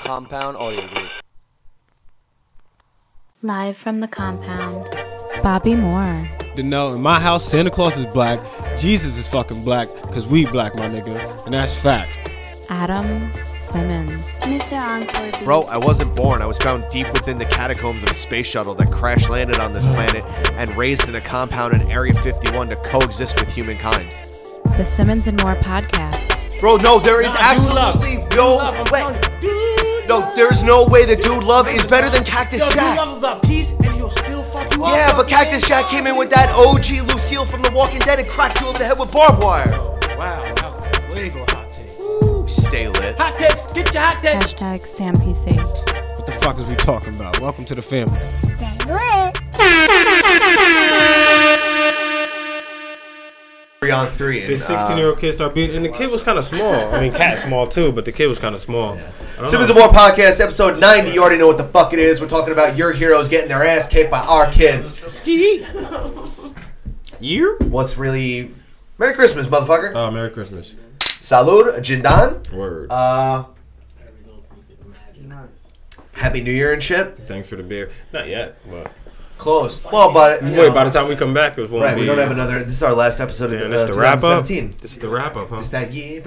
Compound Audio Group. Live from the compound. Bobby Moore. to know in my house Santa Claus is black, Jesus is fucking black, cause we black, my nigga, and that's fact. Adam Simmons. Mr. Encore. Beat. Bro, I wasn't born. I was found deep within the catacombs of a space shuttle that crash landed on this planet and raised in a compound in Area 51 to coexist with humankind. The Simmons and Moore podcast. Bro, no, there is absolutely no way. No, there's no way that Dude Love is better than Cactus Jack. Yeah, but Cactus Jack came in with that OG Lucille from The Walking Dead and cracked you over the head with barbed wire. Wow, that was a legal hot take. Ooh, Stay lit. Hot takes, get your hot takes. Hashtag Sam PC. What the fuck is we talking about? Welcome to the family. Three on three. and, The 16 year old kid started beating, and the kid was kind of small. I mean, cat's small too, but the kid was kind of small. I don't Simmons know. and More podcast, episode 90. You already know what the fuck it is. We're talking about your heroes getting their ass kicked by our kids. You? What's really. Merry Christmas, motherfucker. Oh, Merry Christmas. Salud, Jindan. Word. Uh. Happy New Year and shit. Thanks for the beer. Not yet, but. Close. Well, but. you Wait, know, by the time we come back, it was one Right, we don't have another. This is our last episode Damn, of this uh, the wrap up? 2017. This is the wrap up, huh? It's that year.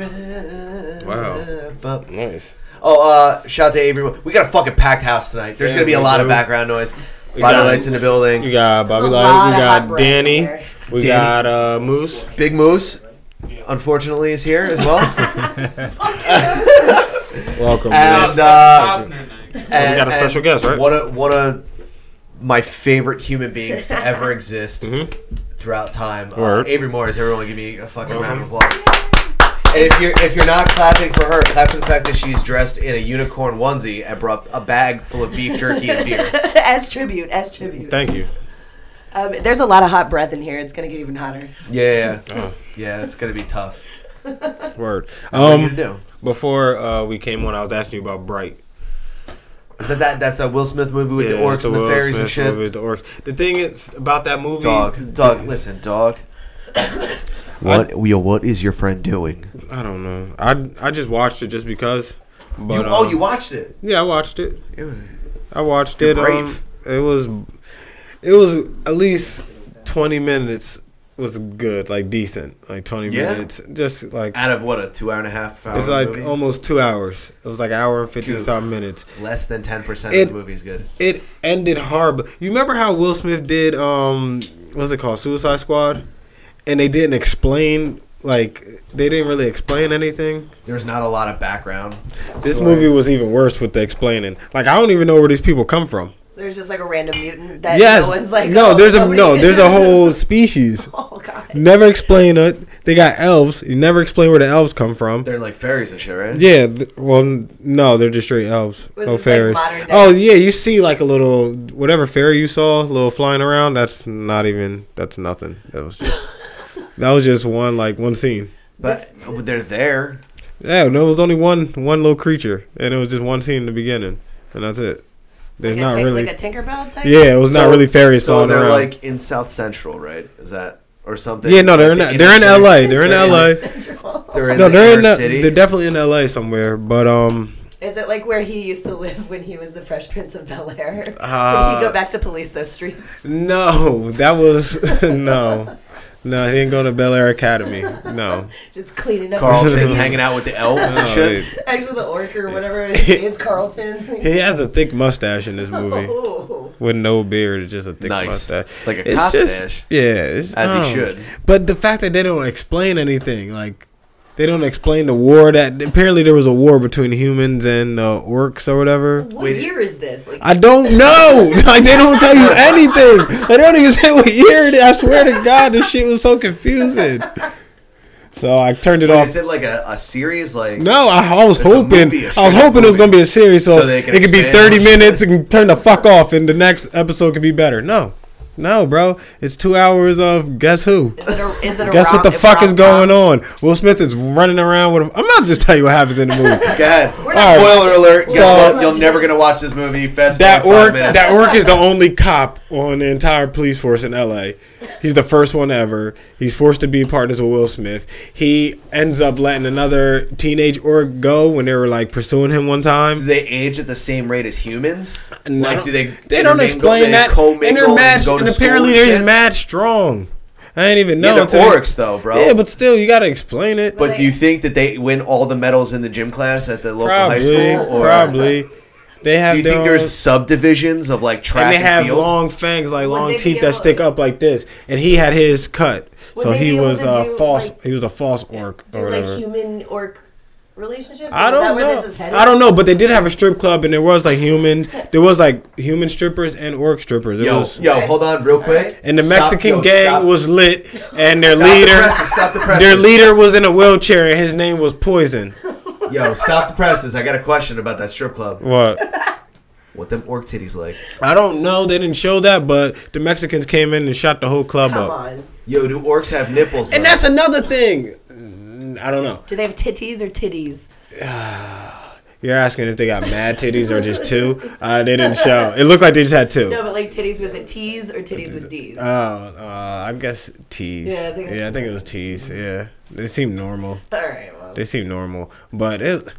Wow. up. Nice. Oh, uh, shout out to everyone. We got a fucking packed house tonight. There's Yeah, gonna be a we lot of do. background noise. We Lot of got- lights in the building. You got Bobby There's a Light, lot we of got hot breath Danny, there. we Danny. got uh, Moose. Big Moose, unfortunately, is here as well. Welcome. and, uh, and- We got a special and guest, right? One of, one of my favorite human beings to ever exist throughout time. Uh, Mm-hmm. Word. Avery Morris, everyone give me a fucking round of applause. And if you're if you're not clapping for her, clap for the fact that she's dressed in a unicorn onesie and brought a bag full of beef jerky and beer. as tribute, as tribute. Thank you. Um, there's a lot of hot breath in here. It's gonna get even hotter. Yeah, Uh. yeah, yeah. It's gonna be tough. What Word. are you gonna Um, do? before uh, we came on, I was asking you about Bright. Is that, that that's that Will Smith movie with the Yeah, orcs it's and the Will fairies and Smith shit? movie, the orcs. The thing is about that movie. Dog, dog, listen, dog. What, yo, what is your friend doing? I don't know. I I just watched it just because. But, You, oh, um, you watched it. Yeah, I watched it. You're I watched it. brave. um, it was, it was at least twenty minutes was good, like decent, like twenty Yeah? minutes. Just like Out of what a two hour and a half hour it's like um, movie? almost two hours. It was like hour and fifty Dude. something minutes. less than ten percent It- of the movie is good. It ended horrible. You remember how Will Smith did um what's it called Suicide Squad, and they didn't explain like they didn't really explain anything. There's not a lot of background. This story. movie was even worse with the explaining. Like I don't even know where these people come from. There's just like a random mutant that yes. no No, one's like. oh, there's a nobody- no, there's a whole species. oh god. Never explain it. They got elves. You never explain where the elves come from. They're like fairies and shit, right? Yeah, th- well, n- no, they're just straight elves. Was no this, like, fairies. modern day? oh yeah, you see like a little whatever fairy you saw, a little flying around. That's not even. That's nothing. That was just. that was just one like one scene. But uh, they're there. Yeah, no, it was only one one little creature, and it was just one scene in the beginning, and that's it. There's Like, not a tin- really. like a Tinkerbell type. Yeah, it was not So- really fairies So flying they're around. like in South Central, right? Is that or something? yeah, no, they're Like in the they're in inner city. L.A. They're in L.A. Central. They're in No, the they're in inner the, city. they're definitely in L.A. somewhere. But um, Is it like where he used to live when he was the Fresh Prince of Bel Air? Did he Uh, go back to police those streets? no, that was no, no. He didn't go to Bel Air Academy. No, Just cleaning up. Carlton's hanging out with the elves no and shit. he, Actually, the orc or whatever it is, is Carlton. he has a thick mustache in this movie Oh. with no beard, it's just a thick Nice. mustache, Like a It's cop just- stash. Yeah, it's, As he I don't- should. But the fact that they don't explain anything, like. They don't explain the war that apparently there was a war between humans and uh, orcs or whatever. What Wait. year is this? Like, I don't know. Like they don't tell you anything. They don't even say what year it is. I swear to God, this shit was so confusing. So I turned it Wait, off. is it like a, a series? Like no, I, I was It's a hoping. movie, a I was straight hoping it was movie. gonna be a series, so, So they it can could be expand thirty on minutes and turn the fuck off, and the next episode could be better. No, no, bro, it's two hours of guess who. is it a, is it a Guess what rom- the fuck is rom-com? going on? Will Smith is running around with. A, I'm not just tell you what happens in the movie. God, We're not. All right. Spoiler alert! Guess So- what? You're never gonna watch this movie. Fast That forward orc, five minutes. that orc is the only cop on the entire police force in L.A. He's the first one ever. He's forced to be partners with Will Smith. He ends up letting another teenage orc go when they were like pursuing him one do time. they age at the same rate as humans? And I like, don't- do they? They don't intermingle- explain they that. co-mingle And they're mad. go to And school apparently and they're shit? just mad strong. I didn't even know. Yeah, until they're they- orcs though, bro. Yeah, but still, you gotta explain it. But do you think that they win all the medals in the gym class at the local high probably, school? Or probably. They have. do you their think own- there's subdivisions of like track and and, they have field? long fangs, like long they be teeth that able- stick up like this. And he had his cut, Would so they be he able was to a do, false. like- he was a false orc or do like whatever. human orc relationships? I is that don't where this is know. headed? I don't know, but they did have a strip club, and there was like human. There was like human strippers and orc strippers. It Yo, was, yo, Okay. hold on, real quick. and the Stop- Mexican yo, gang stop- was lit, and their stop The leader, presses, stop the presses. their leader was in a wheelchair, and his name was Poison. Yo, stop the presses. I got a question about that strip club. What? What them orc titties like? I don't know. They didn't show that, but the Mexicans came in and shot the whole club Come up. on. Yo, do orcs have nipples? And though? that's another thing. Mm, I don't know. Do they have titties or titties? You're asking if they got mad titties or just two. Uh, they didn't show. It looked like they just had two. No, but like titties with a T's or titties with D's. Oh, uh, I guess T's. Yeah, I think yeah, I think it was T's. Yeah, they seem normal. All right. Well, They seem normal, but it.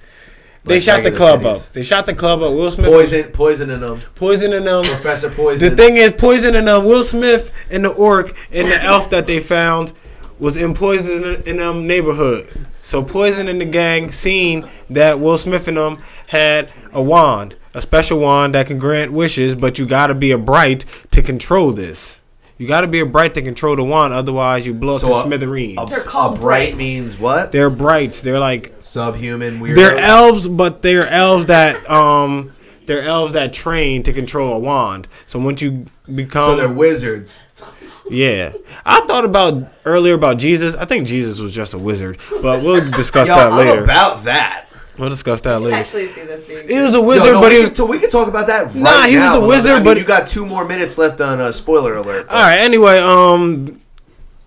They Like shot the regular club titties. up. They shot the club up. Will Smith was poison, poisoning them. poisoning them. Professor The Poison. thing is, poisoning them. Will Smith and the orc and the elf that they found was in poison in them neighborhood. So poison in the gang seen that Will Smith and them had a wand, a special wand that can grant wishes, but you gotta be a bright to control this. You gotta be a bright to control the wand, otherwise you blow up So uh, to a- smithereens. A, They're a called bright brights. means what? they're brights. They're like Subhuman, weird. they're elves, but they're elves that um they're elves that train to control a wand. So once you become so they're wizards. Yeah, I thought about earlier about Jesus. I think Jesus was just a wizard, but we'll discuss Yo, that I'm later. about that. we'll discuss that later. actually, see this being. he was a no, wizard, no, but we he was Can, so we can talk about that. Right Nah, he was now, a beloved. wizard, I mean, but- you got two more minutes left on uh, spoiler alert. All right. Anyway, um,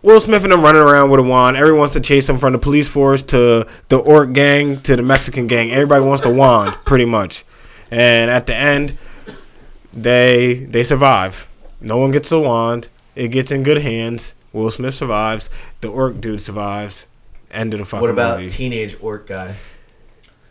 Will Smith and them running around with a wand. Everyone wants to chase them from the police force to the orc gang to the Mexican gang. Everybody wants the wand, pretty much. And at the end, they they survive. No one gets the wand. It gets in good hands. Will Smith survives. The orc dude survives. End of the fucking What about movie. teenage orc guy?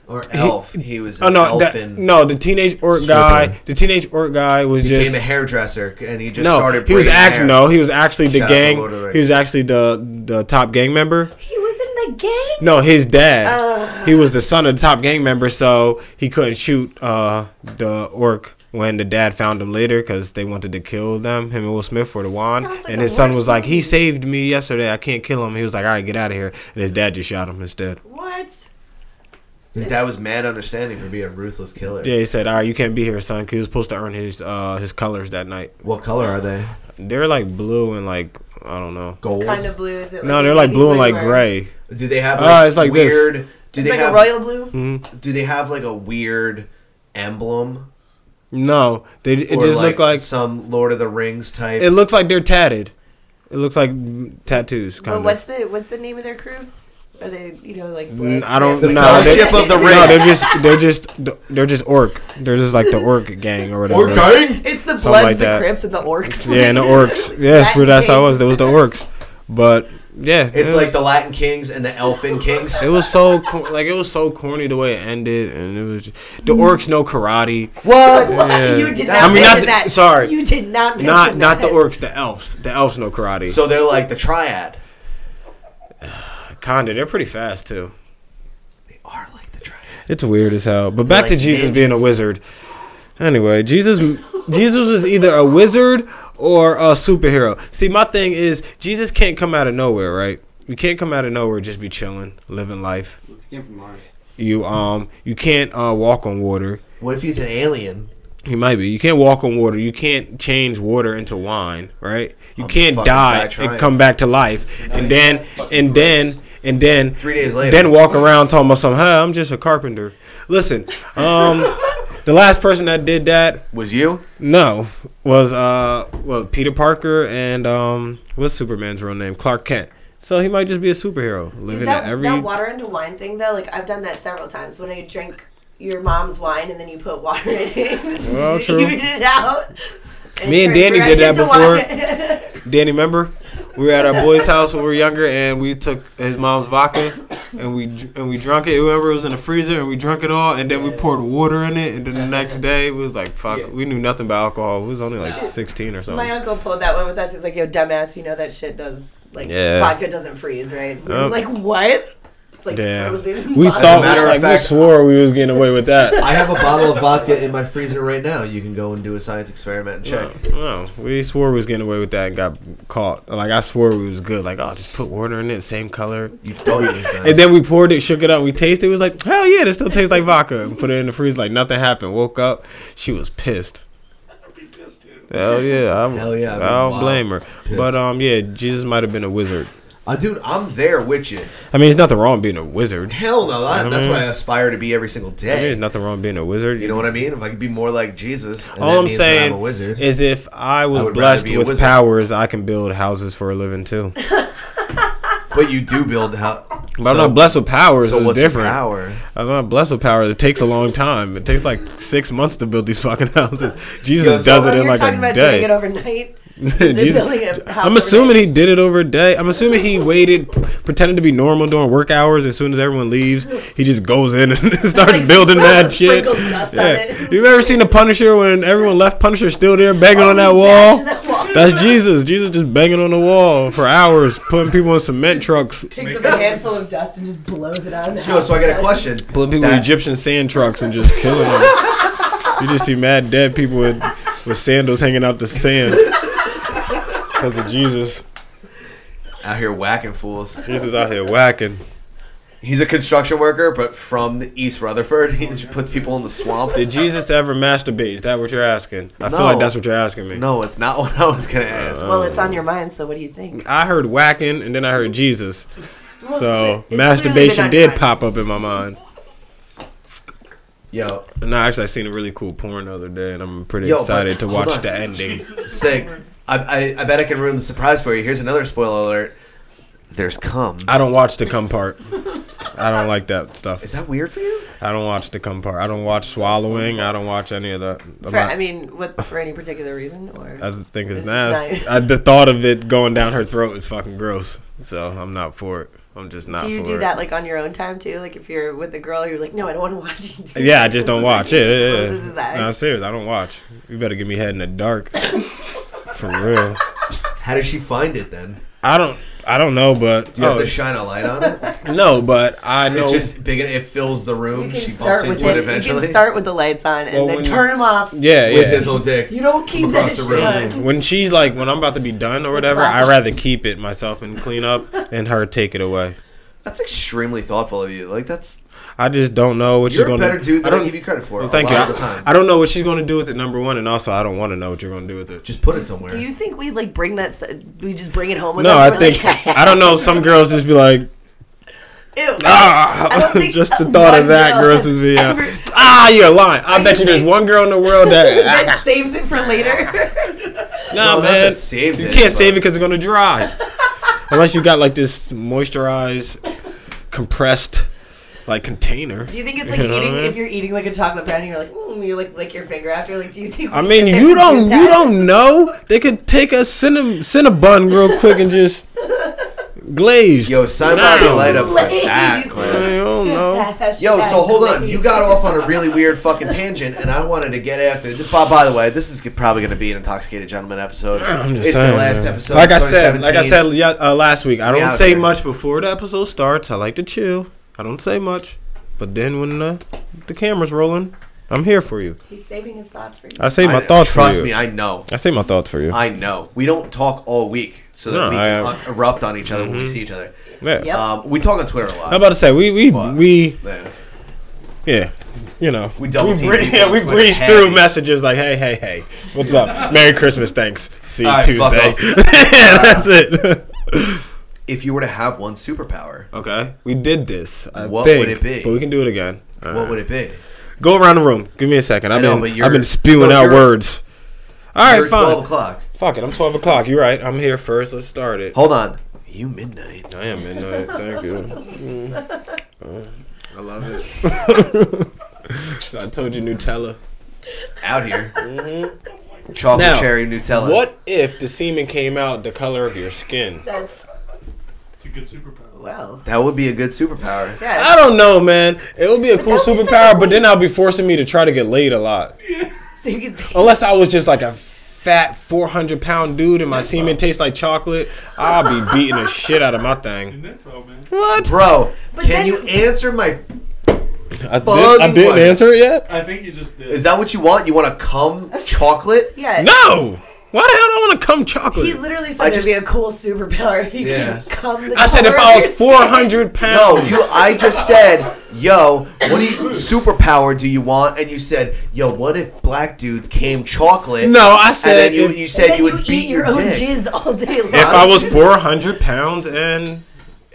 Or elf? He, was an Oh no, that- elfin. no, the teenage orc guy, the teenage orc guy was Became just a hairdresser and he just no, started. he was braiding actually hair. no, he was actually the Shout out to gang, Lord of the Rings. he was actually the the top gang member. he was in the gang. No, his dad, he was the son of the top gang member, so he couldn't shoot uh the orc when the dad found him later because they wanted to kill them, him and Will Smith for the wand, Sounds like and the his son worst was like, he movie. saved me yesterday, I can't kill him. He was like, all right, get out of here, and his dad just shot him instead. What? His dad was mad understanding for being a ruthless killer. Yeah, he said, all right, you can't be here, son, because he was supposed to earn his uh his colors that night. What color are they? They're like blue and like I don't know. Gold. Kind of blue is it? No, a they're like baby blue and like or- gray. Do they have? Ah, Like, it's like this. weird, Do It's they like have? a royal blue. Mm, do they have like a weird emblem? No, they it Or, just look like some Lord of the Rings type. it looks like they're tatted. It looks like tattoos. Kind But of. what's the what's the name of their crew? Are they you know like? Mm, I don't The know. They, Fellowship of the Ring. no, they're just they're just they're just orc. They're just like the orc gang or whatever. gang? It's the Bloods, like the that. Crips, and the Orcs. Yeah, and the orcs. Yeah, That bro, that's how it gang. was. It was the orcs. But yeah, it It's was- like the Latin Kings and the Elfin Kings. It was so cor- like it was so corny the way it ended, and it was just, the orcs know karate. What? What? Yeah. You did I not mean, mention not the- that. sorry. you did not mention Not not the that. orcs, the elves. The elves know karate. So they're like the triad. Kinda, they're pretty fast too. They are like the triad. It's weird as hell. But back like to Jesus ninjas. being a wizard. Anyway, Jesus Jesus is either a wizard or a superhero. See, my thing is Jesus can't come out of nowhere, right? You can't come out of nowhere just be chilling, living life. Came from Mars. You um you can't uh, walk on water. What if he's an alien? You might be. You can't walk on water. You can't change water into wine, right? You I'm can't fucking die die trying. and come back to life, and then and then and then Three days later. then walk around talking about something. Hey, I'm just a carpenter. Listen, um, the last person that did that, Was you? no, was uh, well, Peter Parker and um, what's Superman's real name? Clark Kent. So he might just be a superhero living Dude, that, in every. that water into wine thing though, like I've done that several times when I drink. your mom's wine and then you put water in it. Well, to true. Even it out. it Me and turns Danny right did that into before. wine. Danny, remember? We were at our boy's house when we were younger, and we took his mom's vodka, and we dr- and we drunk it. Remember, it was in the freezer, and we drank it all, and then we poured water in it. And then the next day, we was like, "Fuck, we knew nothing about alcohol. We was only like 16 or My something." uncle pulled that one with us. He's like, "Yo, dumbass, you know that shit does like Yeah. vodka doesn't freeze, right?" We were Yep. like what? It's like Yeah. frozen. We vodka. thought we matter were of like fact- we swore we was getting away with that. I have a bottle of vodka in my freezer right now. You can go and do a science experiment and check. No, we swore we was getting away with that and got caught. Like I swore we was good. Like oh, just put water in it, same color. You thought it was And nice. then we poured it, shook it up, we tasted. it. It was like hell yeah, this still tastes like vodka. And put it in the freezer, like nothing happened. Woke up, she was pissed. Hell yeah, I, Hell yeah, I I'd be don't wild blame her. pissed. But um, yeah, Jesus might have been a wizard. Uh, dude, I'm there with you. I mean, there's nothing wrong with being a wizard. Hell no, that, that's mean- what I aspire to be every single I mean, there's day. nothing wrong with being a wizard. You know what I mean? If I could be more like Jesus, and All I'm that saying I'm a wizard. is if I was I would rather blessed be a with wizard. powers, I can build houses for a living too. But but you do build house. But I'm not blessed with powers. So So it's what's different. your power? I'm not blessed with powers. It takes a long time. It takes like six months to build these fucking houses. Yo, Jesus so does Oh, it in you're like talking a about doing it day. overnight. Jesus- building a house I'm assuming he did it over a day. I'm assuming he waited, pretended to be normal during work hours. As soon as everyone leaves, he just goes in and starts Like, building that shit. sprinkles dust on Yeah. it. Oh, You ever seen the Punisher when everyone left Punisher still there banging on that wall? that wall. That's Jesus. Jesus just banging on the wall for hours, putting people in cement trucks, Picks up a handful of dust and just blows it out of the Yo, house. so I got a question. putting people in That- Egyptian sand trucks, and just killing them. you just see mad dead people with, with sandals hanging out the sand because of Jesus. Out here whacking fools. Jesus out here whacking. He's a construction worker, but from the East Rutherford. He just puts people in the swamp. Did Jesus ever masturbate? Is that what you're asking? I feel No. like that's what you're asking me. No, it's not what I was gonna ask. Well, it's Oh. on your mind, so what do you think? I heard whacking and then I heard Jesus. Well, it's So clear- it's clearly been masturbation on did your mind. pop up in my mind. Yo, No, actually, I seen a really cool porn the other day, and I'm pretty Yo, but- excited to hold watch on. the ending. sick. I, I, I bet I can ruin the surprise for you. Here's another spoiler alert. There's cum. I don't watch the cum part. I don't like that stuff. Is that weird for you? I don't watch the cum part. I don't watch swallowing. I don't watch any of that. I'm For, not- I mean, what's for any particular reason or? I think it's, It's just nasty. nice. I, the thought of it going down her throat is fucking gross. So I'm not for it. I'm just not. do you for do it. that like on your own time too? Like if you're with a girl, you're like, no, I don't want to watch. You do Yeah, I that." just don't It's watch. like, Yeah, yeah, closes his yeah. eyes. No, I'm serious. I don't watch. You better give me head in the dark. For real. How did she find it then? I don't. I don't know, but You have oh, to shine a light on it. no, but I know. It's just big. It fills the room. You She can bumps start with into it it. You eventually can start with the lights on and Well, then when- turn them off. yeah, yeah. with his old dick. You don't keep that Across the shit room. on. when she's like, when I'm about to be done or whatever, clap. I rather keep it myself and clean up, and her take it away. That's extremely thoughtful of you. Like that's I just don't know what you're a she's gonna. better dude than I I, don't give you credit for. Thank a you. lot Of the time. I, I don't know what she's gonna do with it. Number one, and also I don't want to know what you're gonna do with it. Just put it somewhere. Do you think we like bring that? s- We just bring it home with No, us. I think I don't know. Some girls just be like, Ew. I ah, don't think just the one thought of that girl grosses has me out. ever- Ah, you're lying. I you bet you there's saying- one girl in the world that. that saves it for later. nah, Well, not man, that saves you it, can't but- save it because it's gonna dry. Unless you got like this moisturized, compressed, like container. Do you think it's like You know what I eating mean? if you're eating like a chocolate brownie, you're like, mm, you like lick your finger after? Like, do you think? we I sit mean, there you and do don't that? you don't know. They could take a cinnam cinnabun real quick and just glazed. Yo, somebody Nah. light up for Ladies. that, I Claire. don't know. Yo, Hashtag so hold on. ladies. You got off on a really weird fucking tangent, and I wanted to get after. it. By, by the way, this is probably going to be an intoxicated gentleman episode. I'm just it's saying, the last man. episode. Like of I said, 2017. like I said yeah, uh, last week, I We don't out say here. much before the episode starts. I like to chill. I don't say much, but then when the, the camera's rolling, I'm here for you. He's saving his thoughts for you. I say my I- thoughts Trust for you. me, I know. I say my thoughts for you. I know. We don't talk all week so that No, we I- can un- erupt on each other when we see each other. yeah. Yep. Um, we talk on Twitter a I'm lot. about to say we we What? we Yeah. yeah. You know, We double team breeze, people yeah, on we Twitter. breeze through Hey. messages like, "Hey, hey, hey, what's up? Merry Christmas, thanks. See you All right, fuck Tuesday." off. Yeah, that's it. If you were to have one superpower, okay, we did this. I What think, would it be? But we can do it again. what would it be? Go around the room. Give me a second. I've I know, but been you're- I've been spewing no, out you're- words. All You're right, at fine. Twelve o'clock. Fuck it. I'm twelve o'clock. You're right. I'm here first. Let's start it. Hold on. You midnight. I am midnight. Thank you. Mm. I love it. I told you Nutella. Out here. Chocolate Now, cherry Nutella. What if the semen came out the color of your skin? That's It's a good superpower. well. That would be a good superpower. Yeah. I don't know, man. It would be a cool that would be such superpower, a but then I'll be forcing me to try to get laid a lot. So you can see. Unless I was just like a fat 400 pound dude and my semen tastes like chocolate, I'll be beating the shit out of my thing. And info, man. Bro, But can then- you answer my. I, did, Fucking I didn't question. answer it yet? I think you just did. Is that what you want? You want to cum chocolate? Yeah. No! Why the hell do I want to come He chocolate? literally I said there'd just- be a cool superpower if you Yeah. could come. The I said if color I of your was skin. 400 No, pounds. you. I just said, yo, what do you, superpower do you want? And you said, yo, what if black dudes came chocolate? No, I said And then you, if- you And said then you you, would beat eat your, own dick. jizz all day long. If I was 400 pounds and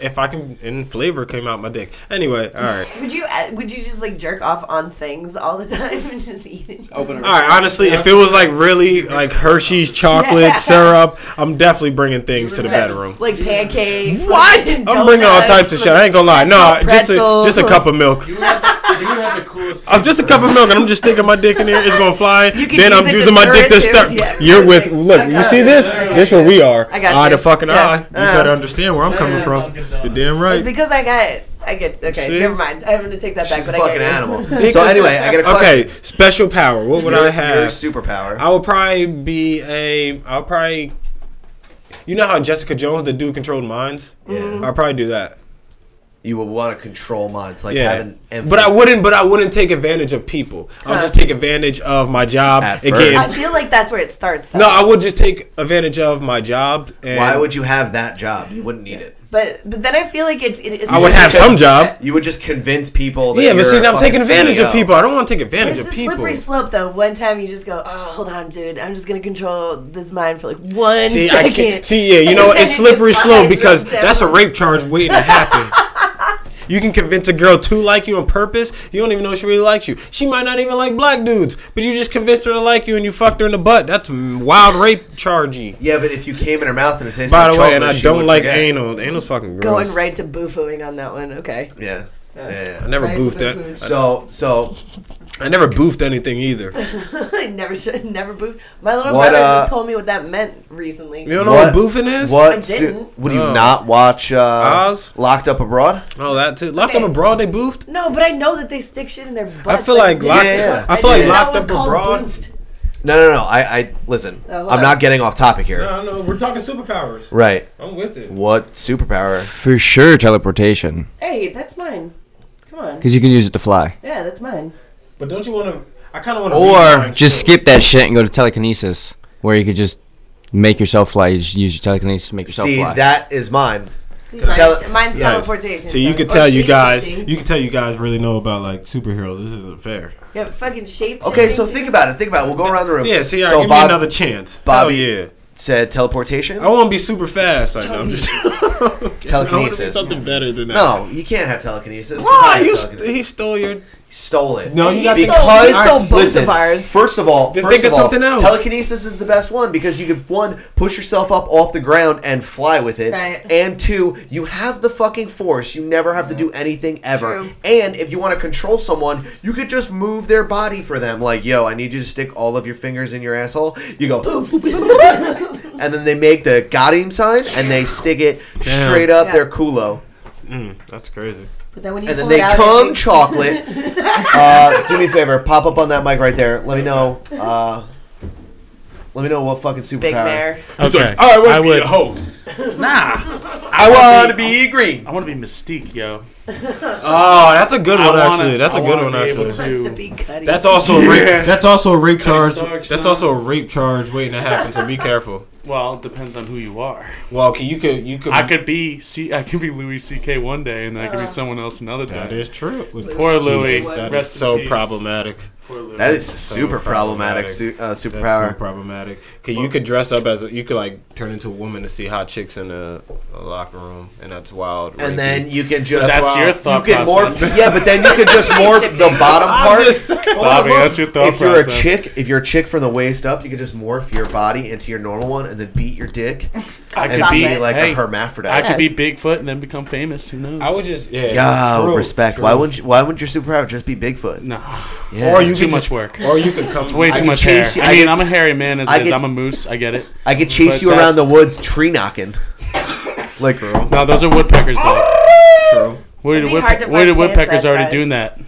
if I can, and flavor came out my dick. Anyway, all right. would you uh, would you just like jerk off on things all the time and just eat it? Oh, Open All right, honestly, if it was like really like Hershey's chocolate Yeah. syrup, I'm definitely bringing things to the bedroom. Like pancakes. What? fucking I'm bringing all donuts, types of shit. I ain't gonna lie. No, just a, just a pretzels. cup of milk. You would have, you would have the coolest. I'm just a cup of milk, and I'm just sticking my dick in there. It's gonna fly. can Then use I'm it to using my stir dick it to too. start. Yeah, You're with. perfect. Look, I you got see it. this? I got This where we are. I got Eye you. to fucking Yeah. eye. You Uh. better understand where I'm coming Yeah. from. You're damn It's right. because I got I get okay. See? Never mind. I'm gonna take that back. She's a but I get fucking it. animal. so anyway, I got a question. Okay, special power. What would your, I have? Your superpower. I would probably be a. I'll probably. You know how Jessica Jones, the dude controlled minds. Yeah. I'll probably do that. you would want to control minds, like Yeah, having. emphasis. but I wouldn't. But I wouldn't take advantage of people. I'll Huh. just take advantage of my job At and first. get. I feel like that's where it starts. Though. no, I would just take advantage of my job. And Why would you have that job? You wouldn't need it. but but then I feel like it's it is. I would have some job? You would just convince people. That Yeah, but you're see, a now I'm fucking E taking advantage CEO. of people. I don't want to take But advantage it's a of people. slippery slope, though. One time you just go, oh, hold on, dude. I'm just gonna control this mind for like one See, second. I can't, see, yeah, you know, And then it's it slippery just slope slides because right down. that's a rape charge waiting to happen. you can convince a girl to like you on purpose. You don't even know she really likes you. She might not even like black dudes, but you just convinced her to like you and you fucked her in the butt. That's wild rape chargey. Yeah, but if you came in her mouth and it tasted By like the way, chocolate, and I she don't would like forget. anal. Anal's fucking gross. Going right to boofooing on that one. Okay. Yeah. Yeah, yeah. I never right to boofed the that. food. So, so I never boofed anything either. never should never boofed. My little What, brother uh, just told me what that meant recently. You don't know what, boofing is? What? I didn't. Would you Oh. not watch uh, Oz? Locked Up Abroad? Oh, that too. Locked Okay. up abroad, they boofed. No, but I know that they stick shit in their butts. feel like it's locked- different. Yeah, yeah. I feel like didn't know locked it was up called abroad- boofed. No, no, no. I, I listen. Oh, what? I'm not getting off topic here. no, we're talking superpowers. Right. I'm with it. What superpower? For sure, teleportation. Hey, that's mine. Come on. Because you can use it to fly. Yeah, that's mine. But don't you want to? I kind of want Or just skip that shit and go to telekinesis, where you could just make yourself fly. You just use your telekinesis to make yourself See, fly. that is mine. Mine's, Tele- mine's Yes. teleportation. See, you so- can or tell you shape guys, shifting. you can tell you guys really know about like superheroes. This isn't fair. Yeah, fucking shape. Okay, shifting. so think about it. Think about it. We'll go around the room. Yeah, see, all right, so give Bob me another chance. Bobby- Hell yeah. said teleportation. I want to be super fast. Like, no, I'm just I wanna be telekinesis. something better than that. No, you can't have telekinesis. Why? You can't You have st- telekinesis. he stole your. stole it. No, you got to- because He stole both listen, of ours. First of all, Then first think of all, something else. Telekinesis is the best one because you can one push yourself up off the ground and fly with it, Right. and two, you have the fucking force. You never have to do anything ever. Mm-hmm. True. And if you want to control someone, you could just move their body for them. Like, yo, I need you to stick all of your fingers in your asshole. You go and then they make the got him sign and they stick it Damn. straight up Yeah. their culo. That's crazy. But then when you and then pull they it out, come it's- chocolate. uh, do me a favor, pop up on that mic right there. Let me know. Uh, let me know what fucking superpower. Big Mare. Okay. I would I be would- a Hulk. Nah. I want Uh, to be green. I want to be Mystique, yo. Oh, that's a good I one wanna- actually. That's a I good wanna one be able actually. to- Wants to be Cuddy. That's also a rape, Yeah. that's also a rape charge. Stark, That's son. also a rape charge waiting to happen. So be careful. Well, it depends on who you are. Well, okay, you could you could. I could be C. I could be Louis C.K. one day, and then I could be someone else another That day. is true. Poor Jesus, Louis. That is Rest in so peace. problematic. Poor Louis. That is So super problematic, problematic. su- uh, That's so superpower. problematic. Cause you could dress up as a, you could like turn into a woman to see hot chicks in a, a locker room, and that's wild. rapey. and then you can just That's why your you you thought can process. morph. yeah, but then you can just morph the bottom I'm part. just- Hold on, Bobby, hold on. that's your thought If you're a process. chick, if you're a chick from the waist up, you can just morph your body into your normal one and then beat your dick. I and could be be like hey, a hermaphrodite. I could be Bigfoot and then become famous. Who knows? I would just yeah. yeah, true, respect. true. Why wouldn't you, Why wouldn't your superpower just be Bigfoot? Nah, Yeah. it's too could much just- work. Or you could come. It's Way too could much hair. chase you- I, I mean, could- I'm a hairy man as I is. could- I'm a moose. I get it. I could chase But you around that's- the woods tree knocking. like true. No, those are woodpeckers. Blake. true. Where did It'd be hard to woodpe- where find did plants woodpeckers that already size. doing that?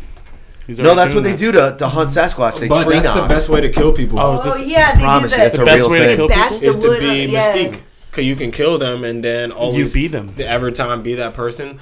He's No, already that's what doing they do to, that. to hunt Sasquatch. They But tree that's the knock. best way to kill people. Oh, is Oh this? yeah, they Promise do you, that. it's The a best real way to thing. kill Bash people the is to wood. be yeah. mystique because you can kill them and then always be them. the- every time be that person.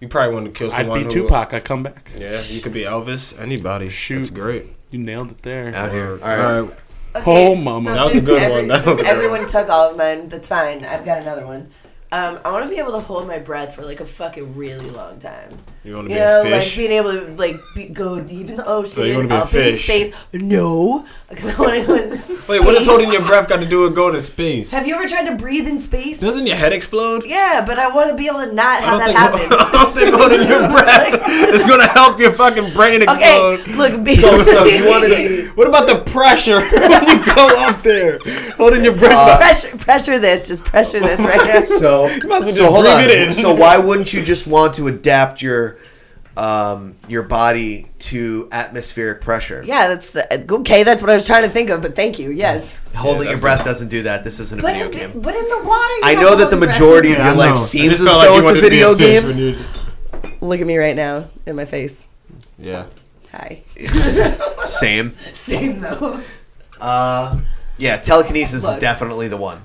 You probably want to kill I'd someone. be who- uh, Tupac. I come back. Yeah, you could be Elvis. Anybody. Shoot. That's great. You nailed it there. out here. All All right. right. Okay, Oh, mama. so That was a since good one. That since was a good everyone took all of mine. That's fine. I've got another one. Um, I want to be able to hold my breath for like a fucking really long time. You want to You be know, a like fish? being able to like be, go deep in the ocean, you wanna be a up in fish. space. No, because I want to go. In Wait, what does holding your breath got to do with going to space? Have you ever tried to breathe in space? Doesn't your head explode? yeah, but I want to be able to not have that think, happen. I don't think holding your breath is going to help your fucking brain explode. okay, look, be So, so you want to? What about the pressure when you go up there, holding your Uh, breath? pressure, pressure this, just pressure this right now. So, as well so just hold breathe on. it in. So why wouldn't you just want to adapt your um, your body to atmospheric pressure? Yeah, that's the, okay. That's what I was trying to think of, but thank you. Yes. Holding Yeah, your that's breath doesn't do that. This isn't a But video in, game. but in the water, you I don't know that hold the your breath. majority of I your know. I life just seems as felt like you though it's wanted a to be video fish game. when you- Look at me right now in my face. Yeah. Hi. Same. Same though. Uh, yeah, telekinesis is Look. definitely the one.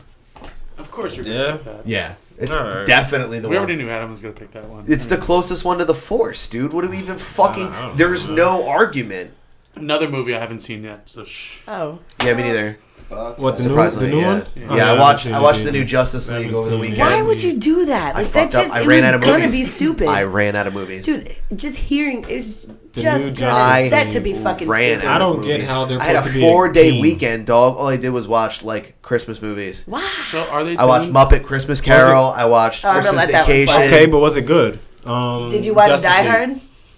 Of course you're Yeah. gonna pick that. Yeah, it's All right. definitely the We one. already knew Adam was gonna pick that one. It's Hmm. the closest one to the force, dude. What do we even fucking? There's no argument. another movie I haven't seen yet. So shh. Oh. Yeah, me neither. What the new, the Surprisingly, new yeah. one? Yeah, Oh, I haven't watched. seen I it watched the either. new Justice I haven't League over the seen it weekend. yet. Why would you do that? I Like that fucked up. just I it ran was out of gonna movies. be stupid. I ran out of movies. Dude, just hearing is new just Justice kinda set to League be fucking ran stupid. out I don't of get movies. how they're I had a supposed to be a four day team. weekend, dog. All I did was watch like Christmas movies. Why? So are they? I watched doing- Muppet Christmas Carol. I watched Oh, I'm gonna Christmas let that one Vacation. slide. Okay, but was it good? Um, Did you watch Justice Die League. Hard?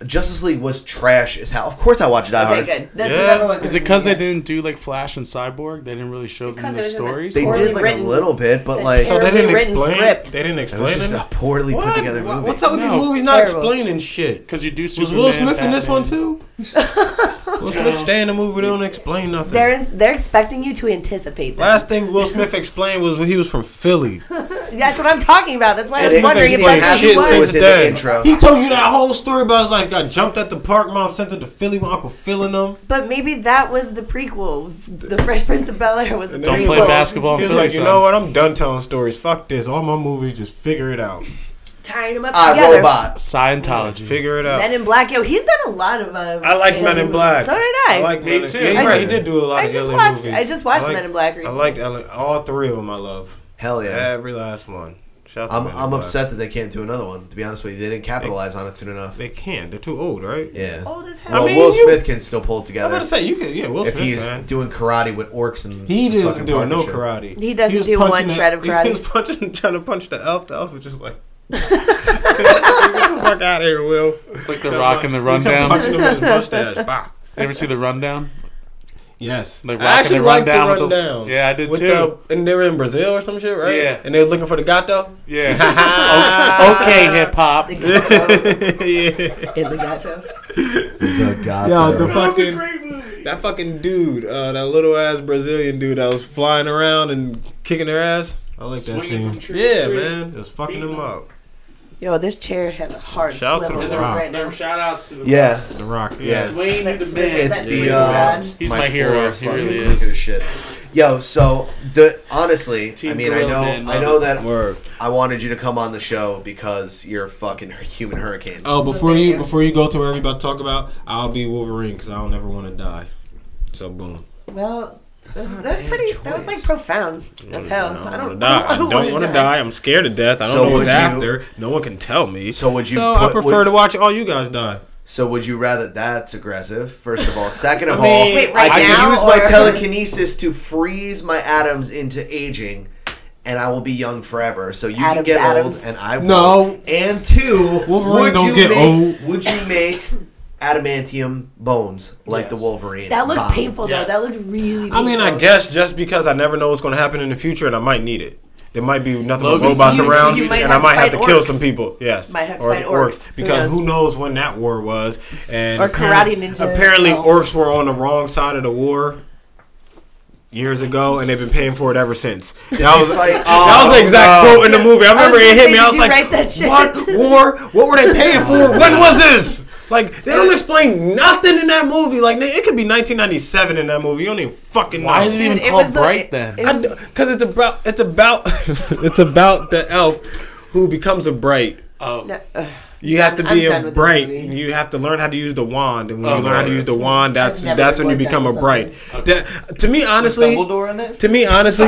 Justice League was trash as hell. Of course, I watched Die Okay, Hard. good. That's Yeah. the number one. Is it because they criticism. didn't do like Flash and Cyborg? They didn't really show Because it them the was just a- stories. They Poorly did like written. a little bit, but It's like So it they Terribly didn't written explain. script. They didn't explain. was just a anything. poorly What? put together Wha- movie. What's up with No. these movies not Terrible. explaining shit? Because you do. Was Superman, Will Smith in this Batman. one too? Will Smith stay in the movie. They don't explain nothing. They're ins- they're expecting you to anticipate that. Last thing Will Smith explained was when he was from Philly. That's what I'm talking about. That's why I And was they wondering if explain that's how what she you was were. in the today. intro. He told you that whole story about his life. Got jumped at the park. Mom sent it to Philly with Uncle Phil and them. But maybe that was the prequel. The Fresh Prince of Bel Air was the Don't prequel. play basketball. in He was Philly, like, you son. know what? I'm done telling stories. Fuck this. All my movies, just figure it out. Tying them up I together. Robot. Scientology. Figure it out. Men in Black. Yo, he's done a lot of. Uh, I like alien Men in movies. Black. So did I. I like Me Men in too. Black. Yeah, you're right. He did do a lot I of just alien watched- movies. I just watched like- Men in Black I recently. liked Ellen, all three of them. I love Hell yeah. every last one. Shout out I'm, to Men in I'm Black. upset that they can't do another one. To be honest with you, they didn't capitalize on it soon enough. They can't. They're too old, right? Yeah. Old as hell. Well, Oh, mean, Will you- Smith can still pull it I'm about together to say you could. Yeah, Will if Smith. he's man. doing karate with orcs and He doesn't fucking do no partnership. karate. He doesn't was do one punching shred of He karate. was punching, trying to punch the elf. The elf was just like, "Get the fuck out of here, Will!" It's like the Rock and the Rundown. Punching him with his mustache. Bah. You ever see the Rundown? Yes, I Like Rock and actually the liked the Rundown with the- rundown. Yeah, I did with too. The, and they were in Brazil or some shit, right? Yeah. And they was looking for the gato. Yeah. O- okay, hip hop. The gato. yeah. in the gato. Yo, the fucking that fucking dude, uh, that little ass Brazilian dude that was flying around and kicking their ass. I like that Swinging scene. from tree to yeah, tree. man, it was fucking them up. Yo, this chair has a hard Shouts to swivel The in it Rock. right now. Shout outs to the Yeah. The Rock. Yeah. Dwayne That the swizzle, man. that It's the, swizzle uh, rod. He's my hero. forearm He really fucking quick is. as Shit. Yo, so the honestly, Team I mean, I Gorilla know, Man, I know love that Word. I wanted you to come on the show because you're a fucking human hurricane. Oh, before Thank you you. before you go to where we about to talk about, I'll be Wolverine because I don't ever want to die. So boom. Well, that's, not a that's bad pretty. That was choice. like profound as hell. I wanna don't. die. I don't want wanna to die. I'm scared to death. I don't So know what's would you- after. No one can tell me. So would you So I put- prefer would- to watch all you guys die. So would you rather that's aggressive? First of all, second of I mean, all, Wait, right I can now, use my or- telekinesis to freeze my atoms into aging, and I will be young forever. So you Atoms, can get atoms. old, and I will. No. And two, Wolverine would don't you get make, old. Would you make adamantium bones like the Yes. Wolverine? That looked body? painful though. Yes. That looked really. Painful. I mean, I guess just because I never know what's going to happen in the future and I might need it. there might be nothing Logan's- but robots You- around, you might and I have to might have to fight kill orcs. some people. Yes, Might have to Or fight orcs. Who because who knows? knows when that war was? And Or apparent- karate ninja Apparently, elves. orcs were on the wrong side of the war years ago, and they've been paying for it ever since. That was, Fight- that was the exact quote in the movie. I remember was it gonna hit say, me. I did was you like, write that shit? "What war? What were they paying for? When was this?" Like they don't explain nothing in that movie. Like nigga, it could be 1997 in that movie. You don't even fucking Why know. is it even Dude, it called was the- Bright then? it- Because it's about it's about it's about the elf who becomes a bright. oh, No, ugh. You have to done- be I'm done a with this bright. movie. and You have to learn how to use the wand, and when Oh, you learn how to Lord. use the wand, that's I've never that's when you been become a born bright. deaf with That, to me, honestly, Dumbledore in it? to me, honestly,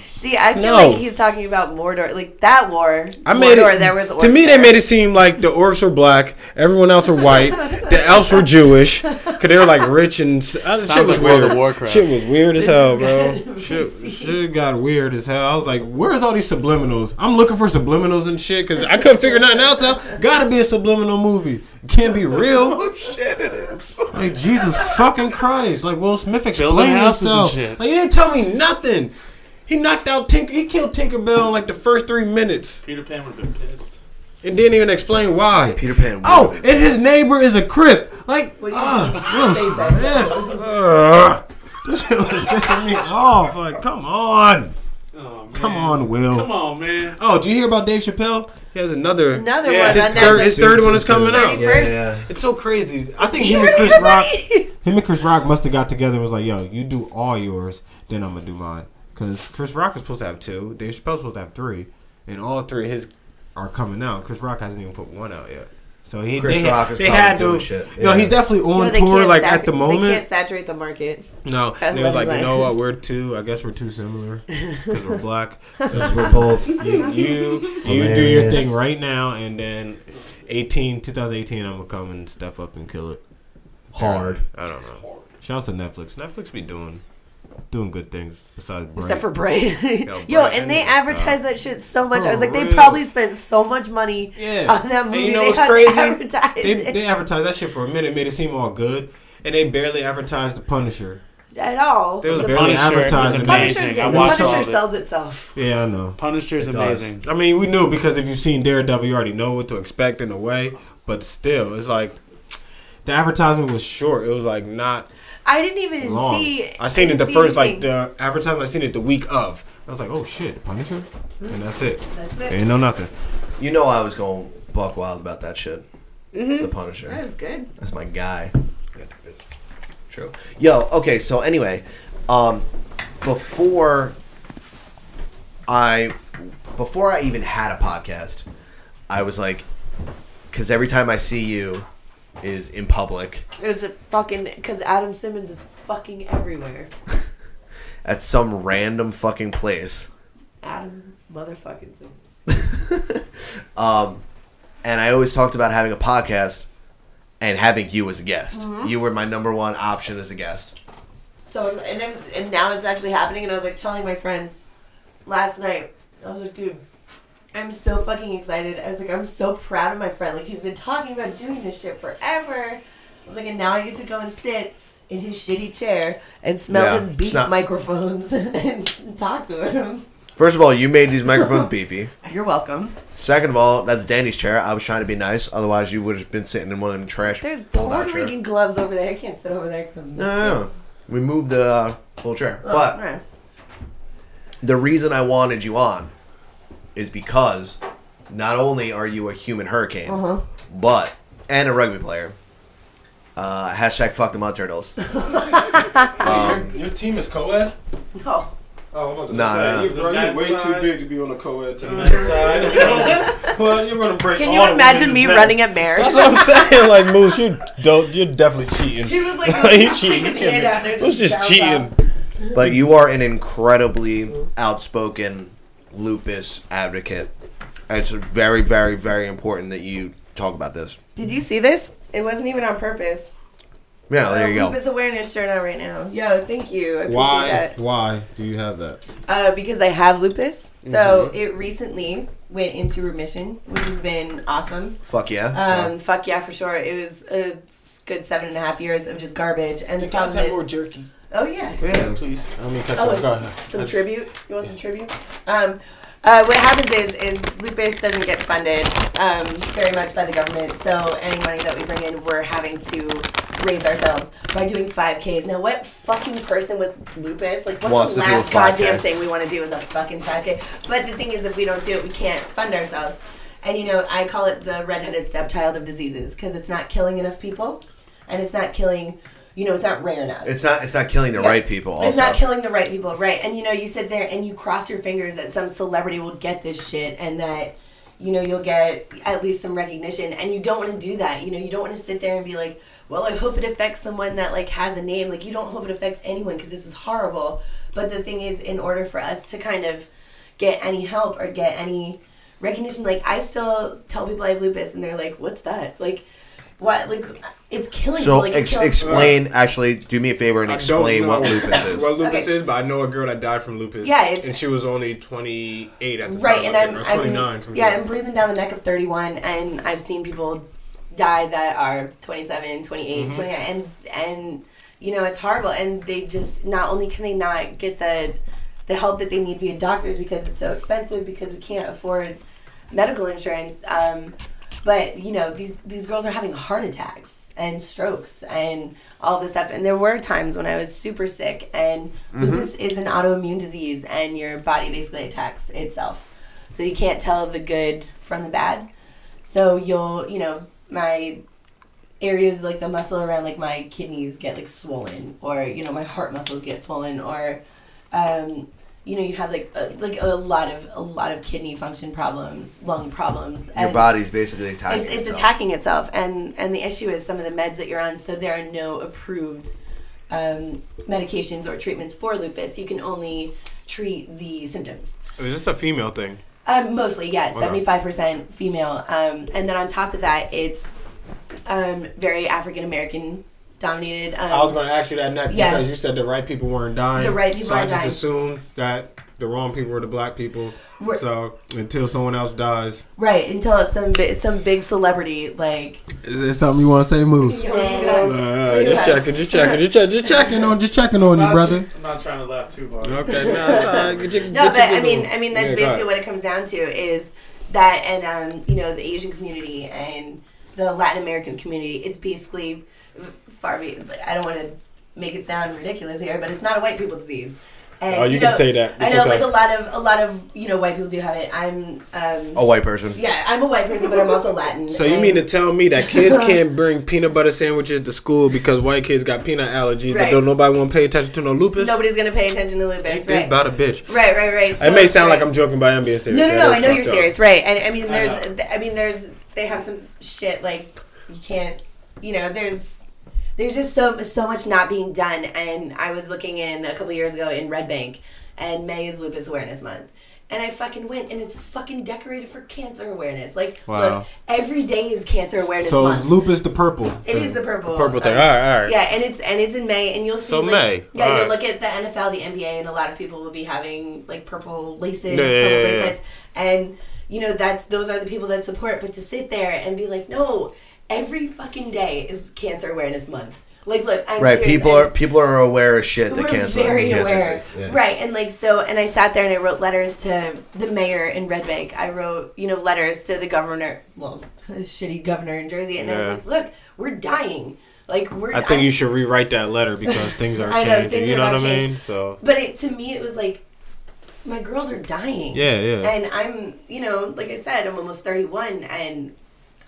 See, I feel No. like he's talking about Mordor, like that war. I made Mordor, it. there was to orcs me, there. they made it seem like the orcs were black, everyone else were white, the elves were Jewish, cause they were like rich and s- uh, shit Sounds was like World weird. of Warcraft. Shit was weird as This hell, is bro. gonna Shit, shit got weird as hell. I was like, where's all these subliminals? I'm looking for subliminals and shit, cause I couldn't figure nothing out. So gotta be a subliminal movie. It can't be real. Oh shit, it is. Like Jesus fucking Christ! Like Will Smith Building explained houses and himself. shit. Like he didn't tell me nothing. He knocked out Tinker. He killed Tinkerbell in like the first three minutes, Peter Pan would have been pissed. and didn't even explain why. Peter Pan. Oh, and his neighbor is a crip. Like, uh, ah, Will Smith. Ugh. This shit was pissing me off. Like, come on, Oh, man. come on, Will. Come on, man. Oh, do you hear about Dave Chappelle? He has another. another Yeah, one. his on third, Netflix. his third one is coming out. Yeah, first. yeah. It's so crazy. I think him and Chris Rock, him and Chris Rock must have got together and was like, "Yo, you do all yours, then I'm gonna do mine." Because Chris Rock is supposed to have two, Dave Chappelle's supposed to have three, and all three of his are coming out. Chris Rock hasn't even put one out yet, so he Chris they, Rock is they probably had doing to. shit, No, yeah. he's definitely You know, on they tour can't like sac- at the They can't moment. saturate the market. No, and they was love like, my- you know what? We're two. I guess we're too similar because we're black. So We're both. you you, you do your Hilarious. thing right now and then 18 2018 i'm gonna come and step up and kill it Hard. i don't know shouts to netflix netflix be doing doing good things besides Bright. Except for Bray. Yo, Bright and they ended this advertised that shit so much. I was For like, they real. probably spent so much money yeah on that movie. and you know they what's had to crazy advertise they, it they advertised that shit for a minute made it seem all good and they barely advertised the punisher at all. they was The barely Punisher is advertising amazing. that. Punisher's I good. The watched all Punisher of it. sells itself. yeah i know Punisher's amazing. I mean, we knew because if you've seen Daredevil, you already know what to expect in a way. But still, it's like the advertisement was short. It was like not I didn't even long. see. I seen it the didn't see first like anything. the advertisement. I seen it the week of. I was like, oh shit, The Punisher, and that's it. That's it. Ain't no nothing. You know I was going buck wild about that shit. The Punisher. Mm-hmm. That was good. That's my guy. True. Yo, okay, so anyway, um before I before I even had a podcast, I was like cuz every time I see you is in public It was a fucking because Adam Simmons is fucking everywhere. at some random fucking place. Adam motherfucking Simmons. and I always talked about having a podcast and having you as a guest. You were my number one option as a guest. So and it was, and now it's actually happening. And I was like telling my friends last night. I was like, dude, I'm so fucking excited. I was like, I'm so proud of my friend. Like he's been talking about doing this shit forever. I was like, and now I get to go and sit in his shitty chair and smell Yeah, his it's beef not- microphones and talk to him. First of all, you made these microphones beefy. You're welcome. Second of all, that's Danny's chair. I was trying to be nice, otherwise you would have been sitting in one of them trash. There's fold-out Puerto chairs. Rican gloves over there. I can't sit over there because I'm. No, no, no. We moved the uh, little chair, but Alright. the reason I wanted you on is because not only are you a human hurricane, Uh-huh. but and a rugby player. Uh, hashtag fuck the mud turtles. your, team is co-ed. No. Oh, I was Nah, say, nah. you're- bro, you're way too big to be on a co-ed team. That side. well, you're gonna break. Can you imagine me running at Mare? Oh, That's what I'm saying. Like Moose, you dope. You're definitely cheating. He was like, You stick cheating. his hand out there. Moose just bounce cheating. off. But you are an incredibly outspoken lupus advocate. And It's very, very, very important that you talk about this. Did you see this? It wasn't even on purpose. Yeah, Oh, there you Uh, go. Lupus awareness shirt on right now. Yo, thank you. I appreciate Why? that. Why do you have that? Uh, because I have lupus, so Mm-hmm. it recently went into remission, which has been awesome. Fuck yeah. Um, fuck yeah, for sure. It was a good seven and a half years of just garbage, and the problem is jerky. Oh yeah. Yeah. Please. I mean, catch Oh, oh, it's some tribute. You want some tribute? Um, uh, what happens is is lupus doesn't get funded um, very much by the government. So any money that we bring in, we're having to raise ourselves by doing 5Ks. Now, what fucking person with lupus like what's Wants the to do a last goddamn 5K? thing we want to do is a fucking 5K? But the thing is, if we don't do it, we can't fund ourselves. And you know, I call it the redheaded stepchild of diseases because it's not killing enough people, and it's not killing. You know, it's not rare enough. It's not. It's not killing the Yeah. right people. Also. It's not killing the right people, right? And you know, you sit there and you cross your fingers that some celebrity will get this shit and that you know you'll get at least some recognition. And you don't want to do that. You know, you don't want to sit there and be like, "Well, I hope it affects someone that like has a name." Like you don't hope it affects anyone because this is horrible. But the thing is, in order for us to kind of get any help or get any recognition, like I still tell people I have lupus, and they're like, "What's that?" Like. What like it's killing So people, like, it ex- kills- explain. Actually, do me a favor and explain what lupus is. What lupus Okay. is, but I know a girl that died from lupus. Yeah, it's- and she was only 28 at the right time. and i'm, I think, or I'm 29. something yeah like i'm breathing down the neck of 31 and i've seen people die that are 27 28 29 and and you know it's horrible and they just not only can they not get the the help that they need via doctors because it's so expensive because we can't afford medical insurance um, but you know these these girls are having heart attacks and strokes and all this stuff and there were times when i was super sick and lupus is an autoimmune disease and your body basically attacks itself so you can't tell the good from the bad so you'll you know my areas like the muscle around like my kidneys get like swollen or you know my heart muscles get swollen or um, you know you have like a, like a lot of a lot of kidney function problems lung problems Your and body's basically attacking. it's, it's itself. attacking itself and and the issue is some of the meds that you're on so there are no approved um, medications or treatments for lupus you can only treat the symptoms that. Is this a female thing? um, mostly, yeah, Okay. seventy-five percent female, um, and then on top of that, it's um, very African American dominated. Um, I was going to ask you that next Yeah. because you said the right people weren't dying. The right people So I aren't just dying. assumed that the wrong people were the black people. We're- so until someone else dies, right until some bi- some big celebrity like. is there something you want to say, Moose? You know, you guys- you guys- Uh, just checking, just checking, just checking on, just checking on I'm not trying to laugh too hard. Okay, no, it's all right. Get your- No, get but your I giggle. mean, I mean that's Yeah, go basically ahead. what it comes down to is that, and um, you know, the Asian community and the Latin American community. It's basically far. Be- I don't want to make it sound ridiculous here, but it's not a white people disease. And, Oh, you can say that. I It's know, okay. like a lot of a lot of you know white people do have it. I'm, um, A white person. yeah, I'm a white person, but I'm also Latin. Oh. So you and- mean to tell me that kids can't bring peanut butter sandwiches to school because white kids got peanut allergies, but Right. don't nobody want to pay attention to no lupus? nobody's gonna pay attention to lupus? It's Right, about a bitch. right, right, right. So it may sound right. like I'm joking, but I'm being serious. No, no, That no. is I know you're fucked up. serious, right? And I mean, I there's, know. th- I mean, there's, they have some shit like you can't, you know, there's, there's just so so much not being done. And I was looking in a couple years ago in Red Bank, and May is Lupus Awareness Month. And I fucking went, and it's fucking decorated for cancer awareness. Like, Wow. look, every day is cancer awareness So month. is lupus the purple? It is the purple. Purple thing. um, All right, all right. Yeah, and it's and it's in May, and you'll see. So like- May. Yeah, All right. you'll look at the NFL, the NBA, and a lot of people will be having like purple laces, Yeah, yeah, purple yeah, yeah. bracelets, and you know that's those are the people that support. But to sit there and be like, no, every fucking day is Cancer Awareness Month. Like, look, I'm Right. serious, People and- are people are aware of shit that we're cancer. very cancer aware, exists. Yeah. right? And like so, and I sat there and I wrote letters to the mayor in Red Bank. I wrote, you know, letters to the governor, well, shitty governor in Jersey, and I Yeah. was like, look, we're dying. Like we're. I think you should rewrite that letter because things are I know, changing. things you are know about what I change. mean? So But it to me, it was like, my girls are dying. yeah, yeah. And I'm, you know, like I said, I'm almost 31, and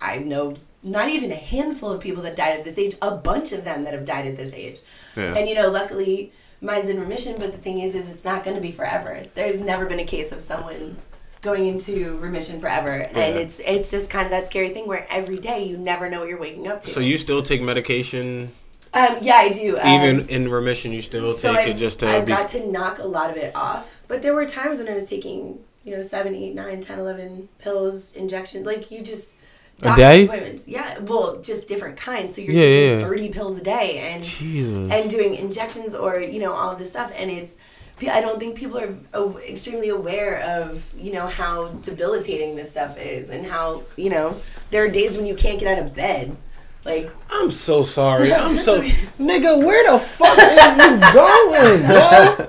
I know not even a handful of people that died at this age. A bunch of them that have died at this age. Yeah. And you know, luckily, mine's in remission. But the thing is, is it's not going to be forever. There's never been a case of someone going into remission forever, and it's it's just kind of that scary thing where every day you never know what you're waking up to. So you still take medication um, yeah, I do. Um, even in remission? You still take I've, it just to I've be got to knock a lot of it off. But there were times when I was taking, you know, 7, 8, 9, 10, 11 pills, injections. Like, you just. doctor's day? appointments. Yeah, well, just different kinds. So you're Yeah, taking yeah, yeah. 30 pills a day and and doing injections or, you know, all of this stuff. And it's. I don't think people are uh, extremely aware of, you know, how debilitating this stuff is and how, you know, there are days when you can't get out of bed. Like, I'm so sorry. I'm so nigga. Where the fuck is you going, bro?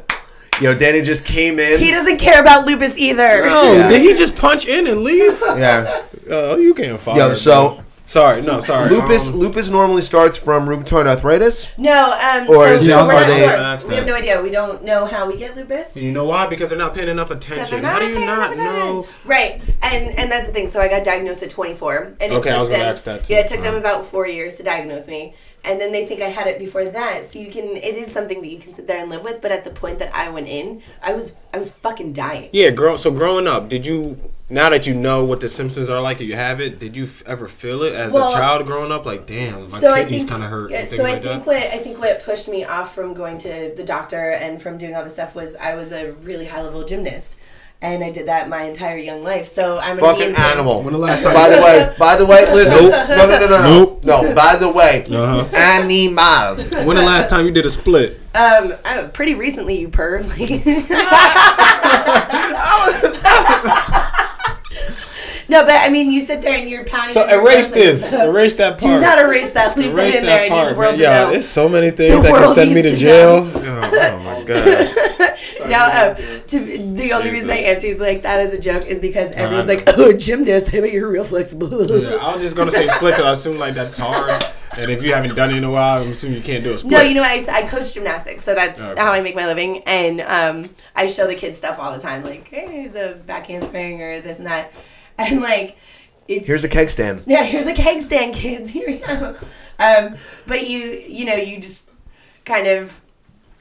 Yo, Danny just came in. he doesn't care about lupus either. No, Yeah. did he just punch in and leave? yeah. Oh, you can't fire. Yo, bro. so- sorry. No, sorry. Lupus. Um, lupus normally starts from rheumatoid arthritis. No, um, Or so, is so it- we're are not they- sure. We have no idea. We don't know how we get lupus. You know why? Because they're not paying enough Because attention. we're How do you paying not enough attention. know? Right, and and that's the thing. So I got diagnosed at 24, and it Okay, I took was gonna them, ask that too. Uh-huh. Yeah, it took them about four years to diagnose me, and then they think I had it before that. So you can, it is something that you can sit there and live with. But at the point that I went in, I was I was fucking dying. Yeah, grow. So growing up, did you? Now that you know what the symptoms are like, and you have it. Did you f- ever feel it as Well- a child growing up? Like, damn, my so I kidneys think, kind of hurt. Yeah, and things so I like think that. what I think what pushed me off from going to the doctor and from doing all this stuff was I was a really high level gymnast, and I did that my entire young life. So I'm a Fucking mean- animal. When the last time? By the way, by the way, listen. No, no, no, no, no. No. By the way, animal. when the last time you did a split? Um, I don't- pretty recently, you perv. no, but I mean, you sit there and you're pounding. so on your erase chest, this. Like, Erase that part. do not erase that. Leave Erase that in there. I need the world man. Yo, to know. it's so many things The that can world send me to needs to know. jail. Oh, oh my god. Now, um, to, the only reason I answered like that as a joke is because everyone's like, "Oh, gymnast, I bet you're real flexible." Yeah, I was just gonna say split because I assume like that's hard, and if you haven't done it in a while, I'm assuming you can't do a split. No, you know, I, I coach gymnastics, so that's Okay. how I make my living. And um, I show the kids stuff all the time, like, hey, it's a back handspring or this and that. And, like, it's. Here's the keg stand. yeah, here's a keg stand, kids. Here we go. Um, but you, you know, you just kind of.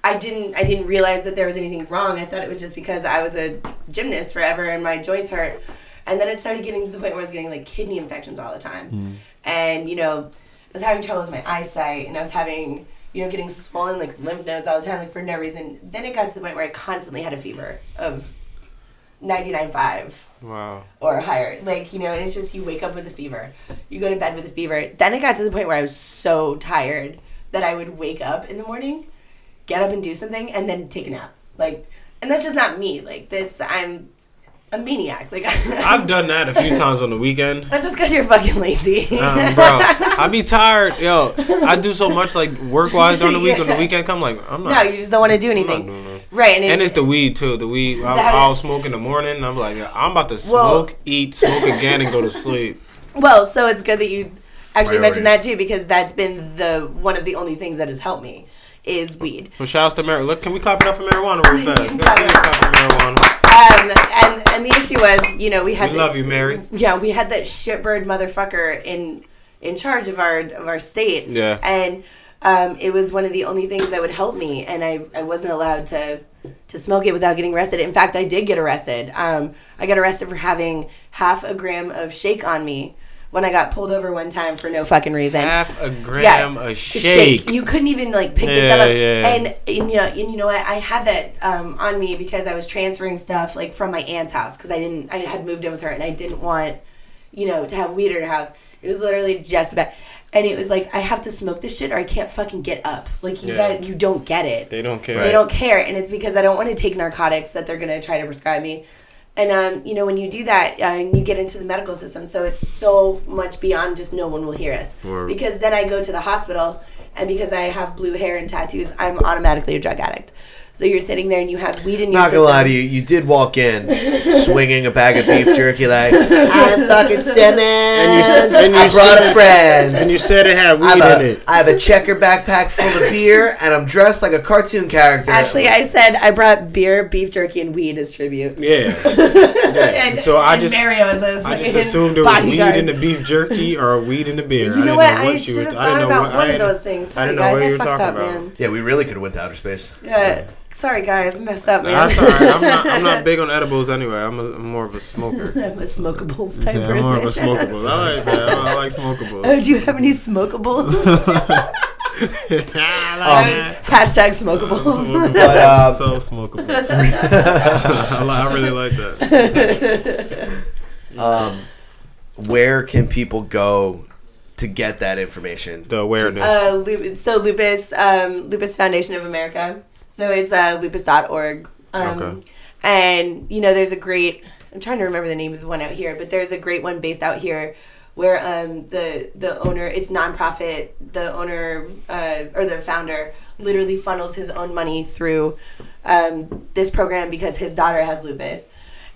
I didn't. I didn't realize that there was anything wrong. I thought it was just because I was a gymnast forever and my joints hurt. And then it started getting to the point where I was getting like kidney infections all the time. And you know, I was having trouble with my eyesight, and I was having you know getting swollen like lymph nodes all the time, like for no reason. Then it got to the point where I constantly had a fever of ninety nine five Wow. or higher. Like, you know, and it's just you wake up with a fever. You go to bed with a fever. Then it got to the point where I was so tired that I would wake up in the morning, get up and do something, and then take a nap. Like, and that's just not me. Like, this, I'm a maniac. Like, I've done that a few times on the weekend. that's just because you're fucking lazy. Um, bro, I be tired, yo. I do so much like work wise during the week. On the Yeah. weekend, come like I'm no, not. you just don't want to do anything. Right. and it's the weed too. The weed. I, That- I'll smoke in the morning. And I'm like, yeah, I'm about to Well- smoke, eat, smoke again, and go to sleep. Well, so it's good that you actually mentioned that too because that's been the one of the only things that has helped me is weed. So shout outs to marijuana. Look, can we clap it up for marijuana real fast? Go Clap ahead it and up. clap for marijuana. Um, and and the issue was, you know, we had We the- love you, Mary. yeah, we had that shitbird motherfucker in in charge of our of our state. Yeah. And um, it was one of the only things that would help me, and I, I wasn't allowed to to smoke it without getting arrested. In fact, I did get arrested. Um, I got arrested for having half a gram of shake on me when I got pulled over one time for no fucking reason Half a gram a shake. you couldn't even like pick this Yeah, up yeah. and, and you know and you know what i had that um, on me because i was transferring stuff like from my aunt's house because i didn't i had moved in with her and i didn't want you know to have weed at her house it was literally just about and it was like i have to smoke this shit or i can't fucking get up like you Yeah. guys you don't get it They don't care. they don't care, and it's because I don't want to take narcotics that they're going to try to prescribe me. And um, you know, when you do that, uh, you get into the medical system, so it's so much beyond just no one will hear us. Because then I go to the hospital, and because I have blue hair and tattoos, I'm automatically a drug addict. So you're sitting there and you have weed in your Not system. gonna lie to you, you did walk in swinging a bag of beef jerky like I'm fucking Simmons. and you I brought a said- And friend. you said it had I weed have, in a, it. I have a checker backpack full of beer and I'm dressed like a cartoon character. Actually, I said I brought beer, beef jerky, and weed as tribute. Yeah. yeah. And, so I and just Mario is a I just fucking assumed there was bodyguard. weed in the beef jerky or weed in the beer. You I didn't know what? know I what she was. should have I didn't thought know about what. I one of didn't- those things. I Sorry, didn't know guys, what you were I fucked talking up, about. man. yeah, we really could have went to outer space. Yeah, sorry guys, messed up, man. That's all right. I'm not, I'm not big on edibles anyway. I'm, a, I'm more of a smoker. I'm a smokables type Yeah, I'm more of a person. smokable. I like that. I like Oh, smokables. do you have any smokables? Um, Uh, I like Hashtag smokables. But, uh, that. So smokables. I, li- I really like that. Um, where can people go to get that information? The awareness. uh, Lu- so lupus, um, Lupus Foundation of America. So it's uh, lupus.org. Um, Okay. And you know, there's a great. I'm trying to remember the name of the one out here, but there's a great one based out here where um, the the owner it's nonprofit the owner uh, or the founder literally funnels his own money through um, this program because his daughter has lupus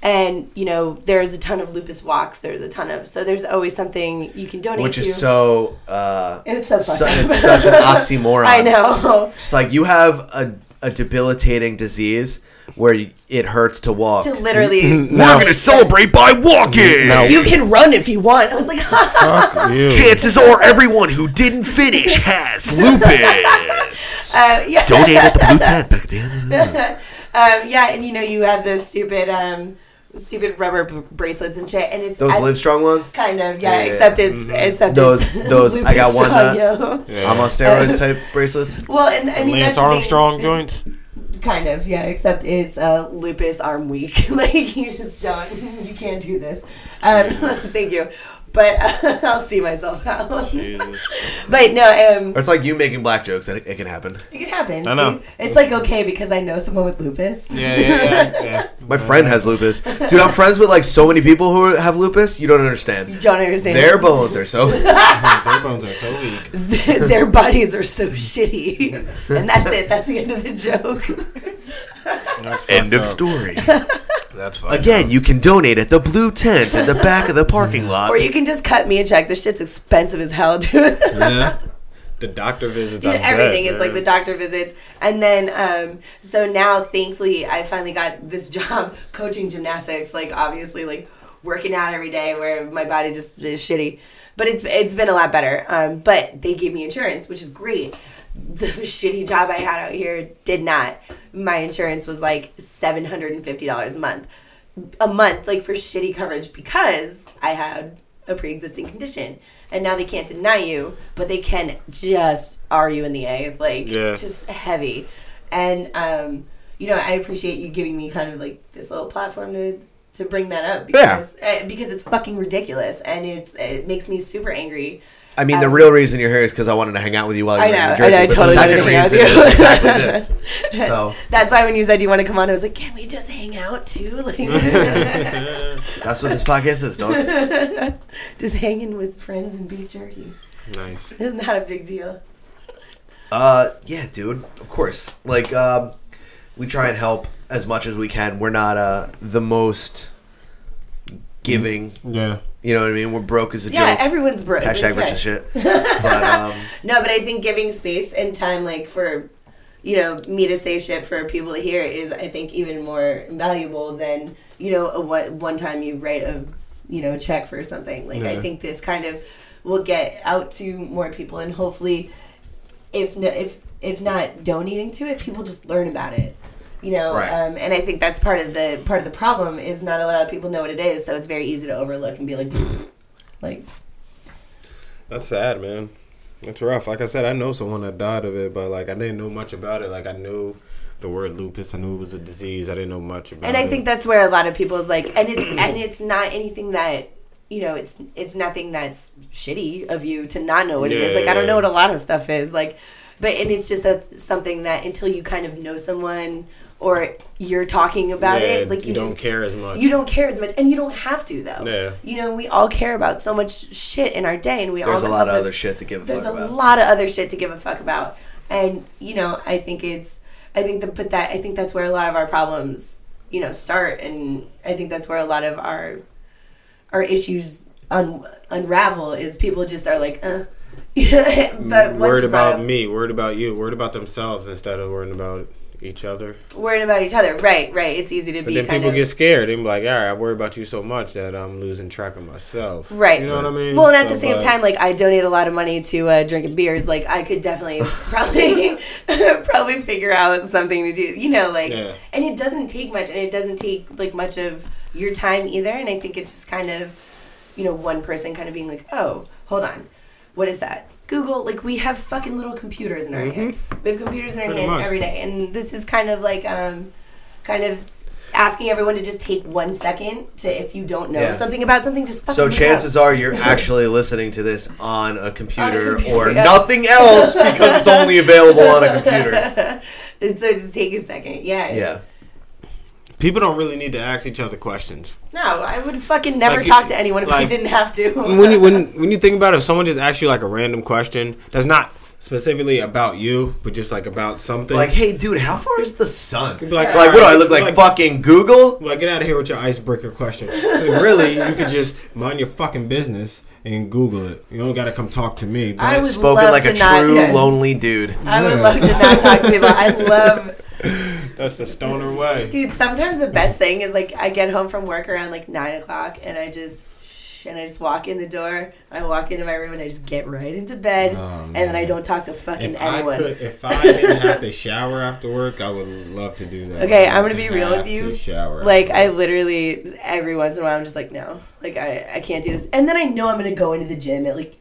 and you know there's a ton of lupus walks there's a ton of so there's always something you can donate Which to is so. Uh, it's so fucked su- up. it's such an oxymoron. I know. It's like you have a, a debilitating disease where you, it hurts to walk. to literally Now- We're gonna celebrate by Uh, walking. Now- you can run if you want. I was like, uh, Fuck you. Chances are everyone who didn't finish has lupus. uh, yeah. Donate at the blue tent back at the end. Um, yeah, and you know you have those stupid, um, stupid rubber b- bracelets and shit, and it's Those I- live strong ones. kind of yeah, Yeah. except it's except Those- it's those- I got lupus one strong, that- yo. I'm on steroids type bracelets. Well, and I mean Lance that's the thing. Armstrong joints. kind of yeah, except it's uh, lupus arm week. like you just don't, you can't do this. Um, thank you, but uh, I'll see myself out. but no, um, It's like you making black jokes. It, it can happen. It happens. I know. See? It's like okay because I know someone with lupus. Yeah, yeah, yeah. yeah. My friend has lupus. Dude, I'm friends with like so many people who have lupus. You don't You understand. don't understand. Their bones are so. Their bones are so weak. Their bodies are so shitty. And that's it. That's the end of the joke. That's End of fucked up. story. That's fucked Again, you can donate at the blue tent at the back of the parking lot. Or you can just cut me a check. This shit's expensive as hell, dude. Yeah. The doctor visits. Dude, I'm dead, everything. It's like the man. doctor visits. And then, um, so now, thankfully, I finally got this job coaching gymnastics. Like, obviously, like working out every day where my body just is shitty. But it's it's been a lot better. Um, but they gave me insurance, which is great. The shitty job I had out here did not. My insurance was like $750 a month. A month, like for shitty coverage, because I had a pre existing condition. And now they can't deny you, but they can just are you in the A. It's like Yeah. just heavy. And um, you know, I appreciate you giving me kind of like this little platform to to bring that up because uh, because it's fucking ridiculous and it's it makes me super angry. I mean, the real reason you're here is because I wanted to hang out with you while you I were in know, New I Jersey. know, I but totally the second wanted to hang reason out with is you. exactly this. So That's why when you said you want to come on, I was like, can we just hang out too? Like that's what this podcast is, dog. just hanging with friends and beef jerky. Nice. It's not a big deal. Uh, yeah, dude. Of course. Like, um, we try and help as much as we can. We're not uh the most giving. Yeah. You know what I mean? We're broke as a Yeah, joke. everyone's broke. Hashtag Yeah. rich as shit. But um, No, but I think giving space and time, like for you know me to say shit for people to hear, is I think even more valuable than you know a what one time you write a you know check for something. Like I Yeah. think this kind of will get out to more people, and hopefully, if no, if if not donating to it, people just learn about it. You know, Right. um, and I think that's part of the part of the problem is not a lot of people know what it is, so it's very easy to overlook and be like, like That's sad, man. That's rough. Like I said, I know someone that died of it, but like I didn't know much about it. Like I knew the word lupus. I knew it was a disease. I didn't know much about and it. I think that's where a lot of people is like, and it's and it's not anything that you know, it's it's nothing that's shitty of you to not know what it is. Like I don't know what a lot of stuff is, like, but and it's just a, something that until you kind of know someone or you're talking about Yeah, it, like you, don't just care as much. you don't care as much, and you don't have to though. Yeah. You know, we all care about so much shit in our day, and we all there's a come lot of up with- other shit to give a there's fuck a about. lot of other shit to give a fuck about and you know i think it's i think that but that i think that's where a lot of our problems you know start and i think that's where a lot of our our issues un- unravel is people just are like uh. but once Mm, worried it's brought about up- me, worried about you, worried about themselves instead of worrying about each other. worrying about each other right right it's easy to But be then kind people of get scared. They be like, all right, I worry about you so much that I'm losing track of myself. Right. You know what I mean? Well, and at the So, same but- time, like I donate a lot of money to uh, drinking beers. Like I could definitely probably probably figure out something to do. You know, like Yeah. and it doesn't take much, and it doesn't take like much of your time either. And I think it's just kind of you know one person kind of being like, oh, hold on, what is that? Google, like we have fucking little computers in our hands. We have computers in our Mm-hmm. Pretty hand much. every day, and this is kind of like um, kind of. Asking everyone to just take one second to if you don't know Yeah. something about something, just fucking So look it up. chances are you're actually listening to this on a computer, computer, or yeah. nothing else because it's only available on a computer. so just take a second. Yeah. Yeah. People don't really need to ask each other questions. No, I would fucking never Like, talk to anyone if I like, didn't have to. when you when when you think about it, if someone just asks you like a random question that's not specifically about you, but just like about something, Like, hey, dude, how far is the sun? You'd be like, Like, what do I look like? Like- fucking Google? like get out of here with your icebreaker question. 'Cause really, you could just mind your fucking business and Google it. You don't got to come talk to me. But I would Spoken love like to a not, true yeah. lonely dude. I would love to not talk to people. I love, that's the stoner way. dude. Sometimes the best thing is like I get home from work around like nine o'clock, and I just shh, and I just walk in the door. I walk into my room and I just get right into bed, and then I don't talk to Oh, fucking If I anyone. could, if I didn't have to shower after work, I would love to do that. Okay, I I'm gonna be wouldn't real with have you. to Shower. Like I literally every once in a while I'm just like no, like I I can't do this. And then I know I'm gonna go into the gym at like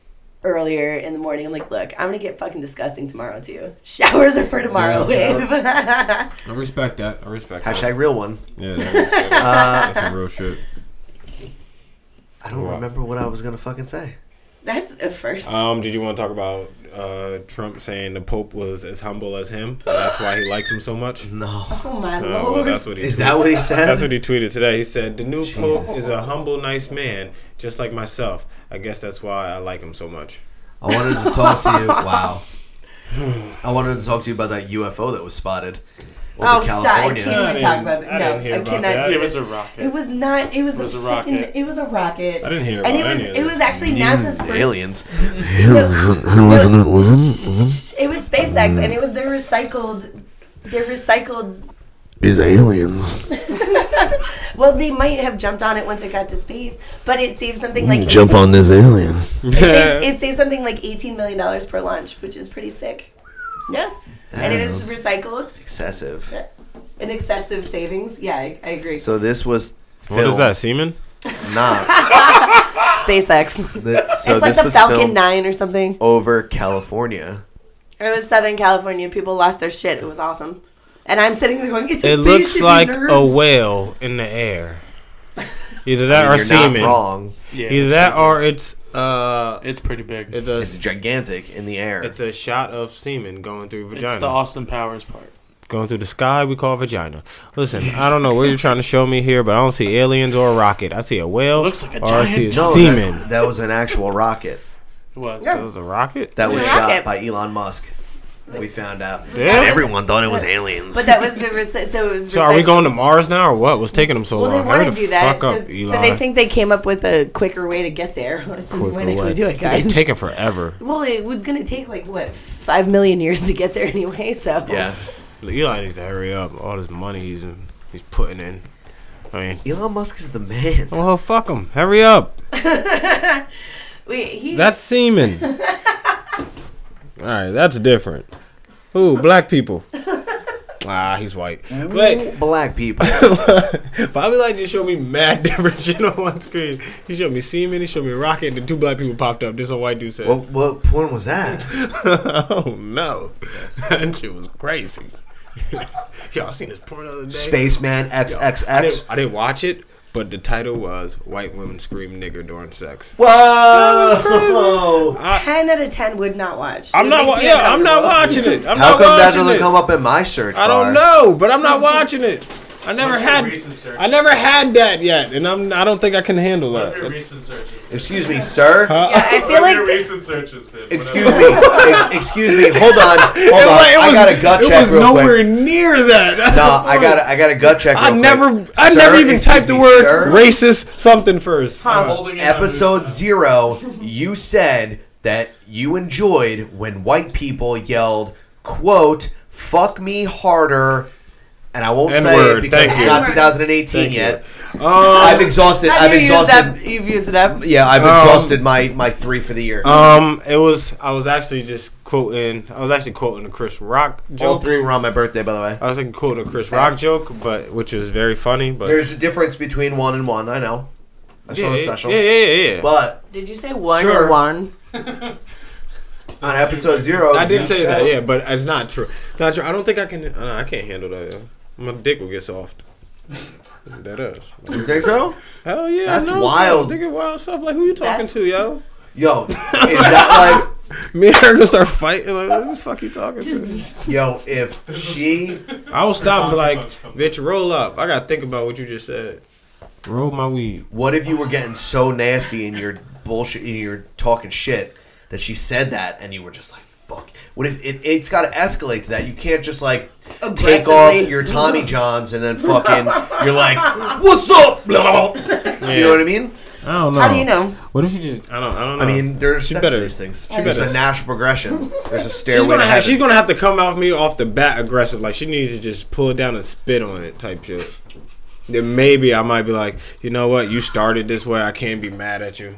earlier in the morning. I'm like, look, I'm gonna get fucking disgusting tomorrow too. Showers are for tomorrow, Yeah, babe. I respect that. I respect that. Hashtag real one. Yeah, that is- Uh, that's some real shit. I don't remember what I was gonna fucking say. That's a first. Um, did you want to talk about uh, Trump saying the Pope was as humble as him? That's why he likes him so much. Uh, No. oh my well, lord. that's what he. Is tweeted. that what he said? That's what he tweeted today. He said, "The new Pope is a humble, nice man, just like myself. I guess that's why I like him so much." I wanted to talk to you. Wow. I wanted to talk to you about that UFO that was spotted oh over stop! I California. Hmm. can't even talk about I that. didn't No, hear I about cannot that. do It It this. was a rocket. It was not. It was, was a, a fucking, rocket. It was a rocket. I didn't hear about And it was. any of It was this. actually NASA's first. Aliens. It was SpaceX, and it was their recycled. Their recycled These aliens Well, they might have jumped on it once it got to space, but it saves something like jump 18 on this alien. It saves, it saves something like eighteen million dollars per lunch, which is pretty sick. Yeah, and it is recycled. Excessive. An excessive savings. Yeah, I, I agree. So this was. What is filmed- that, semen? Nah. SpaceX. The- so it's like this the was Falcon filmed Nine or something. over California. It was Southern California. People lost their shit. It was awesome. And I'm sitting there going, "It's a It space looks ship, you like a nerds." whale in the air. Either that I mean, or you're semen. not wrong. Yeah, Either it's that pretty or it's uh, big. it's pretty big. it's It's, a It's gigantic in the air. it's a shot of semen going through vagina. the Austin Powers part. going through the sky we call vagina. Listen, I don't know what you're trying to show me here, but I don't see aliens or a rocket. I see a whale. looks like a or I giant see a no, that's- semen. that was an actual rocket It was. That was a rocket. that was a shot rocket. by Elon Musk. We found out. Yeah. Everyone thought it was aliens. But that was the recy- so it was. so are we recycled. going to Mars now or what? What's taking them so Well, long? they want Hurry to the do that. Fuck up, so, so Elon. they think they came up with a quicker way to get there. Let's Quicker when actually way. do it, guys. It's taking forever. well, it was going to take like what five million years to get there anyway. So yeah. Elon needs to hurry up. All this money he's he's putting in. I mean, Elon Musk is the man. well, fuck him. Hurry up. Wait, he That's semen. All right, that's different. Ooh, black people. Ah, he's white. But Black people. Bobby Light just showed me mad different shit on one screen. He showed me semen, he showed me rocket, and two black people popped up. This a white dude said, what, what porn was that? "Oh no, that shit was crazy." Y'all seen this porn the other day? Spaceman I XXX. didn't, I didn't watch it, but the title was "White Women Scream Nigger During Sex." Whoa! ten out of ten would not watch. I'm It not. makes Wa- me yeah, I'm not uncomfortable. watching it. I'm How not come that watching doesn't it. come up in my search I bar? don't know, but I'm not watching it. I never What's your had. recent search? I never had that yet, and I'm. I don't think I can handle What have that. your recent searches been? Excuse me, sir. Yeah, I feel What have like your th- recent searches been? Excuse me. Ex- Excuse me. Hold on. Hold on. It wa- it I was- got a gut It check was real nowhere quick. near that. That's No, the I point. got I got a gut check. I real never, quick. I Sir, never even excuse typed the me, word sir? racist something first. Holding it on Episode this- zero. You said that you enjoyed when white people yelled, "quote Fuck me harder," and I won't say N-word, it because thank it's you. not 2018 Thank you. yet. Um, I've exhausted. Have I've you used exhausted. up? You've used it up. Yeah, I've Um, exhausted my my three for the year. um, it was. I was actually just quoting. I was actually quoting a Chris Rock All joke. three were on my birthday, by the way. I was like quoting a Chris Rock joke, but which was very funny. But There's a difference between one and one. I know. I saw yeah, the yeah, special. yeah, yeah, yeah. But Did you say one Sure. or one? on episode zero, I did you say said- that, yeah, but it's not true. Not true. I don't think I can. Uh, I can't handle that. yeah. My dick will get soft. That is. You think so? Hell yeah. That's I know, son. wild. Dick is wild stuff. Like who you talking That's- to, yo? Yo, is that like Me and her gonna start fighting. Like, what the fuck you talking to? yo? If she I will stop and be like, bitch, roll up. I gotta think about what you just said. Roll my weed. What if you were getting so nasty in your bullshit, in your talking shit, that she said that and you were just like, fuck. What if it, it's got to escalate to that? You can't just like take off Aggressively. your Tommy Johns and then fucking, you're like, what's up? Blah, blah, blah. You know what I mean? I don't know. How do you know? What if you just? I don't. I don't know. I mean, there's Uh, She steps to better- these things. she there's better- a natural progression. There's a stairway she's gonna to have. heaven. She's gonna have to come off me off the bat aggressive. Like she needs to just pull it down and spit on it type shit. Then maybe I might be like, you know what? You started this way. I can't be mad at you.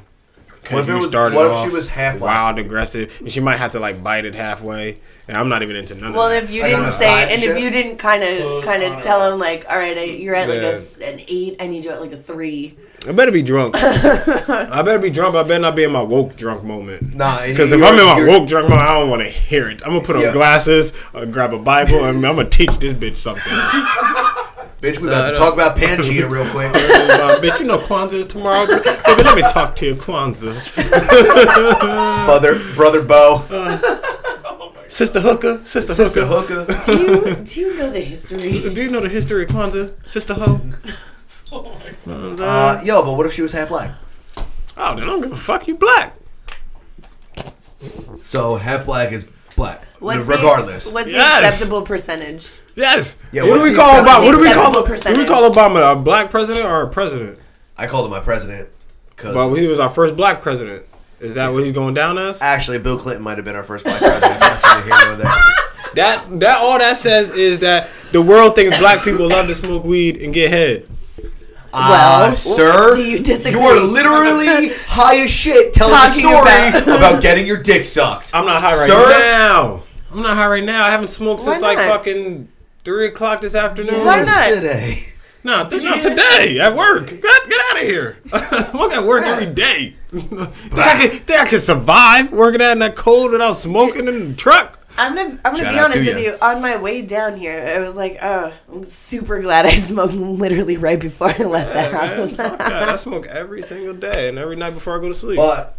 What if Cause it you was- started what if off she was half black? wild aggressive, and she might have to like bite it halfway. And I'm not even into none Well, of that. if you Like on didn't the say side it, and if shit? you didn't kind of Close kind on of it. tell him like, all right, I, you're at like a Yeah. s an eight, I need you at like a three. I better be drunk. I better be drunk. but I better not be in my woke drunk moment. Nah, and because if you're- I'm in my you're- woke drunk moment, I don't want to hear it. I'm gonna put on Yeah. glasses, uh, grab a Bible, and I'm gonna teach this bitch something. Bitch, we about to talk about Pangea real quick. Uh, bitch, you know Kwanzaa is tomorrow. Baby, let me talk to you, Kwanzaa. Brother, brother Bo, Sister Hooker, Sister, sister Hooker. Hooker. Do you do you know the history? Do you know the history of Kwanzaa, Sister Ho? Uh, yo, but what if she was half black? Oh, then I don't give a fuck. You black. So half black is black, What's regardless. The, what's Yes. the acceptable percentage? Yes. Yeah, what do what's we the call Obama? acceptable- What do we call? acceptable Do we percentage? call Obama a black president or a president? I called him my president because Well, he was our first black president. Is that what he's going down as? actually Bill Clinton might have been our first black president. That's neither here nor there. That that all that says is that the world thinks black people love to smoke weed and get head. Uh, sir, do you disagree? You are literally high as shit telling Talking a story about... about- getting your dick sucked. I'm not high right Sir? now. I'm not high right now. I haven't smoked Why since like not? fucking three o'clock this afternoon. Why not? Today. No, th- no, today at work. Get, get out of here. I work at work every day. think, I can, think I can survive working out in that cold without smoking in the truck? I'm gonna I'm gonna Shout be out to honest with ya. you. On my way down here, I was like, oh, I'm super glad I smoked literally right before I left the Man, house. fuck that. I smoke every single day and every night before I go to sleep. But,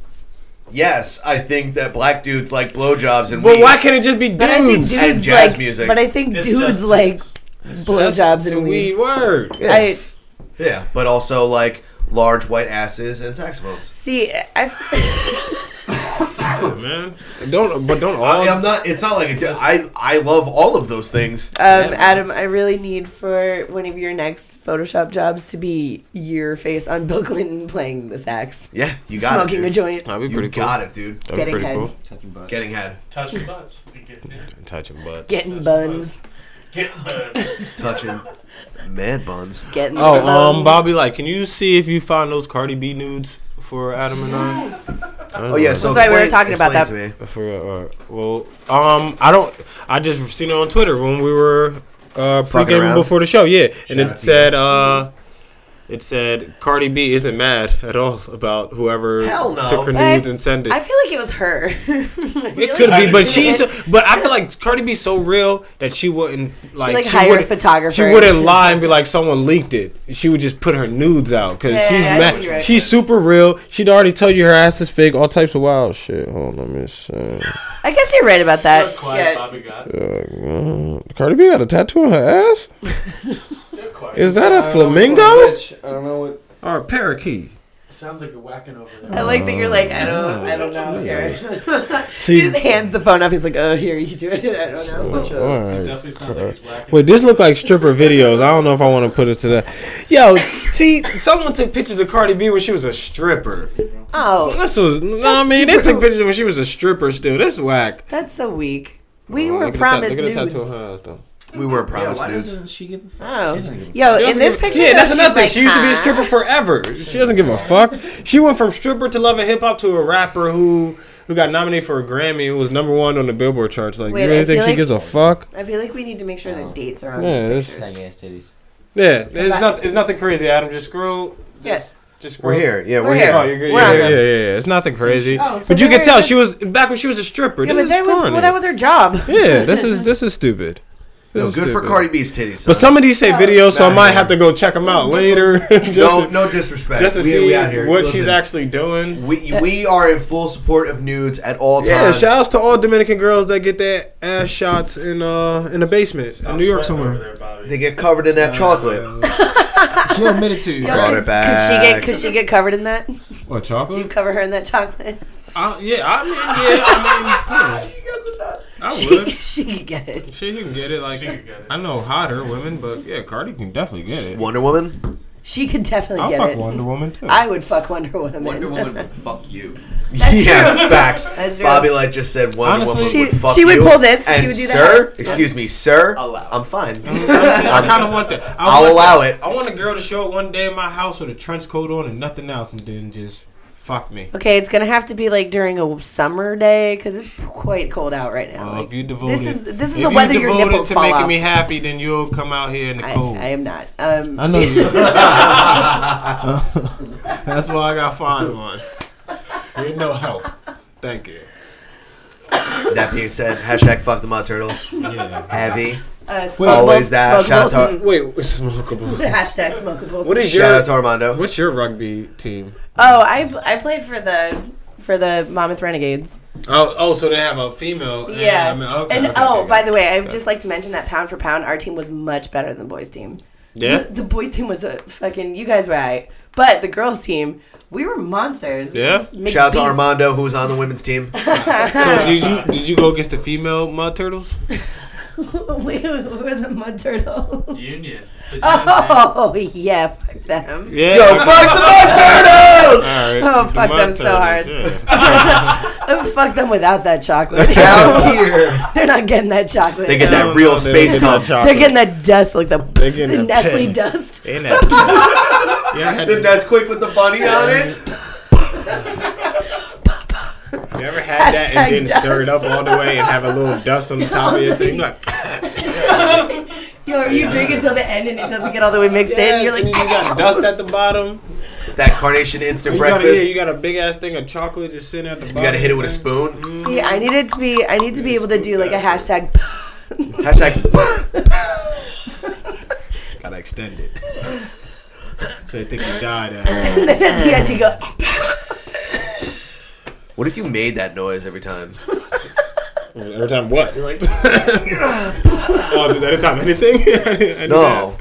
But yes, I think that black dudes like blowjobs and weed. why can't it just be But I think dudes? dudes And jazz like, music. but I think dudes like blowjobs and weed. word. I Yeah, but also like large white asses and saxophones. see. I man. Don't but Uh, don't I all. mean, I'm not. It's not like a di- I. I love all of those things. Um, Adam, I really need for one of your next Photoshop jobs to be your face on Bill Clinton playing the sax, Yeah, you got smoking it, a dude. joint. That'd be You pretty cool. got it, dude. That'd be Getting pretty head. cool. Getting head, Touch your butts. and Get in. Touching butt. Getting buns. Get in the touching, mad buns. Getting Oh, buns. um, Bobby, like, can you see if you find those Cardi B nudes for Adam and I? Oh yeah, so That's why we were explain- talking about explain to me. For uh, well, um, I don't. I just seen it on Twitter when we were uh Fucking pregame around? before the show. Yeah, and Shout out it to said uh, it said Cardi B isn't mad at all about whoever Hell no. took her But I- nudes and sent it. I feel like it was her. it could be, but She she's. did. But I feel like Cardi B's so real that she wouldn't like. like, she hire a wouldn't- photographer. She wouldn't lie and be like someone leaked it. She would just put her nudes out because Yeah, she's yeah, I mad. see right. She's super real. She'd already tell you her ass is fake. All types of wild shit. Hold on, let me see. I guess you're right about that. quiet Yeah. Bobby got. Cardi B got a tattoo on her ass. Sit quiet. Is that a flamingo I don't know what. or a parakeet? Sounds like you're whacking over there. I like that you're like I don't I don't know here. See, He just hands the phone up. He's like, oh here you do it. I don't know. all It right. definitely sounds like he's whacking. Wait, this look like stripper videos. I don't know if I want to put it to that. Yo, see, someone took pictures of Cardi B when she was a stripper. Oh, This was, no, I mean, they took pictures when she was a stripper still. That's whack. that's so weak. We Oh, Look were at the tat- promised look at nudes. the tattoo on her ass, though. We were promised news. she give a fuck? Oh, yo! In this picture, yeah, that's though, she's another thing. like, she used to be a "Huh?" stripper forever. She doesn't give a fuck. She went from stripper to love and hip hop to a rapper who who got nominated for a Grammy and was number one on the Billboard charts. Like, Wait, you really I think feel she like- gives a fuck? I feel like we need to make sure the dates are on Yeah, these this- pictures. Saggy ass titties. Yeah, it's I- not. It's nothing crazy, Adam. Just scroll. Just, Yeah. just scroll. We're here. Yeah, we're, We're here. Oh, you're good. We're Yeah, on yeah, yeah, them. yeah. It's nothing crazy. Oh, so but you there can tell it she was back when she was a stripper. Yeah, this but that is was corny. well, that was her job. yeah, this is this is stupid. This No, is good for stupid. Cardi B's titties. Son. But some of these Oh. say videos, so I Nah, might yeah. have to go check them out later. just no, to, no disrespect. just to we, see we out here. what Listen, she's actually doing. We we are in full support of nudes at all Yeah, times. shouts to all Dominican girls that get their ass shots in uh in the basement in New York Sweating over somewhere. there, Bobby. they get covered in that chocolate. She'll admit it to you. Brought could, it back. Could she get could she get covered in that? Did What you chocolate? cover her in that chocolate? Uh, yeah, I mean, yeah, I mean, yeah. I She, would. she could get it. She can get it. Like I know hotter women, but yeah, Cardi can definitely get it. Wonder Woman? She could definitely I'll get fuck it. Wonder Woman too. I would fuck Wonder Woman. Wonder Woman would fuck you. That's yeah, true. facts. That's true. Bobby Light just said Wonder Honestly- Woman She- would fuck she would you. pull this, she And would do that. sir, excuse me, sir, Allow. I'm fine. Um, Honestly, I kind of want that. I I'll want allow that- it. I want a girl to show up one day in my house with a trench coat on and nothing else, and then just fuck me. Okay, it's gonna have to be like during a summer day because it's quite cold out right now. Uh, Like, if you devoted, this is this is if the you weather your devoted nipples to fall making off. me happy, then you'll come out here in the I, cold. I am not. Um, I know you. That's why I got fined one. You're no help. Thank you. That being said, hashtag fuck the Mud Turtles. Heavy. uh, Always smokables- that. Shout out smokables. to, Wait, smokeable. Hashtag smokables. What is shout your out to Armando. What's your rugby team? Oh, I I played for the for the Monmouth Renegades. Oh, oh, so they have a female. and- Yeah. I mean, okay, and okay, oh, okay. by the way, I would just like to mention that pound for pound, our team was much better than the boys' team. yeah, The boys' team was a fucking. You guys were right, but the girls' team, we were monsters. yeah. Shout out to Armando. Armando, who was on the women's team. So did you did you go against the female mud turtles? we were the mud turtles. Union. Oh yeah, fuck them. Yeah. Yo, fuck the Mud Turtles! Oh, fuck them so hard. Oh, fuck them without that chocolate. Out here. They're not getting that chocolate. They get No. that real space cum. They're getting that dust, like the, the, getting that Nestle pig. dust. In that. yeah, I had The Nesquik with the bunny on it. You ever had that and then Hashtag stir it up all the way and have a little dust on the top of your thing? Like, Yo, you drink it till the end and it doesn't get all the way mixed in. You're and like, then you got dust at the bottom. That carnation instant You got, yeah, breakfast. you got a big ass thing of chocolate just sitting at the bottom. You gotta hit it with a spoon. see, I need it to be, I need to be able to do like a hashtag. Hashtag. Gotta extend it. so they think you died. Uh, At And then at the end you go, What if you made that noise every time? every time what? You're like, oh, does every time anything? Any No.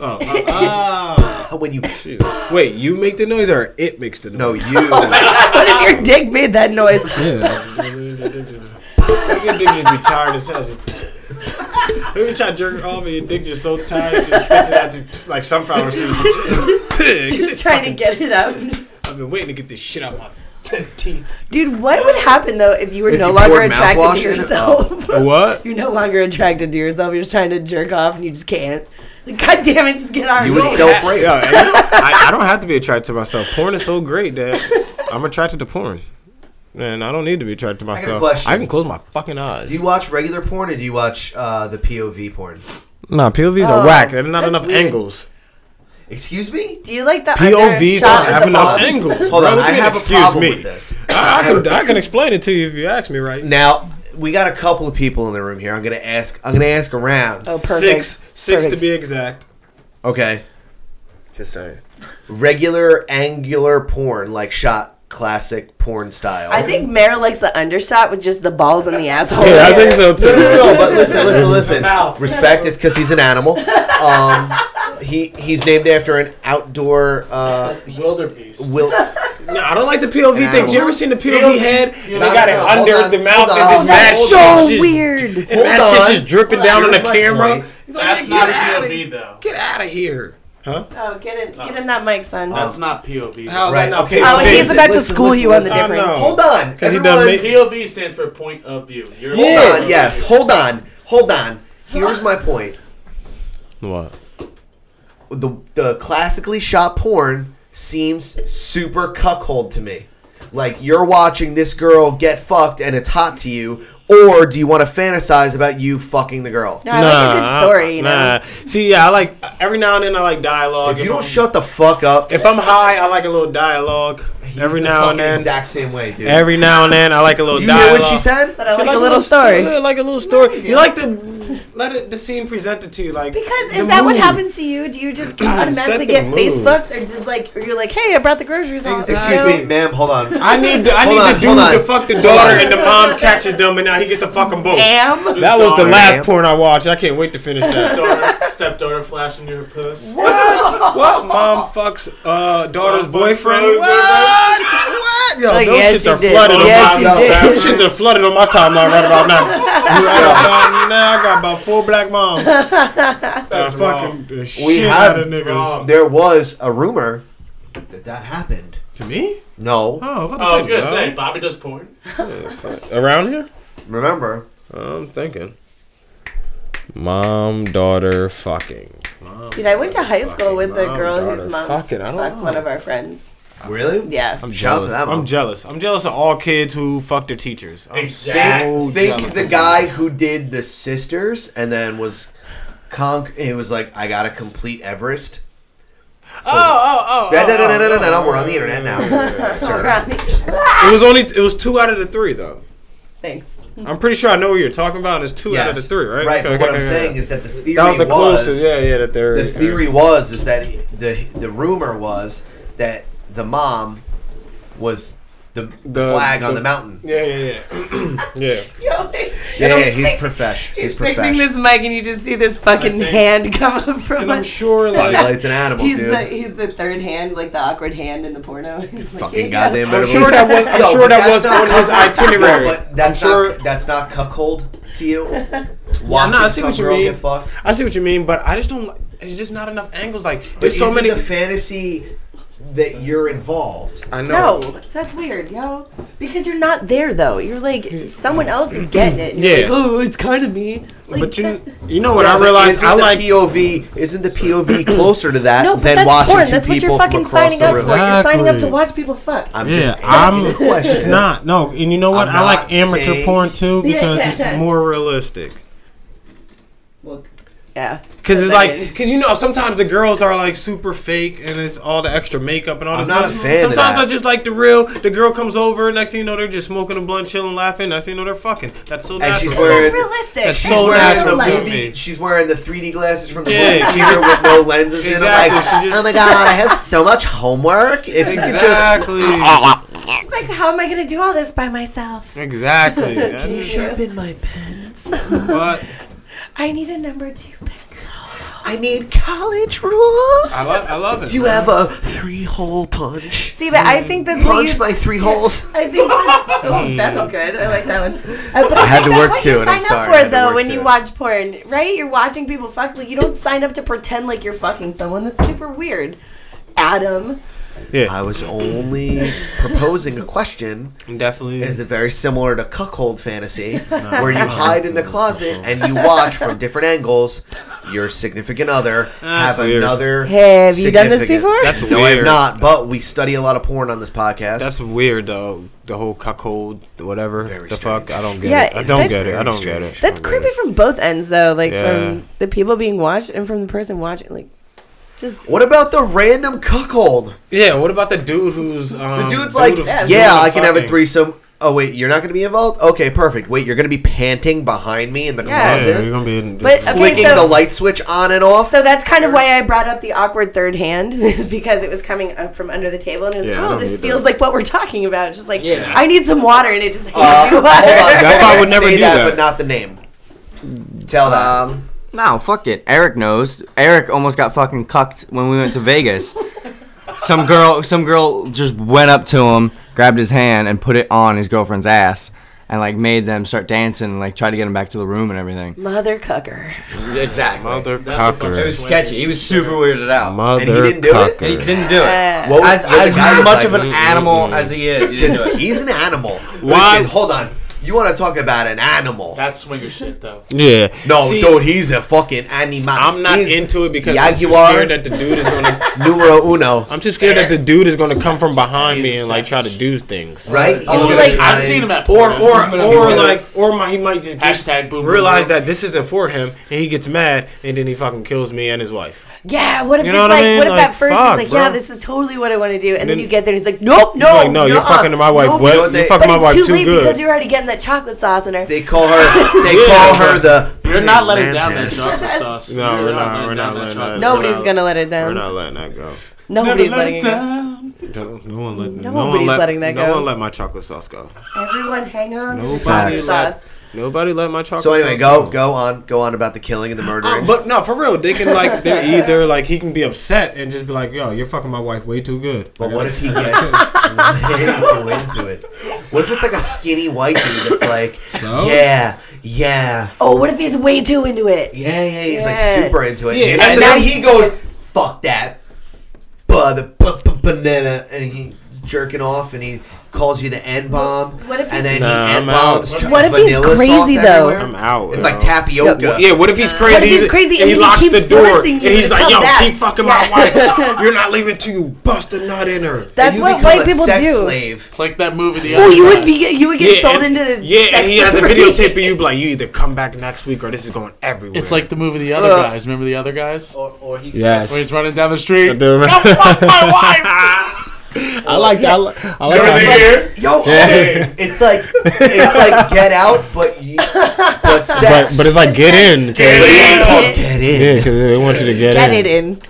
Oh, oh, oh. Ah, When you. Wait, you make the noise or it makes the No, noise? you. what if your dick made that noise? Yeah. you dick just be tired as hell. Let me try to jerk off and your dick just so tired it just spits it out to, like sunflower seeds. It's pig. Just trying to get it out. I've been waiting to get this shit out my teeth. Dude, what would happen though if you were If no you longer poured attracted mouthwash to in? yourself? What? You're no longer attracted to yourself. You're just trying to jerk off and you just can't. Like, God damn it, just get out. You of would here. self rape. Yeah, and I, I don't have to be attracted to myself. Porn is so great that I'm attracted to porn. And I don't need to be attracted to a myself. question. I, can close my fucking eyes. Do you watch regular porn or do you watch uh, the POV porn? nah, POVs Oh, are whack. There's not that's enough weird. angles. Excuse me? Do you like the POVs undershot don't with have the enough bumps? angles. Hold on, bro. I What do you mean, have a excuse problem me. with this. I, I can, I can explain it to you if you ask me right. Now we got a couple of people in the room here. I'm gonna ask. I'm gonna ask around. Oh, perfect. Six, six Perfect. to be exact. Okay. Just saying. Regular angular porn, like shot classic porn style. I think Mara likes the undershot with just the balls and the asshole. Yeah, I think No, so no, too. no, but listen, listen, listen. Respect is because he's an animal. Um, he he's named after an outdoor uh, Wildebeest. will. No, I don't like the POV An thing. You animal. ever seen the POV head? They got it no, hold under on, the mouth hold and on. Oh, just that that's shit so just- weird. And that Hold shit's on. just dripping down on the Here's my camera. point. That's not POV though. Get out of here. Oh, get in, get in that mic, son. Oh. That's not POV. How's Right, that not okay, oh, so POV? he's listen, about to listen, school listen, you on the listen. difference. I know. Hold on, 'Cause he done everyone. made- POV stands for point of view. You're Hold Yeah. on, yes, hold on, hold on. Here's my point. What? The the classically shot porn seems super cuckold to me. Like you're watching this girl get fucked and it's hot to you, or do you want to fantasize about you fucking the girl? No, I like a good story, you know. See, yeah, I like every now and then I like dialogue. If you don't I'm, shut the fuck up, if I'm high, I like a little dialogue. every the now fucking and then, exact same way, dude. every now and then, I like a little Do you hear dialogue. what she said? But I like a little story. Yeah, like a little story. You like the let it, the scene present it to you. Like Because the is that what mood. happens to you? Do you just the automatically get mood. Facebooked, or just like, or you're like, hey, I brought the groceries on. Excuse me, ma'am. Hold on. I need the, I Hold need on, the hold dude on. to fuck the Hold daughter on. and the mom catches them and now he gets to fuck them both. Am That was the Daughter. last porn I watched. I can't wait to finish that. Daughter, stepdaughter flashing your puss. what? What? Mom fucks uh, daughter's Mom fucks boyfriend? daughter's What? What? Yo, Like, those yes, shits you are did. flooded Yes, on you my did. Those shits are flooded on my timeline right about now. Right about now, I got about four black moms. That's fucking the We shit have- out of niggas. wrong. There was a rumor that that happened. To me? No, Oh, what Oh, I was gonna say, Bobby does porn. Around here? remember. I'm thinking. Mom, daughter, fucking. Dude, I went to high school with a mom, girl daughter. whose mom Fuck it, I don't fucked know. one of our friends. Really? Yeah. Shout out to that I'm mom. jealous. I'm jealous of all kids who fuck their teachers. I'm Exactly. so Think jealous the of guy who did the sisters and then was conk. It was like I gotta complete Everest. them. Oh, oh, oh. Da- da- oh, da- da- oh, da- da- da- oh, We're oh, on the internet now. sir. It was only it was two out of the three though. Thanks. I'm pretty sure I know what you're talking about. And it's two out of the Yes. three, right? Right. Okay, but okay, what I'm okay, saying okay. is that the theory That was the was, closest. yeah, yeah, the third. the theory was is that the the rumor was that the mom was the, the, The- flag on the- the mountain. Yeah, yeah, yeah. yeah. Yo, Yeah, yeah, he's profesh. He's He's fixing profesh. this mic, and you just see this fucking hand come up from. And I'm it. sure, like, Like, it's an animal, He's dude. the he's the third hand, like the awkward hand in the porno. He's like, "Here fucking you go." goddamn. I'm better sure believe- that was. I'm Yo, sure but that that's was not on his cuck- itinerary. No, but that's I'm not sure. that's not cuckold to you. Watching I see some what you girl mean. get fucked. I see what you mean, but I just don't. like It's just not enough angles. Like, there's so Isn't many. the fantasy that you're involved. I know. No, that's weird, yo. Because you're not there though. You're like someone else is getting it. And You're Yeah. like, oh, it's kind of me. Like, But that- you, you know what Yeah, I but realized? isn't I the like. POV. Isn't the POV closer to that no, but than that's watching porn. two That's what people you're from fucking across signing the up room? for. You're signing up to Exactly. watch people fuck. I'm Yeah, just asking I'm. a question. It's not no, and you know what? I'm I like not amateur saying- porn too because Yeah. it's more realistic. yeah. Cause it's But like, then- cause you know, sometimes the girls are like super fake, and it's all the extra makeup and all. I'm this not a bullshit. fan of Sometimes that. I just like the real. The girl comes over, next thing you know, they're just smoking a blunt, chilling, laughing. Next thing you know, they're fucking. That's so And natural. she's That's wearing- realistic. That's She's so wearing the natural to movie. me. She's wearing the 3D glasses from the Yeah. movie theater with no lenses in. Exactly, them. Like, she just- oh my god, I have so much homework. If you could just exactly, It's like, how am I gonna do all this by myself? exactly. That's sharpen my pens, what I need a number two pencil. I need college rules. I love. I love it. Do you have a three-hole punch? See, but I think that's what you. Punch my three holes. I think that's. Oh, that was good. I like that one. Uh, but I, had think to that's work what too, you and I'm sign sorry, I up had for to though work when too. you watch porn, right? You're watching people fuck. Like you don't sign up to pretend like you're fucking someone. That's super weird. Adam. I was only proposing a question. Definitely. Is it very similar to cuckold fantasy, where you hide in the closet and you watch from different angles your significant other That's have weird. another. Have you done this significant- before? That's No, I have weird. not. But we study a lot of porn on this podcast. That's weird though. The whole cuckold, whatever Very the strange. Oh, fuck. I don't get Yeah, it. I don't that's- get it. I don't get it. That's creepy from both ends though. Like Yeah. from the people being watched and from the person watching. Like, just what about the random cuckold? Yeah. What about the dude who's um, The dude's like, dude of- yeah, dude of I can have a fucking- threesome. Oh wait, you're not going to be involved? Okay, perfect. Wait, you're going to be panting behind me in the Yeah. Yeah, closet, you're gonna be in But- the- okay, flicking so- the light switch on and off. So that's kind of why I brought up the awkward third hand is because it was coming up from under the table and it was Yeah, I like, oh, don't this need feels like what we're talking about. It's just like, Yeah. I need some water, and it just hands Uh, you hold water. on, That's why I would say never do that. but not the name. Tell that. Um, no, fuck it. Eric knows. Eric almost got fucking cucked when we went to Vegas. some girl, some girl just went up to him, grabbed his hand, and put it on his girlfriend's ass, and like made them start dancing, and, like tried to get him back to the room and everything. Mother cucker. Exactly. Mother That's a bunch cocker. of It was sketchy. He was super weirded out. Mother And he didn't do it? cocker. He didn't do it. Uh, What would- As, what would as the guy look much of like? an animal as he is, he didn't do Because it. he's an animal. Why- Listen, hold on. You want to talk about an animal? That's swinger shit though. Yeah. no, See, dude, he's a fucking animal. I'm not He's into it because I'm too Jaguar. scared that the dude is gonna. numero uno, I'm too scared that the dude is gonna come from behind me and like try to do things. right? He's Oh, gonna like, try I've and- seen him at Or porn. or or gonna- like or my, he might just get, Hashtag boom, boom, realize boom. that this isn't for him and he gets mad and then he fucking kills me and his wife. yeah, what if You it's know like, what I mean? what if Like, at first fuck, he's like, yeah, bro. this is totally what I want to do, and then, Then- you get there and he's like, nope, no, like, no, you're nuh-uh, fucking to my wife. nope." what? know what you're they- But fucking my it's wife too too late good. because you're already getting that chocolate sauce in her. They call her. They Yeah. call her the You're not letting down that Mantis. chocolate sauce. No, You're we're not- we're down not that letting chocolate that- sauce. Nobody's gonna let it We're down. not letting that go. Never Nobody's let letting it it go. down. No one let, no Nobody's one let, letting that no go. one let my chocolate sauce go. Everyone, hang on. to the Nobody chocolate let- sauce. Nobody let my chocolate So anyway, sauce go go on go on about the killing and the Uh, murdering. but no, for real, they can like they're either like he can be upset and just be like, "Yo, you're fucking my wife way too good." But what if he gets way too into it? What if it's like a skinny white dude that's like, So? yeah, yeah, Oh, what if he's way too into it? yeah, yeah, he's like Yeah. super into it. Yeah, and, that's then another- he goes, fuck that, bu- the bu- bu- banana, and he jerking off, and he calls you the N bomb. What if and then he's- Nah, he I'm N bombs. out. What if he's crazy, though? I'm out. It's yo. like tapioca. Yeah, what if he's crazy? What if he's He's- crazy and and he he locks keeps the door forcing and you he's to like, come "Yo, back?" keep fucking my wife. You're not leaving till you bust a nut in her." That's You what become white a people sex do. Slave. It's like that movie. The Oh, you would Outcast. be. You would get sold and, into the. yeah, and sex he has a slavery. videotape of you, like you either come back next week or this is going everywhere. It's like the movie The Other Guys. Remember The Other Guys? Or, or he just Yes. Where he's running down the street. do remember. Come fuck my wife. I like that. I like, I like Over that. here. Yo, it's like it's like Get Out, but you, but But, sex. but it's like get in. 'cause- Get in. called Get In. Yeah, because they want you to get, Get in. it in.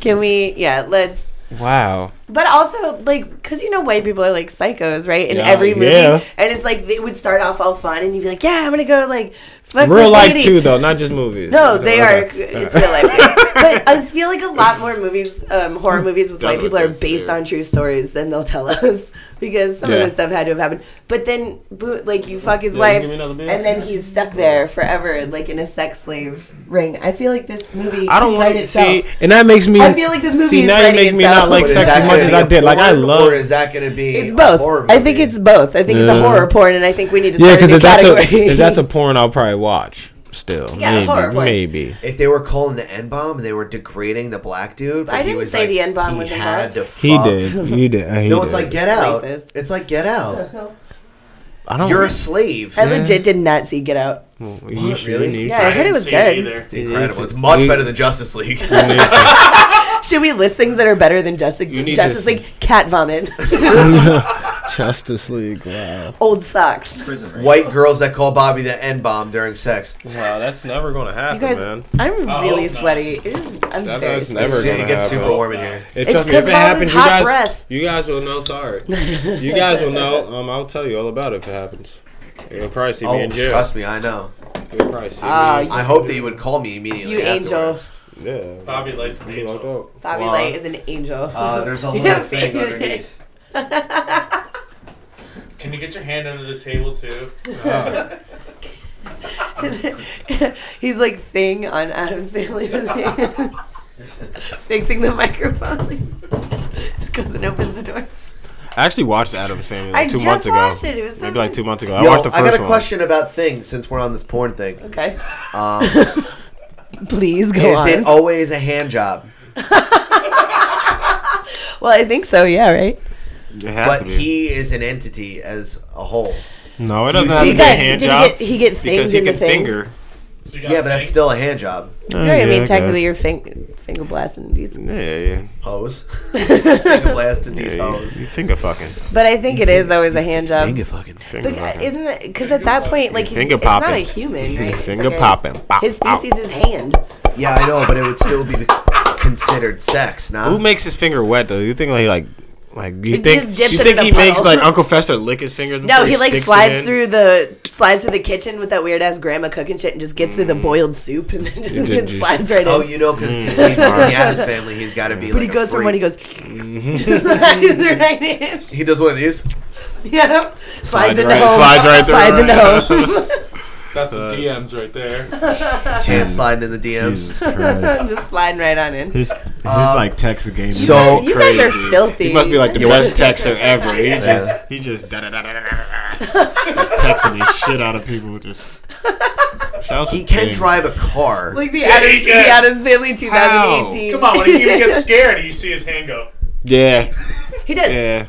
Can we? Yeah, let's. Wow. But also, like, because you know, white people are like psychos, right? In Yeah, every movie, yeah. and it's like they would start off all fun, and you'd be like, "Yeah, I'm gonna go like fuck Real this life lady." too, though, not just movies. No, they are. Okay. It's real life too. but I feel like a lot more movies, um, horror movies with white with people are this, based dude. on true stories than they'll tell us because some Yeah. of this stuff had to have happened. But then, boo, like, you fuck his wife, and then he's stuck there forever, like in a sex slave ring. I feel like this movie. I don't can want write to itself. see, and that makes me. I feel like this movie see, is now you writing make me itself. not like But is sex that as much as gonna be I a did. Like I porn, love. Or is that going to be? It's a both. horror I think movie? it's both. I think it's a Yeah. horror porn, and I think we need to yeah, start because a new if that's a category. if that's a porn, I'll probably watch. Still, Yeah, horror maybe, porn. maybe. If they were calling the N bomb and they were degrading the black dude, but I he didn't was say like, the N-bomb he was had involved. to He fuck. did. You did. uh, He No, did. it's like Get Out. Racist. It's like Get Out. I don't. You're a slave. I legit did not see Get Out. you should- really? you Yeah, should- I heard it didn't was see good. either. It's incredible. It's much better than Justice League. Should we list things that are better than Justice, need Justice to- League? Cat vomit, Justice League. Wow. old socks. prison rape. White girls that call Bobby the N bomb during sex. wow, that's never gonna happen, You guys, man. I'm really no. sweaty. It is- I'm That- very that's sweaty. never It's gonna it gets happen. super warm in here. It, It's trust me, 'cause if it of all happens, this you hot guys, breath. you guys will know. Sorry, you guys will know. Um, I'll tell you all about it if it happens. You'll probably see me Oh, in jail. trust me, I know. You'll probably see Ah, me. you- I hope that you would call me immediately. You angel. afterwards. Yeah, Bobby Light's an I'll be locked angel. up. Bobby Light is an angel. Uh, there's a little thing underneath. Can you get your hand under the table too? He's like thing on Adam's Family with fixing the microphone. Just goes and opens the door. I actually watched Adam's Family I like two just months ago. watched it. It was so Maybe like good. two months ago. Yo, I watched the first got a one. question about things since we're on this porn thing. Okay. Um, Please go is on. it always a hand job? well, I think so. Yeah, right. It has But to be. he is an entity as a whole. no, it doesn't you have to think be a that- hand did job He get, he get because things he in the can thing. finger. So you Yeah, gotta but that's think. still a hand job. Oh, Right, I mean, technically, you're fing- finger blasting these. Yeah, yeah, yeah. Hose. Finger blasted these yeah, hoes. you finger fucking. But I think it is always a hand job. Finger fucking. Finger But uh, fucking. isn't it? Because at that point, like, he's, Finger it's not a popping. human, right? It's Finger like a- popping. Bop, His bop. species is hand. Yeah, I know, but it would still be the, considered sex, Who nah? makes his finger wet though? You think like like like you He think just dips you it in think a he makes puddle. like Uncle Fester lick his finger? No, before he like sticks it slides in? through the slides through the kitchen with that weird ass grandma cooking shit and just gets through the boiled soup and then just, Mm. It and just- slides right in. Oh, you Hmm. know, because he's from the Adams family, he's got to be. but he goes from when he goes Mm-hmm. slides right in. He does one of Hmm. these. Yep. Slides into right- home. slides right through, Slides into right? home. That's Uh, the DMs right there. Chance sliding in the DMs. Jesus Christ. just sliding right on in. His, his like Texas game. is So You guys are filthy. He must be like the best texter ever. He just he just da da da da da just texting the shit out of people. Just he can drive a car. Like the he Adams, the can. Adams Family 2018. Come on, when he even gets scared, and you see his hand go. Yeah, he does. yeah.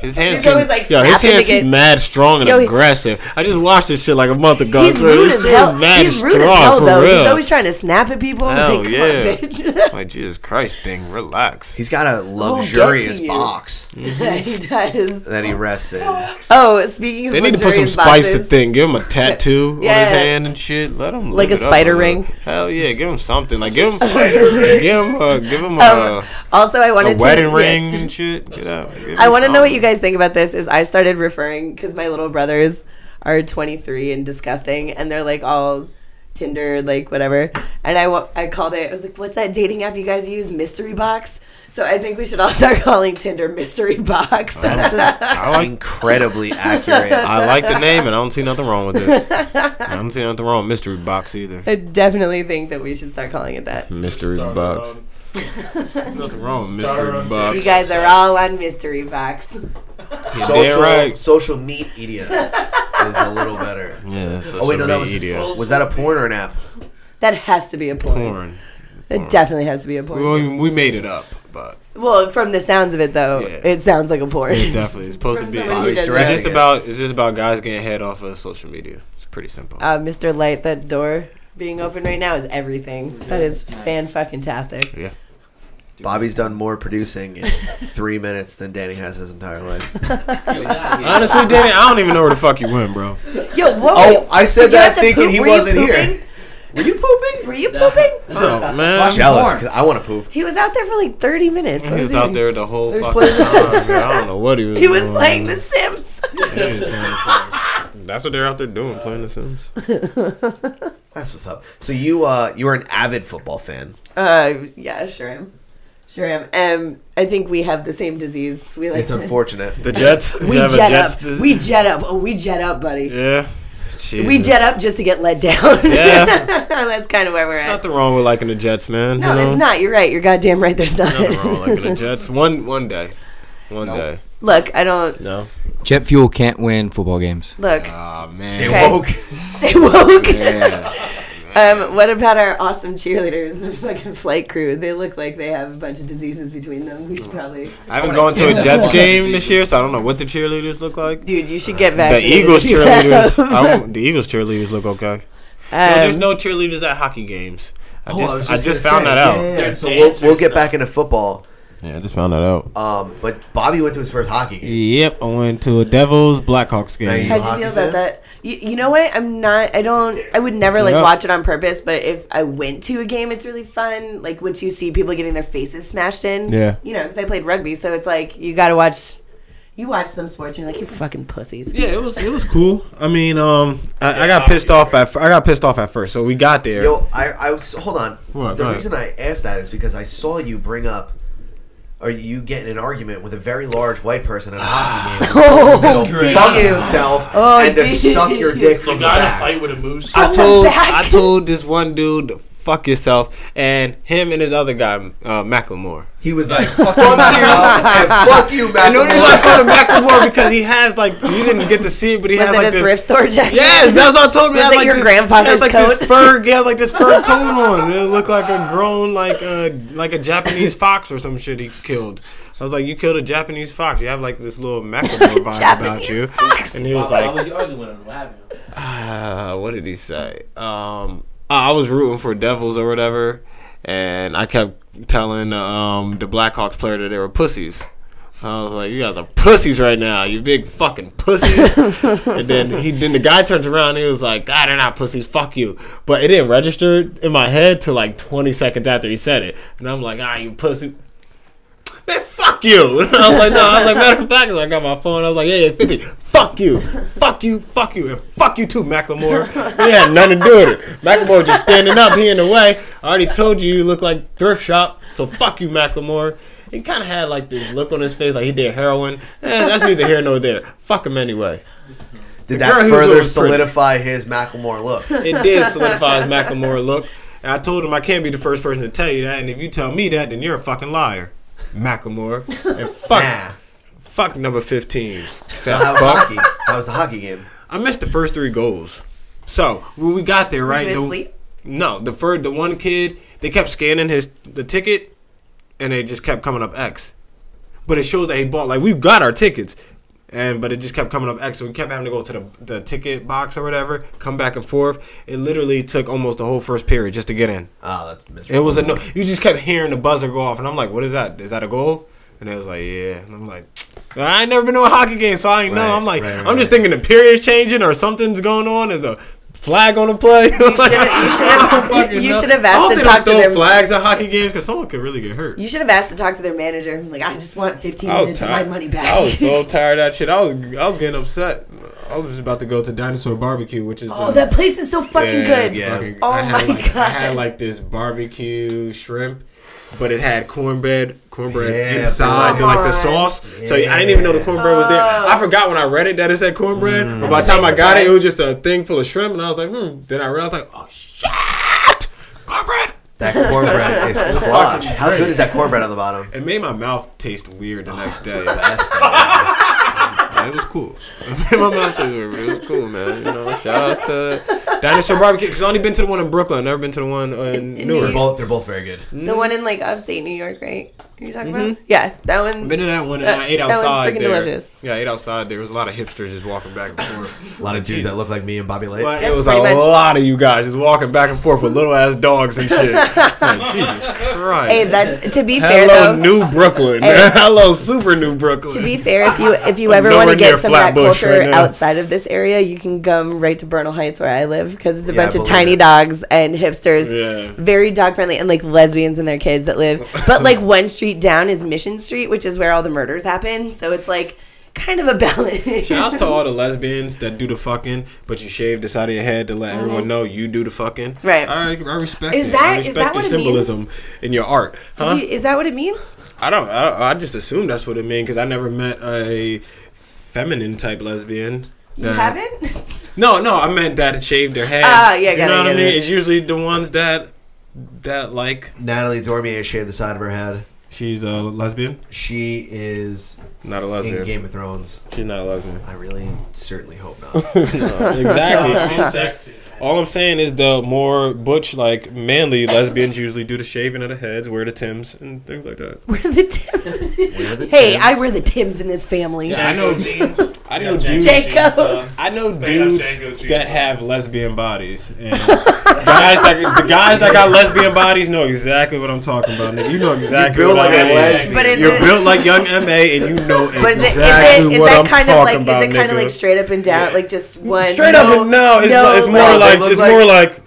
His hands, He's seem, always, like, yo, his snapping hands to get- seem mad strong and Yo, he- aggressive. I just watched this shit like a month ago. He's so it rude seems as hell. mad He's rude as strong, hell, for though. He's real. always trying to snap at people. Hell, like, yeah. Come on, bitch. like Jesus Christ, thing, relax. He's got a get to luxurious you. box Hmm. he does. that he rests in. Oh, speaking of They need to put some luxurious spice to boxes, thing. Give him a tattoo on Yeah. his hand and shit. Let him live Like a it up spider little. ring? Hell yeah, give him something. Like give him, give him, a, give him a, Also, I uh, a wanted to wedding Um, yeah. ring and shit. Get out. Give him I want to know what you something. guys think about this. Is I started referring because my little brothers are 23 and disgusting, and they're like all Tinder, like whatever. And I wa- I called it. I was like, "What's that dating app you guys use? Mystery Box." So I think we should all start calling Tinder Mystery Box. That's an incredibly accurate. I like the name, and I don't see nothing wrong with it. I don't see nothing wrong with mystery box either. I definitely think that we should start calling it that. Mystery box. Nothing wrong with Star mystery on box. You guys are all on Mystery Box. Damn right. social meat idiot is a little better. Yeah. Social Oh wait, no, that was media. was that a porn or an app? That has to be a porn. porn. It definitely has to be a porn. We, we made it up, but Well, from the sounds of it, though, Yeah. it sounds like a porn. it definitely it's supposed to be. someone who It's does direct. just about it's just about guys getting head off of social media. It's pretty simple. uh, Mr. Light, that door being open right now is everything. That is fan fucking tastic. Bobby's done more producing in three minutes than Danny has his entire life. Honestly, Danny, I don't even know where the fuck you went, bro. Yo, what? Oh, I said Did you that have to thinking poop? he Were you wasn't here. pooping? were you pooping? Were you pooping? Oh man, Jealous, 'cause I want to poop. He was out there for like 30 minutes. he was he? out there the whole He was fucking playing The time. man. I don't know what he was. He was doing, playing The man. Sims. He was playing The Sims. That's what they're out there doing, playing The Sims. That's what's up. So you, uh, you were an avid football fan. Uh, yeah, sure am. Sure am. Um, I think we have the same disease. We like It's unfortunate. The Jets. we You have a jet Jets up. dis- We jet up. Oh, we jet up, buddy. yeah. Jesus. We jet up just to get let down. Yeah. That's kind of where we're at. Nothing wrong with liking the Jets, man. No, you know? there's not. You're right. You're goddamn right. There's not. Nothing wrong with liking the Jets. One one day. One day. Look, I don't No. Jet fuel can't win football games. look. Oh man. Stay Okay. woke. Stay woke. um, what about our awesome cheerleaders and fucking flight crew? They look like they have a bunch of diseases between them. We should probably, I haven't gone to a Jets game this year, so I don't know what the cheerleaders look like. dude, you should get The vaccinated. Um, Eagles if you have. cheerleaders. I don't, the Eagles cheerleaders look okay. No, Um, there's no cheerleaders at hockey games. I Oh, just, I was just, gonna found say, that out. yeah, yeah, yeah. So we'll, dancers, we'll get back into football. Yeah, I just found that out. Um, but Bobby went to his first hockey game. Yep, I went to a Devils Blackhawks Nice. game. How'd you hockey feel fan? about that? You, you know what? I'm not. I don't. I would never like Yeah. watch it on purpose. But if I went to a game, it's really fun. Like once you see people getting their faces smashed in. Yeah. You know, because I played rugby, so it's like you got to watch. You watch some sports, and you're like, you fucking pussies. Yeah, it was it was cool. I mean, um, I, I got pissed off at fir- I got pissed off at first, so we got there. Yo, I, I was hold on. What? the Go ahead. reason I asked that is because I saw you bring up, or you get in an argument with a very large white person at a hockey game. Oh, to did fuck you? himself Oh, and to did suck your you? dick You from the gotta back. fight with a moose. I the told back. I told this one dude to fuck yourself, and him and his other guy, uh, Macklemore. He was like, "Fuck you and fuck you, And the only reason I Macklemore." called him Macklemore because he has like you didn't get to see it, but he Was has it like a the- thrift store jacket? Yes, that's what I told me. Was I it like your this, grandfather's I had like coat? This fur, yeah, like this fur coat on. It looked like a grown, like a like a Japanese fox or some shit he killed. I was like, you killed a Japanese fox. You have like this little Macklemore vibe about you. And he was like, was you arguing with him? What happened? uh, what did he say? Um, I was rooting for Devils or whatever, and I kept telling um, the Blackhawks player that they were pussies. I was like, "You guys are pussies right now, you big fucking pussies." and then he, then the guy turns around, and he was like, "God, they're not pussies, fuck you." But it didn't register in my head till like 20 seconds after he said it, and I'm like, "Ah, you pussy." Man, fuck you. And I was like, no. I was like, matter of fact, I got my phone. I was like, yeah, yeah, 50. Fuck you. Fuck you. Fuck you. And fuck you too, Macklemore. He had nothing to do with it. Macklemore just standing up. He in the way. I already told you you look like thrift shop. So fuck you, Macklemore. He kind of had like this look on his face like he did heroin. Eh, that's neither here nor there. Fuck him anyway. Did girl that he was further with was pretty. solidify his Macklemore look? It did solidify his Macklemore look. And I told him I can't be the first person to tell you that. And if you tell me that, then you're a fucking liar. Macklemore. And fuck. Fuck number 15. So how was hockey? How was the hockey game? I missed the first three goals. So when we got there, right? you the- asleep? No, the first, the one kid, they kept scanning his the ticket, and they just kept coming up X. but it shows that he bought. Like we got our tickets, and but it just kept coming up X. So we kept having to go to the the ticket box or whatever, come back and forth. It literally took almost the whole first period just to get in. Oh, that's miserable. It was a no. You just kept hearing the buzzer go off, and I'm like, "What is that? Is that a goal?" And it was like, "Yeah." And I'm like, "I ain't never been to a hockey game, so I ain't Right, know." I'm like, right, "I'm just right. thinking the period's changing or something's going on. There's a flag on the play." You should have. You should have. You should have asked to talk to throw their. flags at hockey games because someone could really get hurt. You should have asked to talk to their manager. Like, I just want 15 I was minutes of my tired. money back. I was so tired of that shit. I was I was getting upset. I was just about to go to Dinosaur Barbecue, which is uh, oh, that place is so fucking good. Fucking- Oh I my had like, god. I had like this barbecue shrimp, but it had cornbread, cornbread Yeah, inside, boy. then, like the sauce. So I didn't even know the cornbread was there. Oh. I forgot when I read it that it said cornbread. But by the time I got it, it was just a thing full of shrimp, and I was like, hmm. Then I realized, like, oh shit, cornbread. That cornbread is clutch. How good is that cornbread on the bottom? It made my mouth taste weird the next day. Best thing ever. Man, it was cool. Oh, It made my mouth taste weird. It was cool, man. You know, shout outs to Dinosaur Barbecue. Cause I only been to the one in Brooklyn. Never been to the one uh, in in Newark. They're both they're both very good. the one in like upstate New York, right? Are you talking Mm-hmm. about? Yeah, that one. Been to that one and That- I ate that one's outside freaking there. delicious. Yeah, I ate outside. There was a lot of hipsters just walking back and forth. A lot of dudes that look like me and Bobby Lake. But Yeah, it was a pretty much. lot of you guys just walking back and forth with little ass dogs and shit. Like, Jesus Christ. Hey, that's to be fair Hello, though. New Brooklyn. Hey. Hello, super New Brooklyn. to be fair, if you if you ever nowhere want to near get some of that Flatbush culture right now. outside of this area, you can come right to Bernal Heights where I live because it's a Yeah, I bunch of believe tiny it. dogs and hipsters, Yeah. very dog friendly, and like lesbians and their kids that live. But like one street down is Mission Street, which is where all the murders happen. So it's like kind of a balance. Shouts to all the lesbians that do the fucking, but you shave the side of your head to let everyone know you do the fucking. Mm-hmm. Right. I, I respect Is it. that- I is respect your that what it symbolism in your art. Huh? Did you- is that what it means? I don't. I, don't- I just assume that's what it means because I never met a feminine type lesbian. You that- haven't? No, no. I meant that shaved their head. Ah, yeah, You got it, know what got I it. mean? It's usually the ones that that like Natalie Dormier shaved the side of her head. she's a lesbian, She is not a in lesbian. Game of Thrones. She's not a lesbian. I really certainly hope not. exactly. She's Sexy. All I'm saying is the more butch, like manly lesbians usually do the shaving of the heads, wear the tims, and things like that. We're the Tims. hey, I wear the Tims in this family. I know jeans. I We know got dudes. jeans, Jacobs. uh, I know They got dudes Django jeans on. that have lesbian bodies, and guys that the guys that got lesbian bodies know exactly what I'm talking about. Nigga, you know exactly built what like I a mean. lesbian. But is You're it- built like young Ma, and you know But is it is exactly it is what that I'm kind of talking like about. is it kind of nigga. like straight up and down like just one Straight up, no, it's, it's more like- They like, look it's like- more like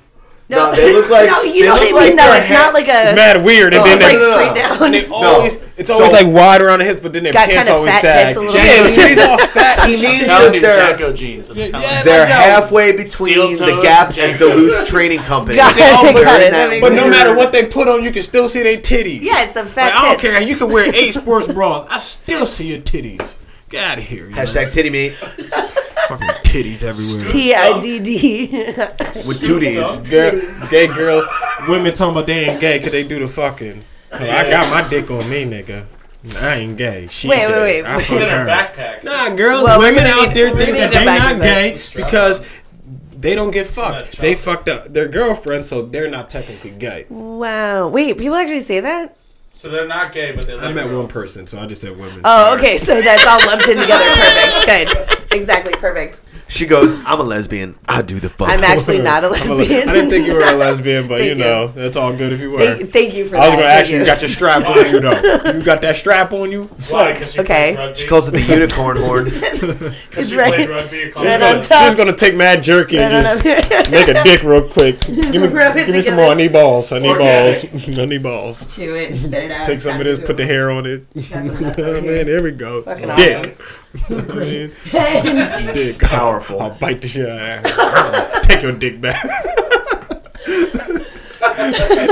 no, No, they look like- no you they know what I look mean like though their it's not hair- like a mad weird, and it's then uh, like they- straight down And they always, it's So- always like wide around the hips, but then their Got pants kinda always fat sag. tits a yeah, little bit. the titties all fat. he needs Telling that you, they're, Jacko jeans. I'm telling you. they're like, yo, halfway between steel the toes, Gap and Jacobs. Duluth Training Company. Got They're it, all- they're got in that it, that makes But no weird- matter what they put on, you can still see their titties. Yeah, it's the fat Like, I don't tits. care. You can wear eight sports bras. I still see your titties. Get out of here. You Hashtag titty meat know, fucking titties everywhere. T I D D. with two D's. Girl, gay girls, women talking about they ain't gay because they do the fucking. I got my dick on me, nigga. I ain't gay. She Wait, gay. wait, wait. I It's It's fuck in her her. backpack. Nah, girls, Well, women we're gonna out need- there we're think that gonna need to they back not this up. gay because they don't get fucked. They fucked up their girlfriend, so they're not technically gay. wow. Wait, people actually say that? So they're not gay, but they like I met girls. one person, so I just said women. Oh, okay. So that's all lumped in together. Perfect. Good. Exactly. Perfect. She goes, I'm a lesbian. I do the fuck. I'm actually not a I'm a le- lesbian. I didn't think you were a lesbian, but Thank you know that's all good if you were. Thank, thank you for I was that. gonna Thank ask you, you got your strap on you though. You got that strap on you? Why? 'Cause she Okay. plays rugby. she calls it the unicorn horn. Because she It's right- played rugby. you call right it on rugby. top. She was gonna take mad jerky I don't and know. just make a dick real quick. Give me, rub it give me some together. more. I need balls. I need Organic. balls. I need balls. Chew it, spit it out. Take some of this, put the hair on it. Oh, man, there we go. Fucking Dick. Man, dick. I'll, Powerful. bite the shit out of her. Take your dick back.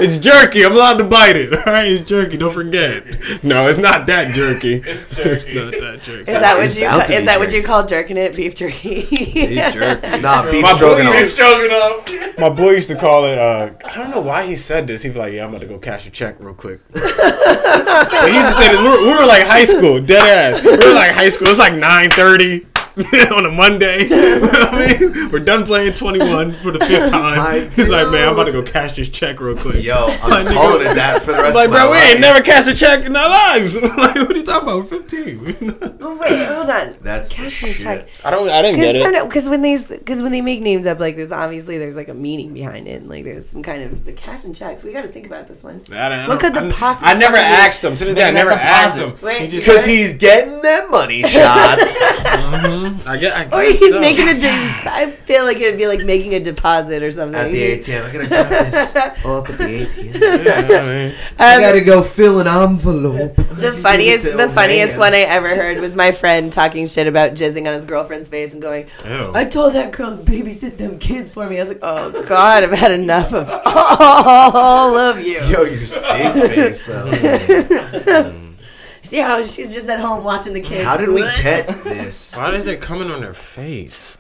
it's jerky. I'm allowed to bite it. All right, it's jerky. Don't forget. No, it's not that jerky. It's jerky. not that jerky. Is that what It's you bound to is be that what you jerky. call jerking it? Beef jerky. It's jerky. Nah, beef My boy stroganoff. It's joking off. My boy used to call it. Uh, I don't know why he said this. He was like, "Yeah, I'm about to go cash a check real quick." but he used to say this. We were, we were like high school, dead ass. We were like high school. It's like nine thirty. on a Monday. I mean, we're done playing 21 for the fifth My time. He's like, man, I'm about to dude. go cash this check real quick. Yo, My I'm nigga- calling it that for the rest Like, of my bro, we life. ain't never cashed a check in our lives. like, what are you talking about? 15. Oh, wait, hold on. That's the cash me a shit. check. I don't. I didn't Because when these, because when they make names up like this, obviously there's like a meaning behind it. and, Like there's some kind of the cash and checks. We got to think about this one. I don't- I What don't- could the I- possible? I never fucking- asked him. To this day, I Making a never asked him. deposit. Wait, He just Because he's getting that money shot. I get. I Or guess he's so. making a. De- I feel like it'd be like making a deposit or something. at the ATM. I gotta drop this off at the ATM. I Um, gotta go fill an envelope. the funniest, the funniest one I ever heard was my friend talking shit about jizzing on his girlfriend's face and going, Ew. "I told that girl to babysit them kids for me." I was like, "Oh God, I've had enough of all of you." Yo, your steak face though. See how she's just at home watching the kids. How did we get this? Why is it coming on their face?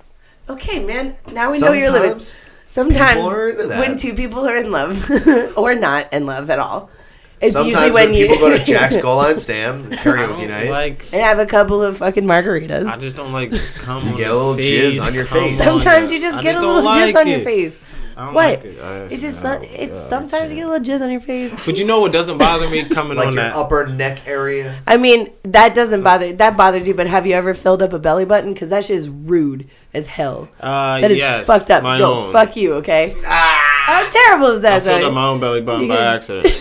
Okay, man. Now we know your limits. Sometimes Sometimes people are into that. when two people are in love or not in love at all, it's Sometimes usually when, when you people go to Jack's Goal Line Stand karaoke night. Like and have a couple of fucking margaritas. I just don't like cum on get a your little face, jizz on your cum face. on Sometimes your- you just I get a don't little like jizz on your it. face. I don't What? like it. I- It's just I so, don't- it's yeah, I sometimes you can't. get a little jizz on your face. But you know what doesn't bother me coming Like on your that. upper neck area. I mean, that doesn't bother that bothers you, but have you ever filled up a belly button? Because that shit is rude as hell. uh, That is yes, fucked up. My Yo, own. fuck you, okay? How terrible is I that? filled though? up my own belly button You by can- accident. It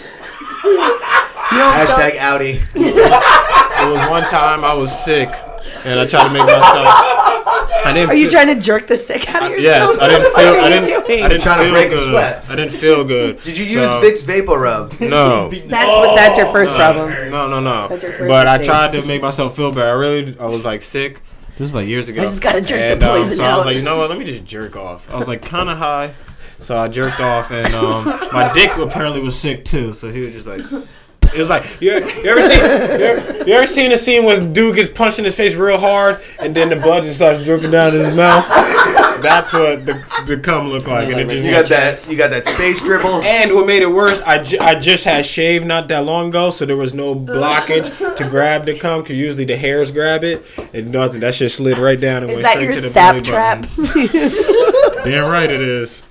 You don't fill- Hashtag Audi. was one time I was sick, and I tried to make myself. I didn't. Are you trying to jerk the sick out of yourself? Yes, I didn't What feel. are I you didn't. doing? I didn't Trying to feel break a good. sweat. I didn't feel good. Did you use So- Vicks Vapor Rub? No. That's what. That's your first Oh, problem. No, no, no. That's your first but I mistake. tried to make myself feel better. I really, I was like sick. This was like years ago. I just gotta jerk the And, um, poison so I was out. like, you know what? Let me just jerk off. I was like kind of high, so I jerked off, and um, my dick apparently was sick too. So he was just like. It was like you, you ever seen you ever, you ever seen a scene when dude gets punched in his face real hard and then the blood just starts dripping down his mouth. That's what the, the cum looked like, and it just You got that. You got that space dribble. and what made it worse, I, ju- I just had shaved not that long ago, so there was no blockage to grab the cum. Cause usually the hairs grab it, and doesn't. That shit slid right down and Is went that straight your to the sap belly trap? button. Damn right it is.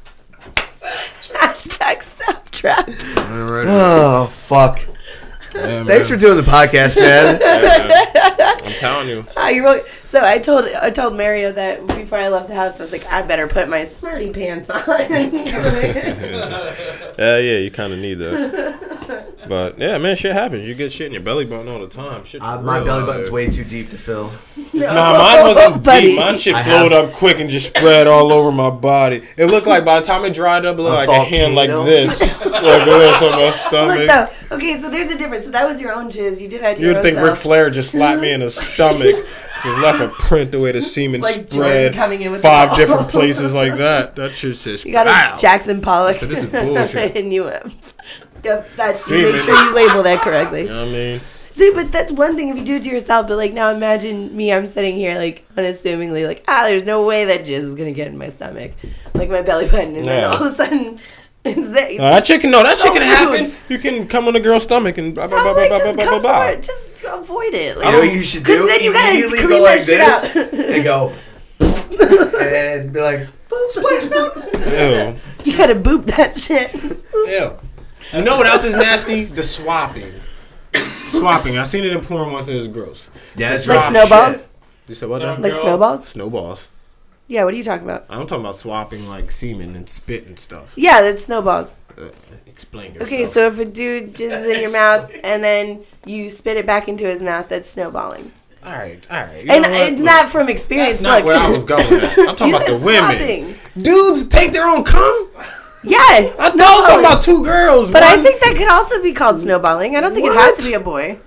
Hashtag sap trap. Damn right. Oh fuck! Thanks for doing the podcast, man. I'm telling you. Oh, you really, so I told I told Mario that before I left the house, I was like, I better put my smarty pants on. Yeah, Uh, yeah, you kind of need that. But yeah, man, shit happens. You get shit in your belly button all the time. Shit. Uh, my belly button's way too deep to fill. Nah, mine wasn't buddy. deep. Mine shit I flowed up quick and just spread all over my body. It looked like by the time it dried up, it looked A like a hand like volcano. this, like this on my stomach. Look though, okay, so there's a difference. So that was your own jizz. You did that to You your would own think Ric self. Flair just slapped me in the stomach, just left a print the way the semen Like Jordan spread coming in with the five ball. different places like that. That shit just you got a wow. Jackson Pollock. So this is bullshit. and you have. Yep, that's See, make man. sure you label that correctly. You know what I mean, See, but that's one thing if you do it to yourself. But like now, imagine me. I'm sitting here like unassumingly, like ah, there's no way that jizz is gonna get in my stomach, like my belly button, and then Yeah. all of a sudden, it's there. No, Uh, that shit can no, that So shit can happen. rude. You can come on a girl's stomach and blah blah How blah am I blah blah just blah blah. come blah. somewhere just to avoid it? You Like, know what you should Oh, 'Cause do? then you gotta Immediately clean go like that this shit and go, and be like, splash mountain. Ew. you gotta boop that shit. Ew. You know what else is nasty? The swapping. swapping. I seen it in porn once. and It was gross. That's like snowballs, You said what? So- now? Girl. like snowballs. Snowballs. Yeah, what are you talking about? I'm talking about swapping like semen and spit and stuff. Uh, Yeah, that's snowballs. Explain yourself. Okay, so if a dude jizzes in your mouth and then you spit it back into his mouth, that's snowballing. all right, all right. You And know what? it's Look. not from experience. That's not look. where I was going. At. I'm talking You about the said women. swapping. Dudes take their own cum. Yeah, I thought I was snowballing. talking about two girls. But I one- think that could also be called snowballing. I don't think it has to be a boy.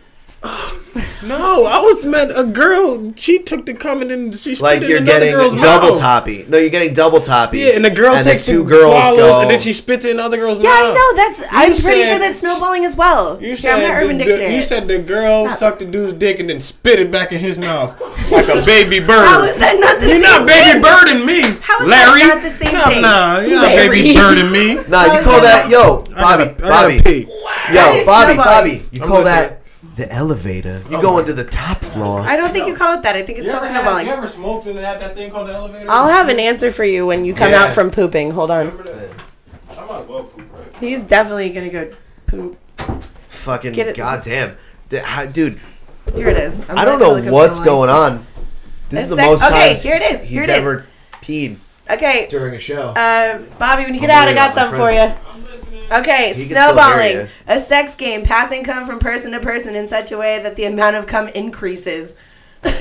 no. I was meant a girl. She took the cum and then she spit Like it you're in another getting girl's double mouth. toppy. No, you're getting double toppy. Yeah, and the girl And the takes two two girls girls swallows, go- and then she spits it in other girls' Yeah, mouth. I know. That's. I'm pretty sure said- that's snowballing as well. You Here, I'm said, gonna Urban the, the- Dictionary. you said the girl sucked the dude's dick and then spit it back in his mouth like a baby bird. How is that not the You're same not baby thing? birding me, How is that Larry. not the same no, thing? Nah, you're Larry. not baby birding me. Nah, you is call that- that yo, I gotta- Bobby, I gotta Bobby, pee. yo, is Bobby, snowballing. Bobby. You I'm call listening. that the elevator. You go into the top floor. I don't think you call it that. I think it's called snowballing. ever smoked and had that thing called the elevator? I'll have an answer for you when you come Yeah. out from pooping. Hold on. I might as well poop right. He's definitely gonna go poop. Fucking Get it- goddamn, The- how- dude. Here it is. I'm I don't glad you know looked up what's snowballing. going on. This is the A sec- most okay, times here it is, here he's it is. ever peed Okay, during a show. uh, Bobby, when you get I'm out, I worried got about my something for you. friend. Okay, He can still hear snowballing, you. a sex game, passing cum from person to person in such a way that the amount of cum increases. and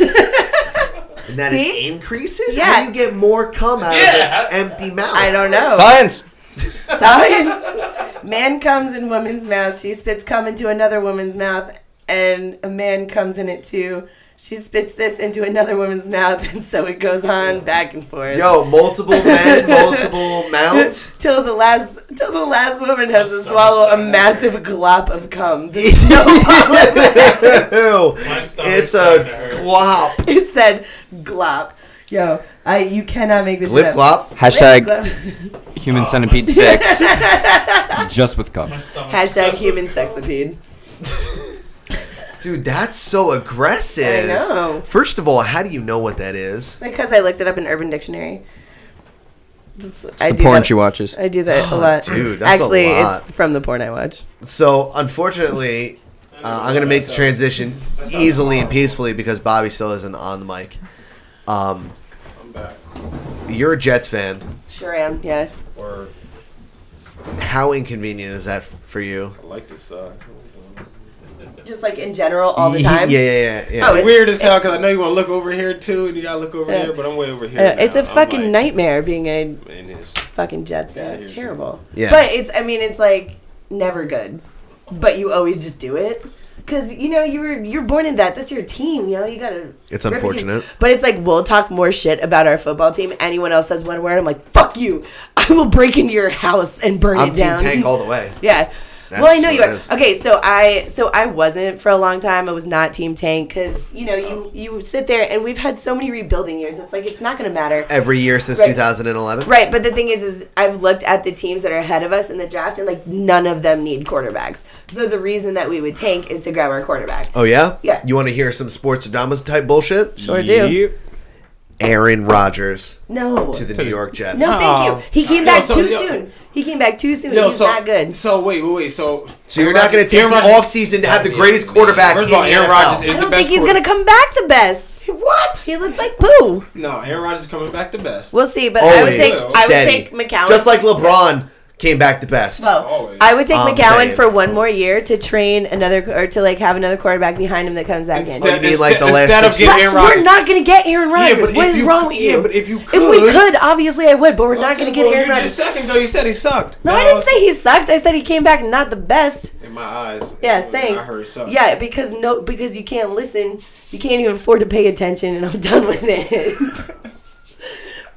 that see? it increases? Yeah. How do you get more cum out Yeah. of an empty mouth? I don't know. Science. Science. Man comes in woman's mouth. She spits cum into another woman's mouth, and a man comes in it too. She spits this into another woman's mouth, and so it goes on back and forth. Yo, multiple men, multiple mouths. Till the last, till the last woman has to swallow a massive glop of cum. The Ew. My stomach's It's starting to a hurt. glop. it said glop. Yo, I you cannot make this Glip shit up. glop. Hashtag Glop. human centipede six. Just with cum. My stomach. Hashtag human sexapede. Dude, that's so I aggressive. know. First of all, how do you know what that is? Because I looked it up in Urban Dictionary. Just, I The do porn that. she watches. I do that a lot. dude, that's a Actually, lot. it's from the porn I watch. So, unfortunately, uh, I'm going to make the transition easily and peacefully because Bobby still isn't on the mic. Um, you're a Jets fan. Sure am. Yeah. Or How inconvenient is that for you? I like this side. Just like in general, all the Yeah, time. Yeah, yeah, yeah. Oh, yeah. It's- It's weird as hell because I know you want to look over here too, and you gotta look over Yeah. here, but I'm way over here. Uh, it's now. a Oh, fucking I'm like, nightmare being a man, it's- fucking Jets fan. Yeah, It's you're- terrible. Yeah. But it's. I mean, it's like never good. But you always just do it because you know you were you're born in that. That's your team. You know you gotta. It's rip it to- unfortunate. But it's like we'll talk more shit about our football team. Anyone else says one word, I'm like, fuck you. I will break into your house and burn I'm it Team down. Tank all the way. Yeah. That's well, I know what you it are. is. Okay, so I so I wasn't for a long time. I was not Team Tank because you know you you sit there and we've had so many rebuilding years. It's like it's not going to matter. Every year since Right. 2011. Right, but the thing is, is I've looked at the teams that are ahead of us in the draft, and like none of them need quarterbacks. So the reason that we would tank is to grab our quarterback. Oh yeah. Yeah. You want to hear some sports dramas type bullshit? Sure do. Yep. Aaron Rodgers No, to the New York Jets. no, Oh. thank you. He came back so- too yo- soon. He came back too soon. Yo, He's not good. So wait, wait, wait. So So you're not going to take Aaron the Rodgers- offseason to have the greatest quarterback First of in all, the Aaron NFL. Rodgers I is the best. don't think he's quarter- gonna come back the best. What? He looked like poo. No, Aaron Rodgers is coming back the best. We'll see, but I would Always take I would steady. take McCown. Just like LeBron came back the best. Well, Always. I would take I'm McGowan saying. for one more year to train another or to like have another quarterback behind him that comes back Instead- in. you mean, like, the instead- last instead of six But getting Aaron we're Rodgers. not gonna get Aaron Rodgers. but what if is you- wrong with you? yeah, but if you we could- could, obviously I would, but we're not gonna get Well, Aaron you Rodgers. just a second ago you said he sucked. no, I didn't say he sucked. I said he came back not the best. in my eyes. Yeah, it was- thanks. I heard something. Yeah, because no, because you can't listen. You can't even afford to pay attention, and I'm done with it.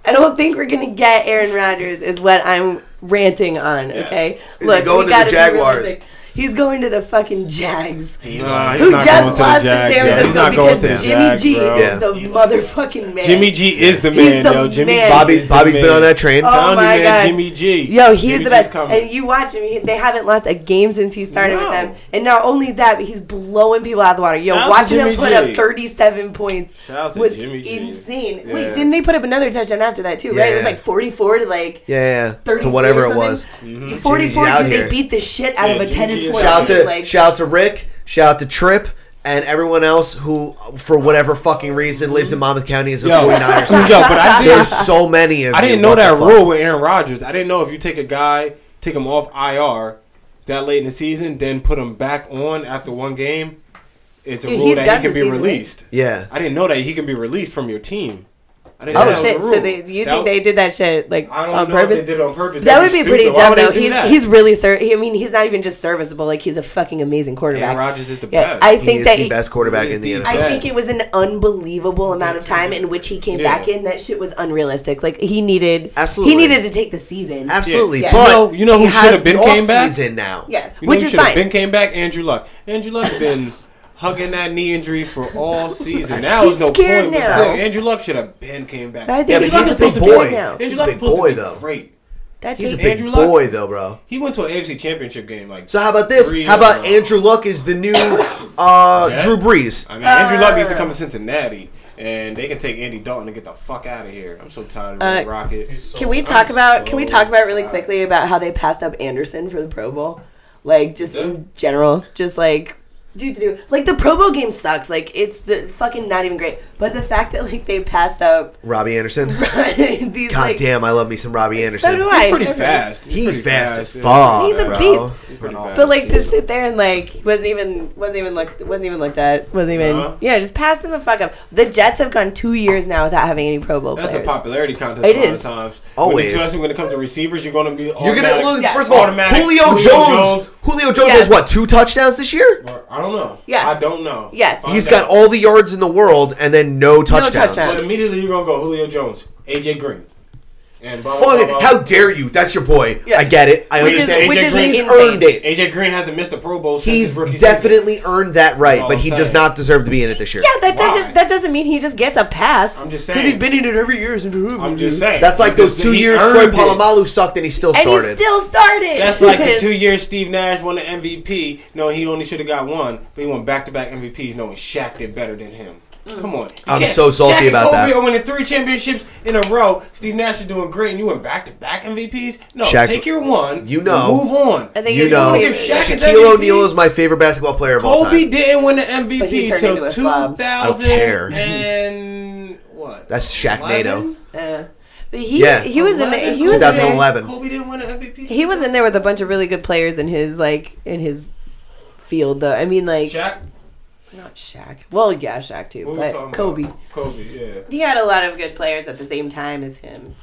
I don't think we're gonna get Aaron Rodgers, is what I'm ranting on. Okay, Is he going to the gotta be Jaguars? realistic. He's going to the fucking Jags, Nah, he's who not just going the lost to, Jags, San yeah. He's Francisco not going because to the Jimmy Jags, G bro. is the motherfucking man. Jimmy G is the He's man, the yo. Jimmy man. Bobby's Bobby's been on that train. Oh. Tony, my man, God. Jimmy G. Yo, he's Jimmy the G's best. coming. And you watch him; he, they haven't lost a game since he started with No. them. And not only that, but he's blowing people out of the water. Yo, Shout out to watching him Jimmy put G. up 37 points Shout out to was Jimmy G. insane. Yeah. Wait, didn't they put up another touchdown after that too? Right? It was Yeah. like 44 to like Yeah, yeah. 30 To whatever it was. 44 Jimmy G's to out Mm-hmm. they here. beat the shit out Mm-hmm. Yeah, of a Jimmy 10 G and is 4. out Shout out to like, shout out to Rick. Shout out to Trip. And everyone else who, for whatever fucking reason, lives in Monmouth County is a Yo, 49ers. yo, but I There's didn't, so many of I didn't you. know What that the fuck? rule with Aaron Rodgers. I didn't know if you take a guy, take him off IR that late in the season, then put him back on after one game. It's a Dude, rule he's that done he can the be season, right? released. Yeah. I didn't know that he can be released from your team. I didn't Oh, know that was shit. a rule. So they, you That- think they did that shit like I don't on know purpose? If they did it on purpose. That would be pretty stupid. Why dumb would they though. do He's that? he's really ser- I mean, he's not even just serviceable. Like he's a fucking amazing quarterback. Aaron Rodgers is the Yeah, best. I He think is that the he- best quarterback in the He is NFL. the I best. think it was an unbelievable amount of time in which he came Yeah. back in. That shit was unrealistic. Like he needed, Absolutely. he needed to take the season. Absolutely, Yeah. but You know- you know who he should has have been the came back? offseason now. Yeah, You know which who is should've fine. Been came back. Andrew Luck. Andrew Luck has been hugging that knee injury for all season. Now He's is no point. scared but now. still, Andrew Luck should have been came back. But I think Yeah, but he's, he's not a big supposed to be boy. right now. Andrew He's Luck a big supposed to boy, be though. Great. That He's a takes- big Andrew Luck- boy, though, bro. He went to an AFC Championship game like. So how about this? Three How years about ago. Andrew Luck is the new Uh, Jet? Drew Brees. I mean, Andrew Luck needs to Ah. come to Cincinnati, and they can take Andy Dalton and get the fuck out of here. I'm so tired of Uh, the Rocket. Can we talk I'm about can we so talk about really quickly about how they passed up Anderson for the Pro Bowl? Like just in general, just like do do like the Pro Bowl game sucks. Like it's the fucking not even great. But the fact that like they passed up Robbie Anderson. these God like damn, I love me some Robbie Anderson. so do I. He's pretty Okay. fast. He's pretty fast as yeah. fuck. He's a bro. beast. He's pretty fast. But like to sit there and like wasn't even wasn't even looked wasn't even looked at wasn't even Uh-huh. yeah just passed him the fuck up. The Jets have gone two years now without having any Pro Bowl That's players. the popularity contest. It a lot is. of times. Always. When, especially when it comes to receivers, you're going to be. You're gonna automatic- look. Yeah. First of all, Automatic Julio, Jones. Julio Jones Yeah. has what two touchdowns this year? Or- I don't know. Yeah. I don't know. Yeah. Find He's out. got all the yards in the world and then no touchdowns. touchdowns. But immediately you're gonna go Julio Jones, AJ Green, and blah, blah, Fuck blah, it! blah. How dare you? That's your boy. Yeah. I get it. I Which is- understand. which is he's insane. earned it. AJ Green hasn't missed a Pro Bowl since He's his rookie definitely earned that right, That's all but I'm he does saying. not deserve to be in it this year. yeah, that doesn't Why? that doesn't mean he just gets a pass. I'm just because he's saying. been in it every year. Season. I'm just saying. That's like He those des- two he years Troy earned it. Polamalu sucked and he still and started. he still started. That's like the two years Steve Nash won the MVP. No, he only should have got one, but he won back-to-back MVPs, knowing Shaq did better than him. Mm. Come on, You I'm can't- so salty Shaq and about Kobe that. Are winning three championships in a row. Steve Nash is doing great, and you went back-to-back MVPs. No, Shaq's- take your one. You know. and move on. I think you it's know, only If Shaq is Shaquille MVP, O'Neal is my favorite basketball player of all Kobe time. didn't win the But he MVP turned into till a slob. 2000 I don't care. and what? That's Shaqnado. 11? Uh, but he Yeah. he was in the, 11? he was in there, 2011. Kobe didn't win an MVP. he was in there with a bunch of really good players in his like in his field though. I mean like Shaq. not Shaq. Well, yeah, Shaq too, What we talking but about? Kobe. Kobe, yeah, He had a lot of good players at the same time as him.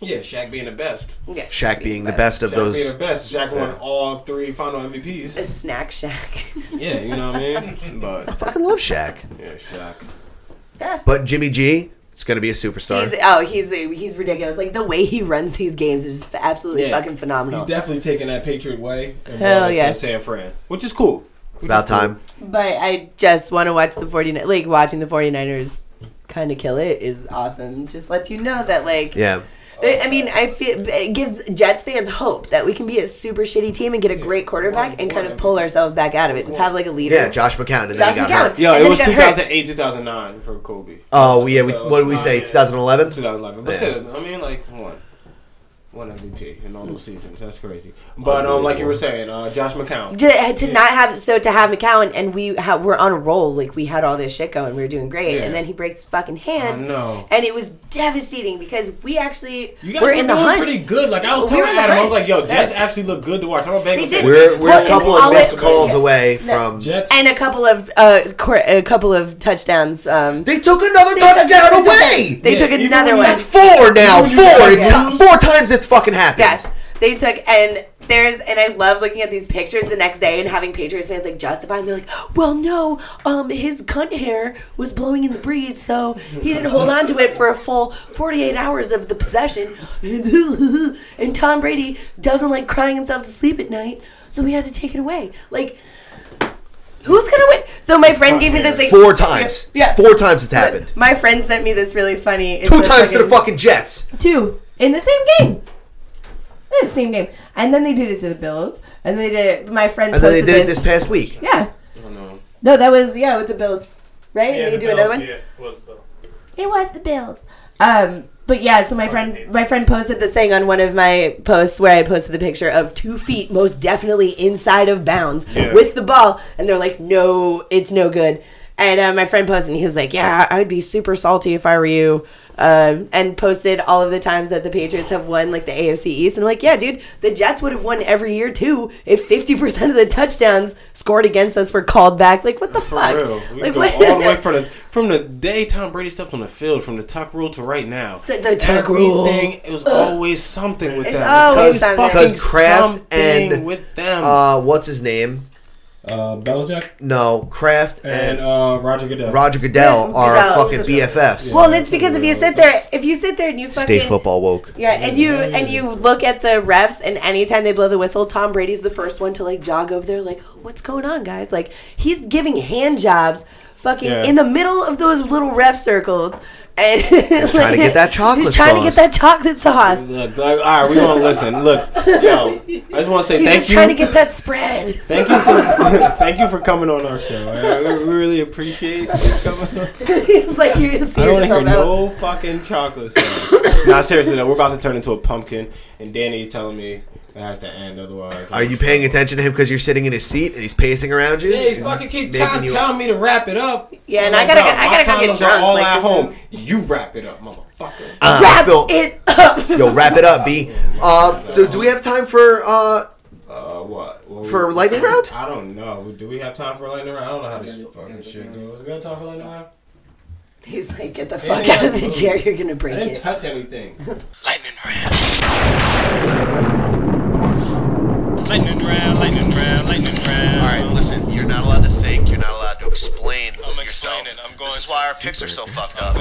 yeah. Shaq being the best. Yeah, Shaq being the best of Shaq being those. the best. Shaq won all three final MVPs. A snack Shack. yeah, you know what I mean. But fucking love Shaq. yeah, Shaq. But Jimmy G, it's gonna be a superstar. He's oh he's he's ridiculous. Like the way he runs these games is just absolutely Yeah. fucking phenomenal. He's definitely taking that Patriot way and Hell brought it yeah. to San Fran, which is cool. Which About is cool. time. but I just want to watch the 49 like watching the 49ers kind of kill it is awesome. Just lets you know that like Yeah. I I mean, I feel it gives Jets fans hope that we can be a super shitty team and get a great quarterback and kind of pull ourselves back out of it. Just have like a leader. Yeah, Josh McCown. And then Josh he got McCown. hurt. Yeah, And it then was he got hurt. 2008, 2009 for Kobe. Oh, yeah. We, So, what did we say? yeah. 2011? 2011. But Yeah. still, I mean, like one, one MVP in all those seasons. That's crazy. But um, like you were saying, uh, Josh McCown. To, to not have so to have McCown and we ha- were on a roll like we had all this shit going we were doing great Yeah. and then he breaks his fucking I hand know. and it was devastating because we actually You guys were in the doing hunt pretty good. Like I was We were telling in the Adam, I was hunt. like, "Yo, Jets Yeah. actually look good to watch." I'm a Bengals They did. fan. We're, we're Well, a couple and of missed I'll- calls yes. away No. from. Jets. and a couple of uh cor- a couple of touchdowns. Um, They took another they took- touchdown they took- away! They Yeah, took even another when one. That's four now. Even when you Four. guys It's ti- lose. four times it's fucking happened. Yeah, they took and there's and I love looking at these pictures the next day and having Patriots fans like justify and be like, well, no, um, his cunt hair was blowing in the breeze, so he didn't hold on to it for a full 48 hours of the possession. and Tom Brady doesn't like crying himself to sleep at night, so we had to take it away. Like, who's gonna win? So my friend gave me this like Four times. Yeah. Four times it's happened. My friend sent me this really funny. it's Two a times to the fucking Jets. two in the same game. In the same game. And then they did it to the Bills. And they did it. My friend And then they posted did it this. this past week. Yeah. Oh, no. No, that was yeah with the Bills, right? and they do another one. Yeah, was the Bills. It was the Bills. Um, but yeah, so Oh, my friend my friend posted this thing on one of my posts where I posted the picture of two feet most definitely inside of bounds with the ball, and they're like, "No, it's no good." And uh, my friend posted, and he was like, "Yeah, I'd be super salty if I were you." Um, and posted all of the times that the Patriots have won, like the AFC East, and I'm like, yeah, dude, the Jets would have won every year too if 50 percent of the touchdowns scored against us were called back. Like, what the For fuck? real, we like, go what- all the way from the from the day Tom Brady stepped on the field, from the tuck rule to right now. Said the tuck rule. Everything, It was always something with It's them. always something. fucking Because Kraft something and, with Um, them. Uh, what's his name? uh, Belichick No, Kraft and, and uh, Roger Goodell. Roger Goodell Yeah, are Goodell. fucking BFFs. Well, and it's because if you sit there, if you sit there and you fucking Stay football woke. yeah, and you and you look at the refs, and anytime they blow the whistle, Tom Brady's the first one to like jog over there, like, oh, what's going on, guys? Like he's giving hand jobs, fucking Yeah. in the middle of those little ref circles. And trying to get that chocolate He's trying to sauce. get that chocolate sauce. Look, like, all right, we gonna listen. Look, yo, I just want to say He's thank just you. trying to get that spread. Thank you for thank you for coming on our show. all right? We we really appreciate you coming. on. He's like, you just I hear don't hear yourself out. no fucking chocolate. nah, seriously though, we're about to turn into a pumpkin, and Danny's telling me it has to end. Otherwise, Are you paying attention to him because you're sitting in his seat and he's pacing around you? Yeah, he's fucking keep Making trying you- telling me to wrap it up. Yeah, and I'm I gotta, "Dog, I my gotta go get condoms are drunk. All like, at this home, is- you wrap it up, motherfucker. Uh, wrap Phil, it up. yo, wrap it up, B. Uh, so do we have time for? Uh, Uh, what? What For we- lightning round? I don't know. Do we have time for lightning round? I don't know how this fucking shit goes. We got time for lightning round? He's like, get the fuck out of the chair. You're gonna break I didn't it. touch anything. lightning round. Lightning round, lightning round, all right, listen. You're not allowed to think. You're not allowed to explain I'm yourself. explaining, I'm this is why our picks are so fucked up.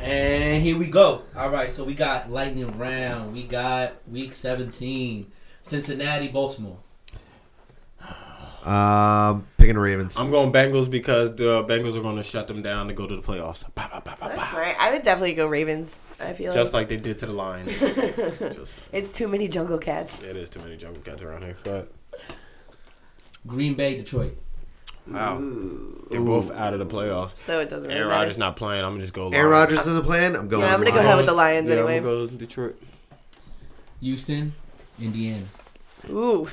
And here we go. All right, so we got lightning round. We got week 17, Cincinnati, Baltimore. Um, picking the Ravens. I'm going Bengals because the Bengals are going to shut them down to go to the playoffs. Bah, bah, bah, bah, bah. That's right. I would definitely go Ravens. I feel Just like, like they did to the Lions. Just, it's too many jungle cats. it is too many jungle cats around here. But Green Bay, Detroit. wow, they're both out of the playoffs. So it doesn't really Aaron matter. Rodgers not playing. I'm gonna just go. Aaron Lions. Rodgers is a plan. I'm going. Yeah, I'm with gonna go Lions. ahead with the Lions Yeah, I'm anyway. gonna go with Detroit. Houston, Indiana. Ooh,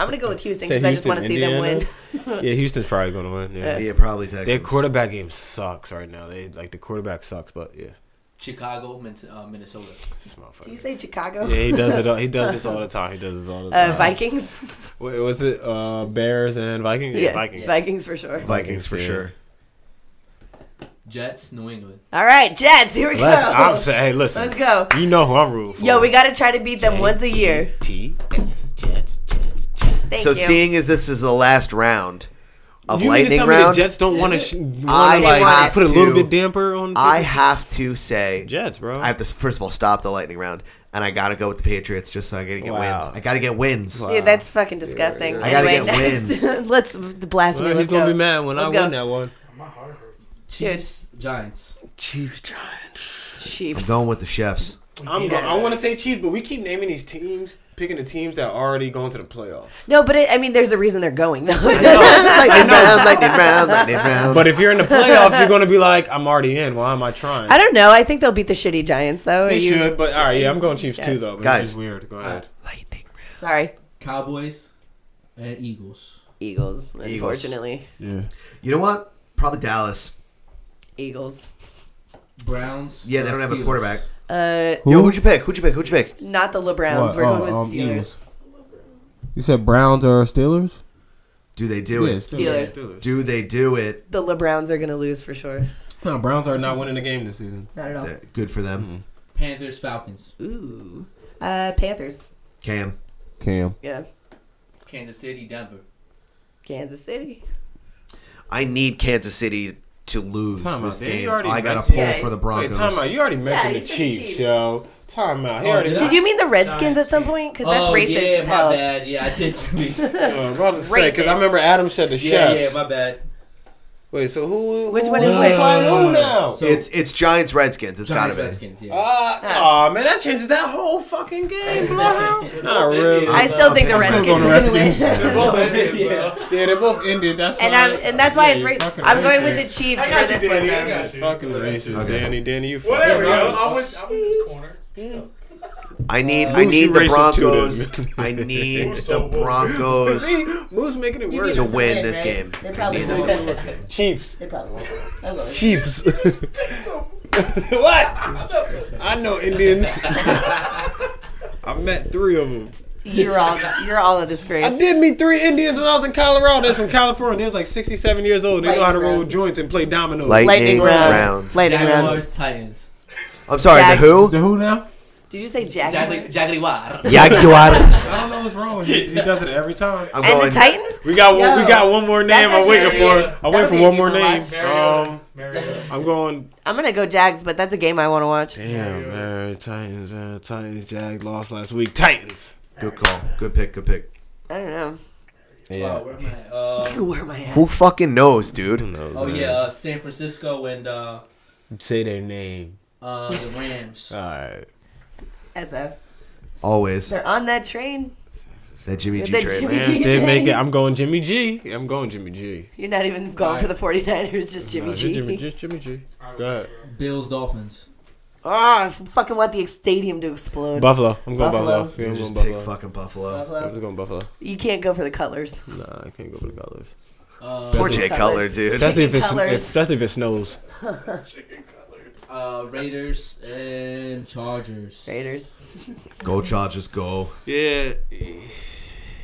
I'm gonna go with Houston Say because I just Houston, want to see them win. Indiana? yeah, Houston's probably gonna win. Yeah. Yeah, probably Texans. Their quarterback game sucks right now. They like the quarterback sucks, but yeah, Chicago, Min- uh, Minnesota. this motherfucker. Do you say Chicago? yeah, he does it. All, he does this all the time. He does this all the time. Uh, Vikings. Wait, was it uh, Bears and Vikings? Yeah, Vikings. for sure. Vikings for Yeah. sure. Jets, New England. All right, Jets. Here we go. Let's, I'm saying, hey, listen. Let's go. You know who I'm rooting for. Yo, we gotta try to beat them once a year. T. Jets, Jets, Jets. Thank so you. seeing as this is the last round of You mean to lightning tell me the round, Jets don't want to sh- I wanna, like have put a little to- bit damper on. I have to say, Jets, bro. I have to first of all stop the lightning round, and I gotta go with the Patriots just so I gotta get Wow. wins. I gotta get wins. Dude, that's fucking disgusting. I gotta anyway, get next, let's blast me. Well, he's Let's gonna go. be mad when Let's I go. win that one. Chiefs, Giants. Chiefs, Giants. I'm Chiefs. going with the chefs. I'm go- I want to say Chiefs, but we keep naming these teams, picking the teams that are already going to the playoffs. No, but it, I mean, there's a reason they're going though. lightning round, lightning round, lightning round. But if you're in the playoffs, you're gonna be like, I'm already in. Why am I trying? I don't know. I think they'll beat the shitty Giants though. Are They you- should, but all right, yeah, I'm going Chiefs too, though. But Guys. it's just weird. Go ahead. Sorry, Cowboys and Eagles. Eagles. Unfortunately, Yeah. you know what? Probably Dallas. Eagles. Browns. Yeah, they uh, don't have a Steelers. quarterback. Uh, Yo, who'd you pick? Who'd you pick? Who'd you pick? not the LeBrowns. We're Oh, going with um, Steelers. um, You said Browns or Steelers? Do they do it? Steelers. Do they do it? The LeBrowns are gonna lose for sure. No, Browns are not winning the game this season. Not at all. Th- Uh, Good for them. Panthers, Falcons. Ooh. Uh, Panthers. Cam. Cam. Yeah. Kansas City, Denver. Kansas City. I need Kansas City to lose Time out, this Dan, you game. already I got to mentioned- pull Yeah. for the Wait, Broncos. time out. You already mentioned you the said Chiefs, Chiefs. yo. Time out. He Oh, already did Did you mean the Redskins at some point? Because that's oh, racist yeah, as my hell. bad. Yeah, I did. yeah, Uh, about to say, because Racist. I remember Adam said the yeah, chefs. my bad. Wait, so who? Which who- one is who's which? playing No, no, who no, no. now? So- It's it's Giants Redskins. It's got to Giants, be. Redskins. Yeah. Uh, oh man, that changes that whole fucking game, bro. Not really. I still think the I'm still Redskins going are gonna win. They're both ended, bro. Yeah, they both ended. That's and why- I'm and that's why Yeah, it's you're ra- fucking I'm going with racist. the Chiefs I for got you, this one Danny. I though. got You're Fucking racist, Okay. Danny. Danny, you fucking. Whatever, yo. racist. I went, I went this corner. I need I Moose, need you the racist too, Broncos. then. I need Moose, the oh, boy. Broncos See, Moose making it worse. to win this game. They probably Need them. won't. Chiefs. They probably won't. I'll go with Chiefs. what? I know Indians. I met three of them. You're all you're all a I disgrace. did meet three Indians when I was in Colorado. That's from California. They was like 67 years old. They know how to roll joints and play dominoes. Lightning, Lightning round. round. Lightning round. Jaguars, Titans. I'm sorry. The Jags. who? who now? Did you say Jaguars? Jagu- Jaguar. Jaguars. I don't know what's wrong with him. He does it every time. I'm And going. the Titans? We got one, we Yo, got one more name. that's I'm waiting actually- for. I'm waiting That'll for one be more a name. lot. Mariota. Um, Mariota. I'm going. I'm gonna go Jags, but that's a game I want to watch. Damn, man, Titans, uh, Titans, Jag lost last week. Titans. Good call. Good pick. Good pick. I don't know. Yeah. Oh, where am I? Uh, where am I at? Who fucking knows, dude? Oh yeah, uh, San Francisco and uh, Say their name. uh, the Rams. All right. SF. Always They're on that train. that Jimmy G That trade. Jimmy man. G Did make it. train. I'm going Jimmy G. I'm going Jimmy G. You're not even going for the 49ers, just Jimmy Nah, just G. Jimmy, just Jimmy G. Go ahead. Bills Dolphins. Oh, I fucking want the stadium to explode. Buffalo. I'm going Buffalo. Buffalo. Yeah, I'm You just going pick Buffalo. fucking Buffalo. Buffalo. I'm just going Buffalo. You can't go for the colors. Nah, I can't go with the colors. Uh, Poor Jay Cutler. Cutler, dude. Especially if, it's, Colours. especially if it snows. Uh, Raiders and Chargers. Raiders. Go Chargers, go. Yeah.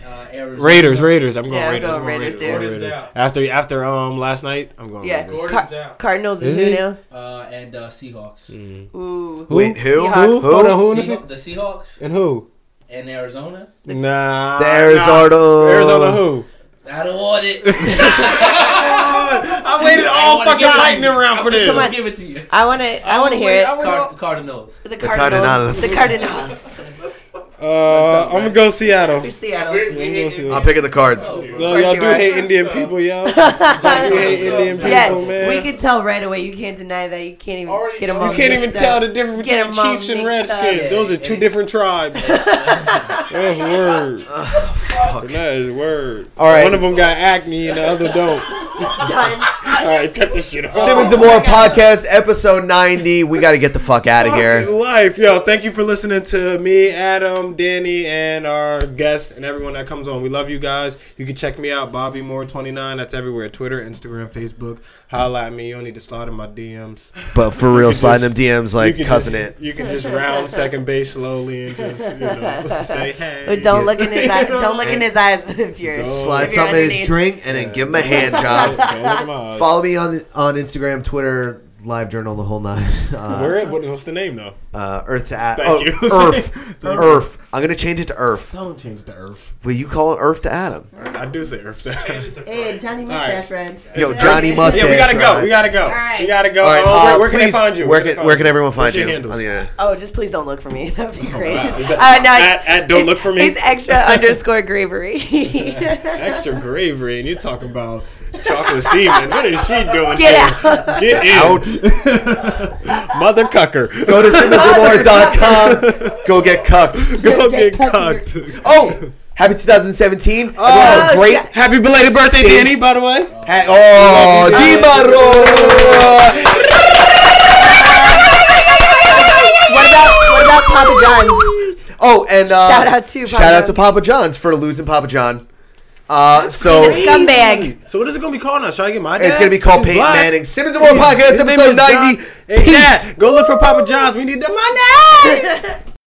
Uh, Arizona. Raiders, Raiders. I'm going Yeah, I'm Raiders. going I'm Raiders, I'm dude. going Gordon's out. After after um last night, I'm going Yeah. Raiders. Gordon's Car- out. Cardinals and Is who he? now? Uh, and uh, Seahawks. Hmm. Ooh. Who? Wait, who? Seahawks. Who? Hold on, who in the Seahawk- the Seahawks And who? and Arizona. Nah. The Arizona. Nah. Arizona who? I don't want it. I I waited all wanna fucking give it to lightning you. round for I'm gonna this. Give it to you. I want to. I want Oh, to hear it. Card- Cardinals. The Cardinals. Cardinals. The Cardinals. Uh, I'm gonna go Seattle. For Seattle. We- we- Yeah, we- I'm picking the cards. No, y'all course do you are. hate Indian people, y'all. y'all do hate Indian people, Yeah, man. we can tell right away. You can't deny that. You can't even Already get them. know. all You can't even mixed tell up. the difference Get between 'em all Chiefs and mixed up. Redskins. Those are Yeah, two it- different tribes. That's word. That is word. All right. One of them got acne and the other don't. Done. All right, cut this shit off. Simmons and More podcast, episode 90. We got to get the fuck out of Fucking here. Life, yo. Thank you for listening to me, Adam, Danny, and our guests and everyone that comes on. We love you guys. You can check me out, Bobby Moore twenty nine. That's everywhere: Twitter, Instagram, Facebook. Holla at me. You don't need to slide in my DMs. But for real, can slide them just- DMs You like can cousin just- it. You can just round second base slowly and just you know say hey. But don't look in his eye. Don't look in his eyes if you're. Don't. Slide if you're something in his underneath. drink and then give him a hand job. Don't look at my eyes. Follow me on on Instagram, Twitter, Live Journal, the whole nine. Uh, Where it? What, what's the name though? uh, Earth to Adam. Thank you. oh, Earth. Earth. I'm gonna change it to Earth. Don't change the Earth. Will you call it Earth to Adam? I do say Earth. Change it to Hey, Johnny Mustache Reds. Yo, Johnny Mustache. yeah, we gotta go. right? We gotta go. We gotta go. All right, Oh, uh, where, where can please, they find you? Where can, they find where you? can everyone find What's you? your handles? On the internet. Oh, just please don't look for me. That'd be great. Oh, wow. Is that- uh, no, at- it's- at don't it's- look for me? It's extra underscore gravery. Extra gravy, and you're talking about chocolate semen. What is she doing? Get here? Get out, mother cucker. Go to simmonsandmore.com. Go get cucked. Go get cucked. Oh, happy 2017. Everyone Oh, have a great. shit. Happy belated birthday, Safe. Danny. By the way. Ha- oh, Happy Di Barro. what about what about Papa John's? Oh, and uh, Shout out to Papa shout out to John's. Papa John's for losing Papa John. Uh, so Crazy. Scumbag. So what is it gonna be called now? Should I get my dad? it's gonna be called He's Peyton black. Manning. Simmons and More podcast His name episode is John- ninety. Hey, Peace. Dad, go look for Papa John's. We need the money.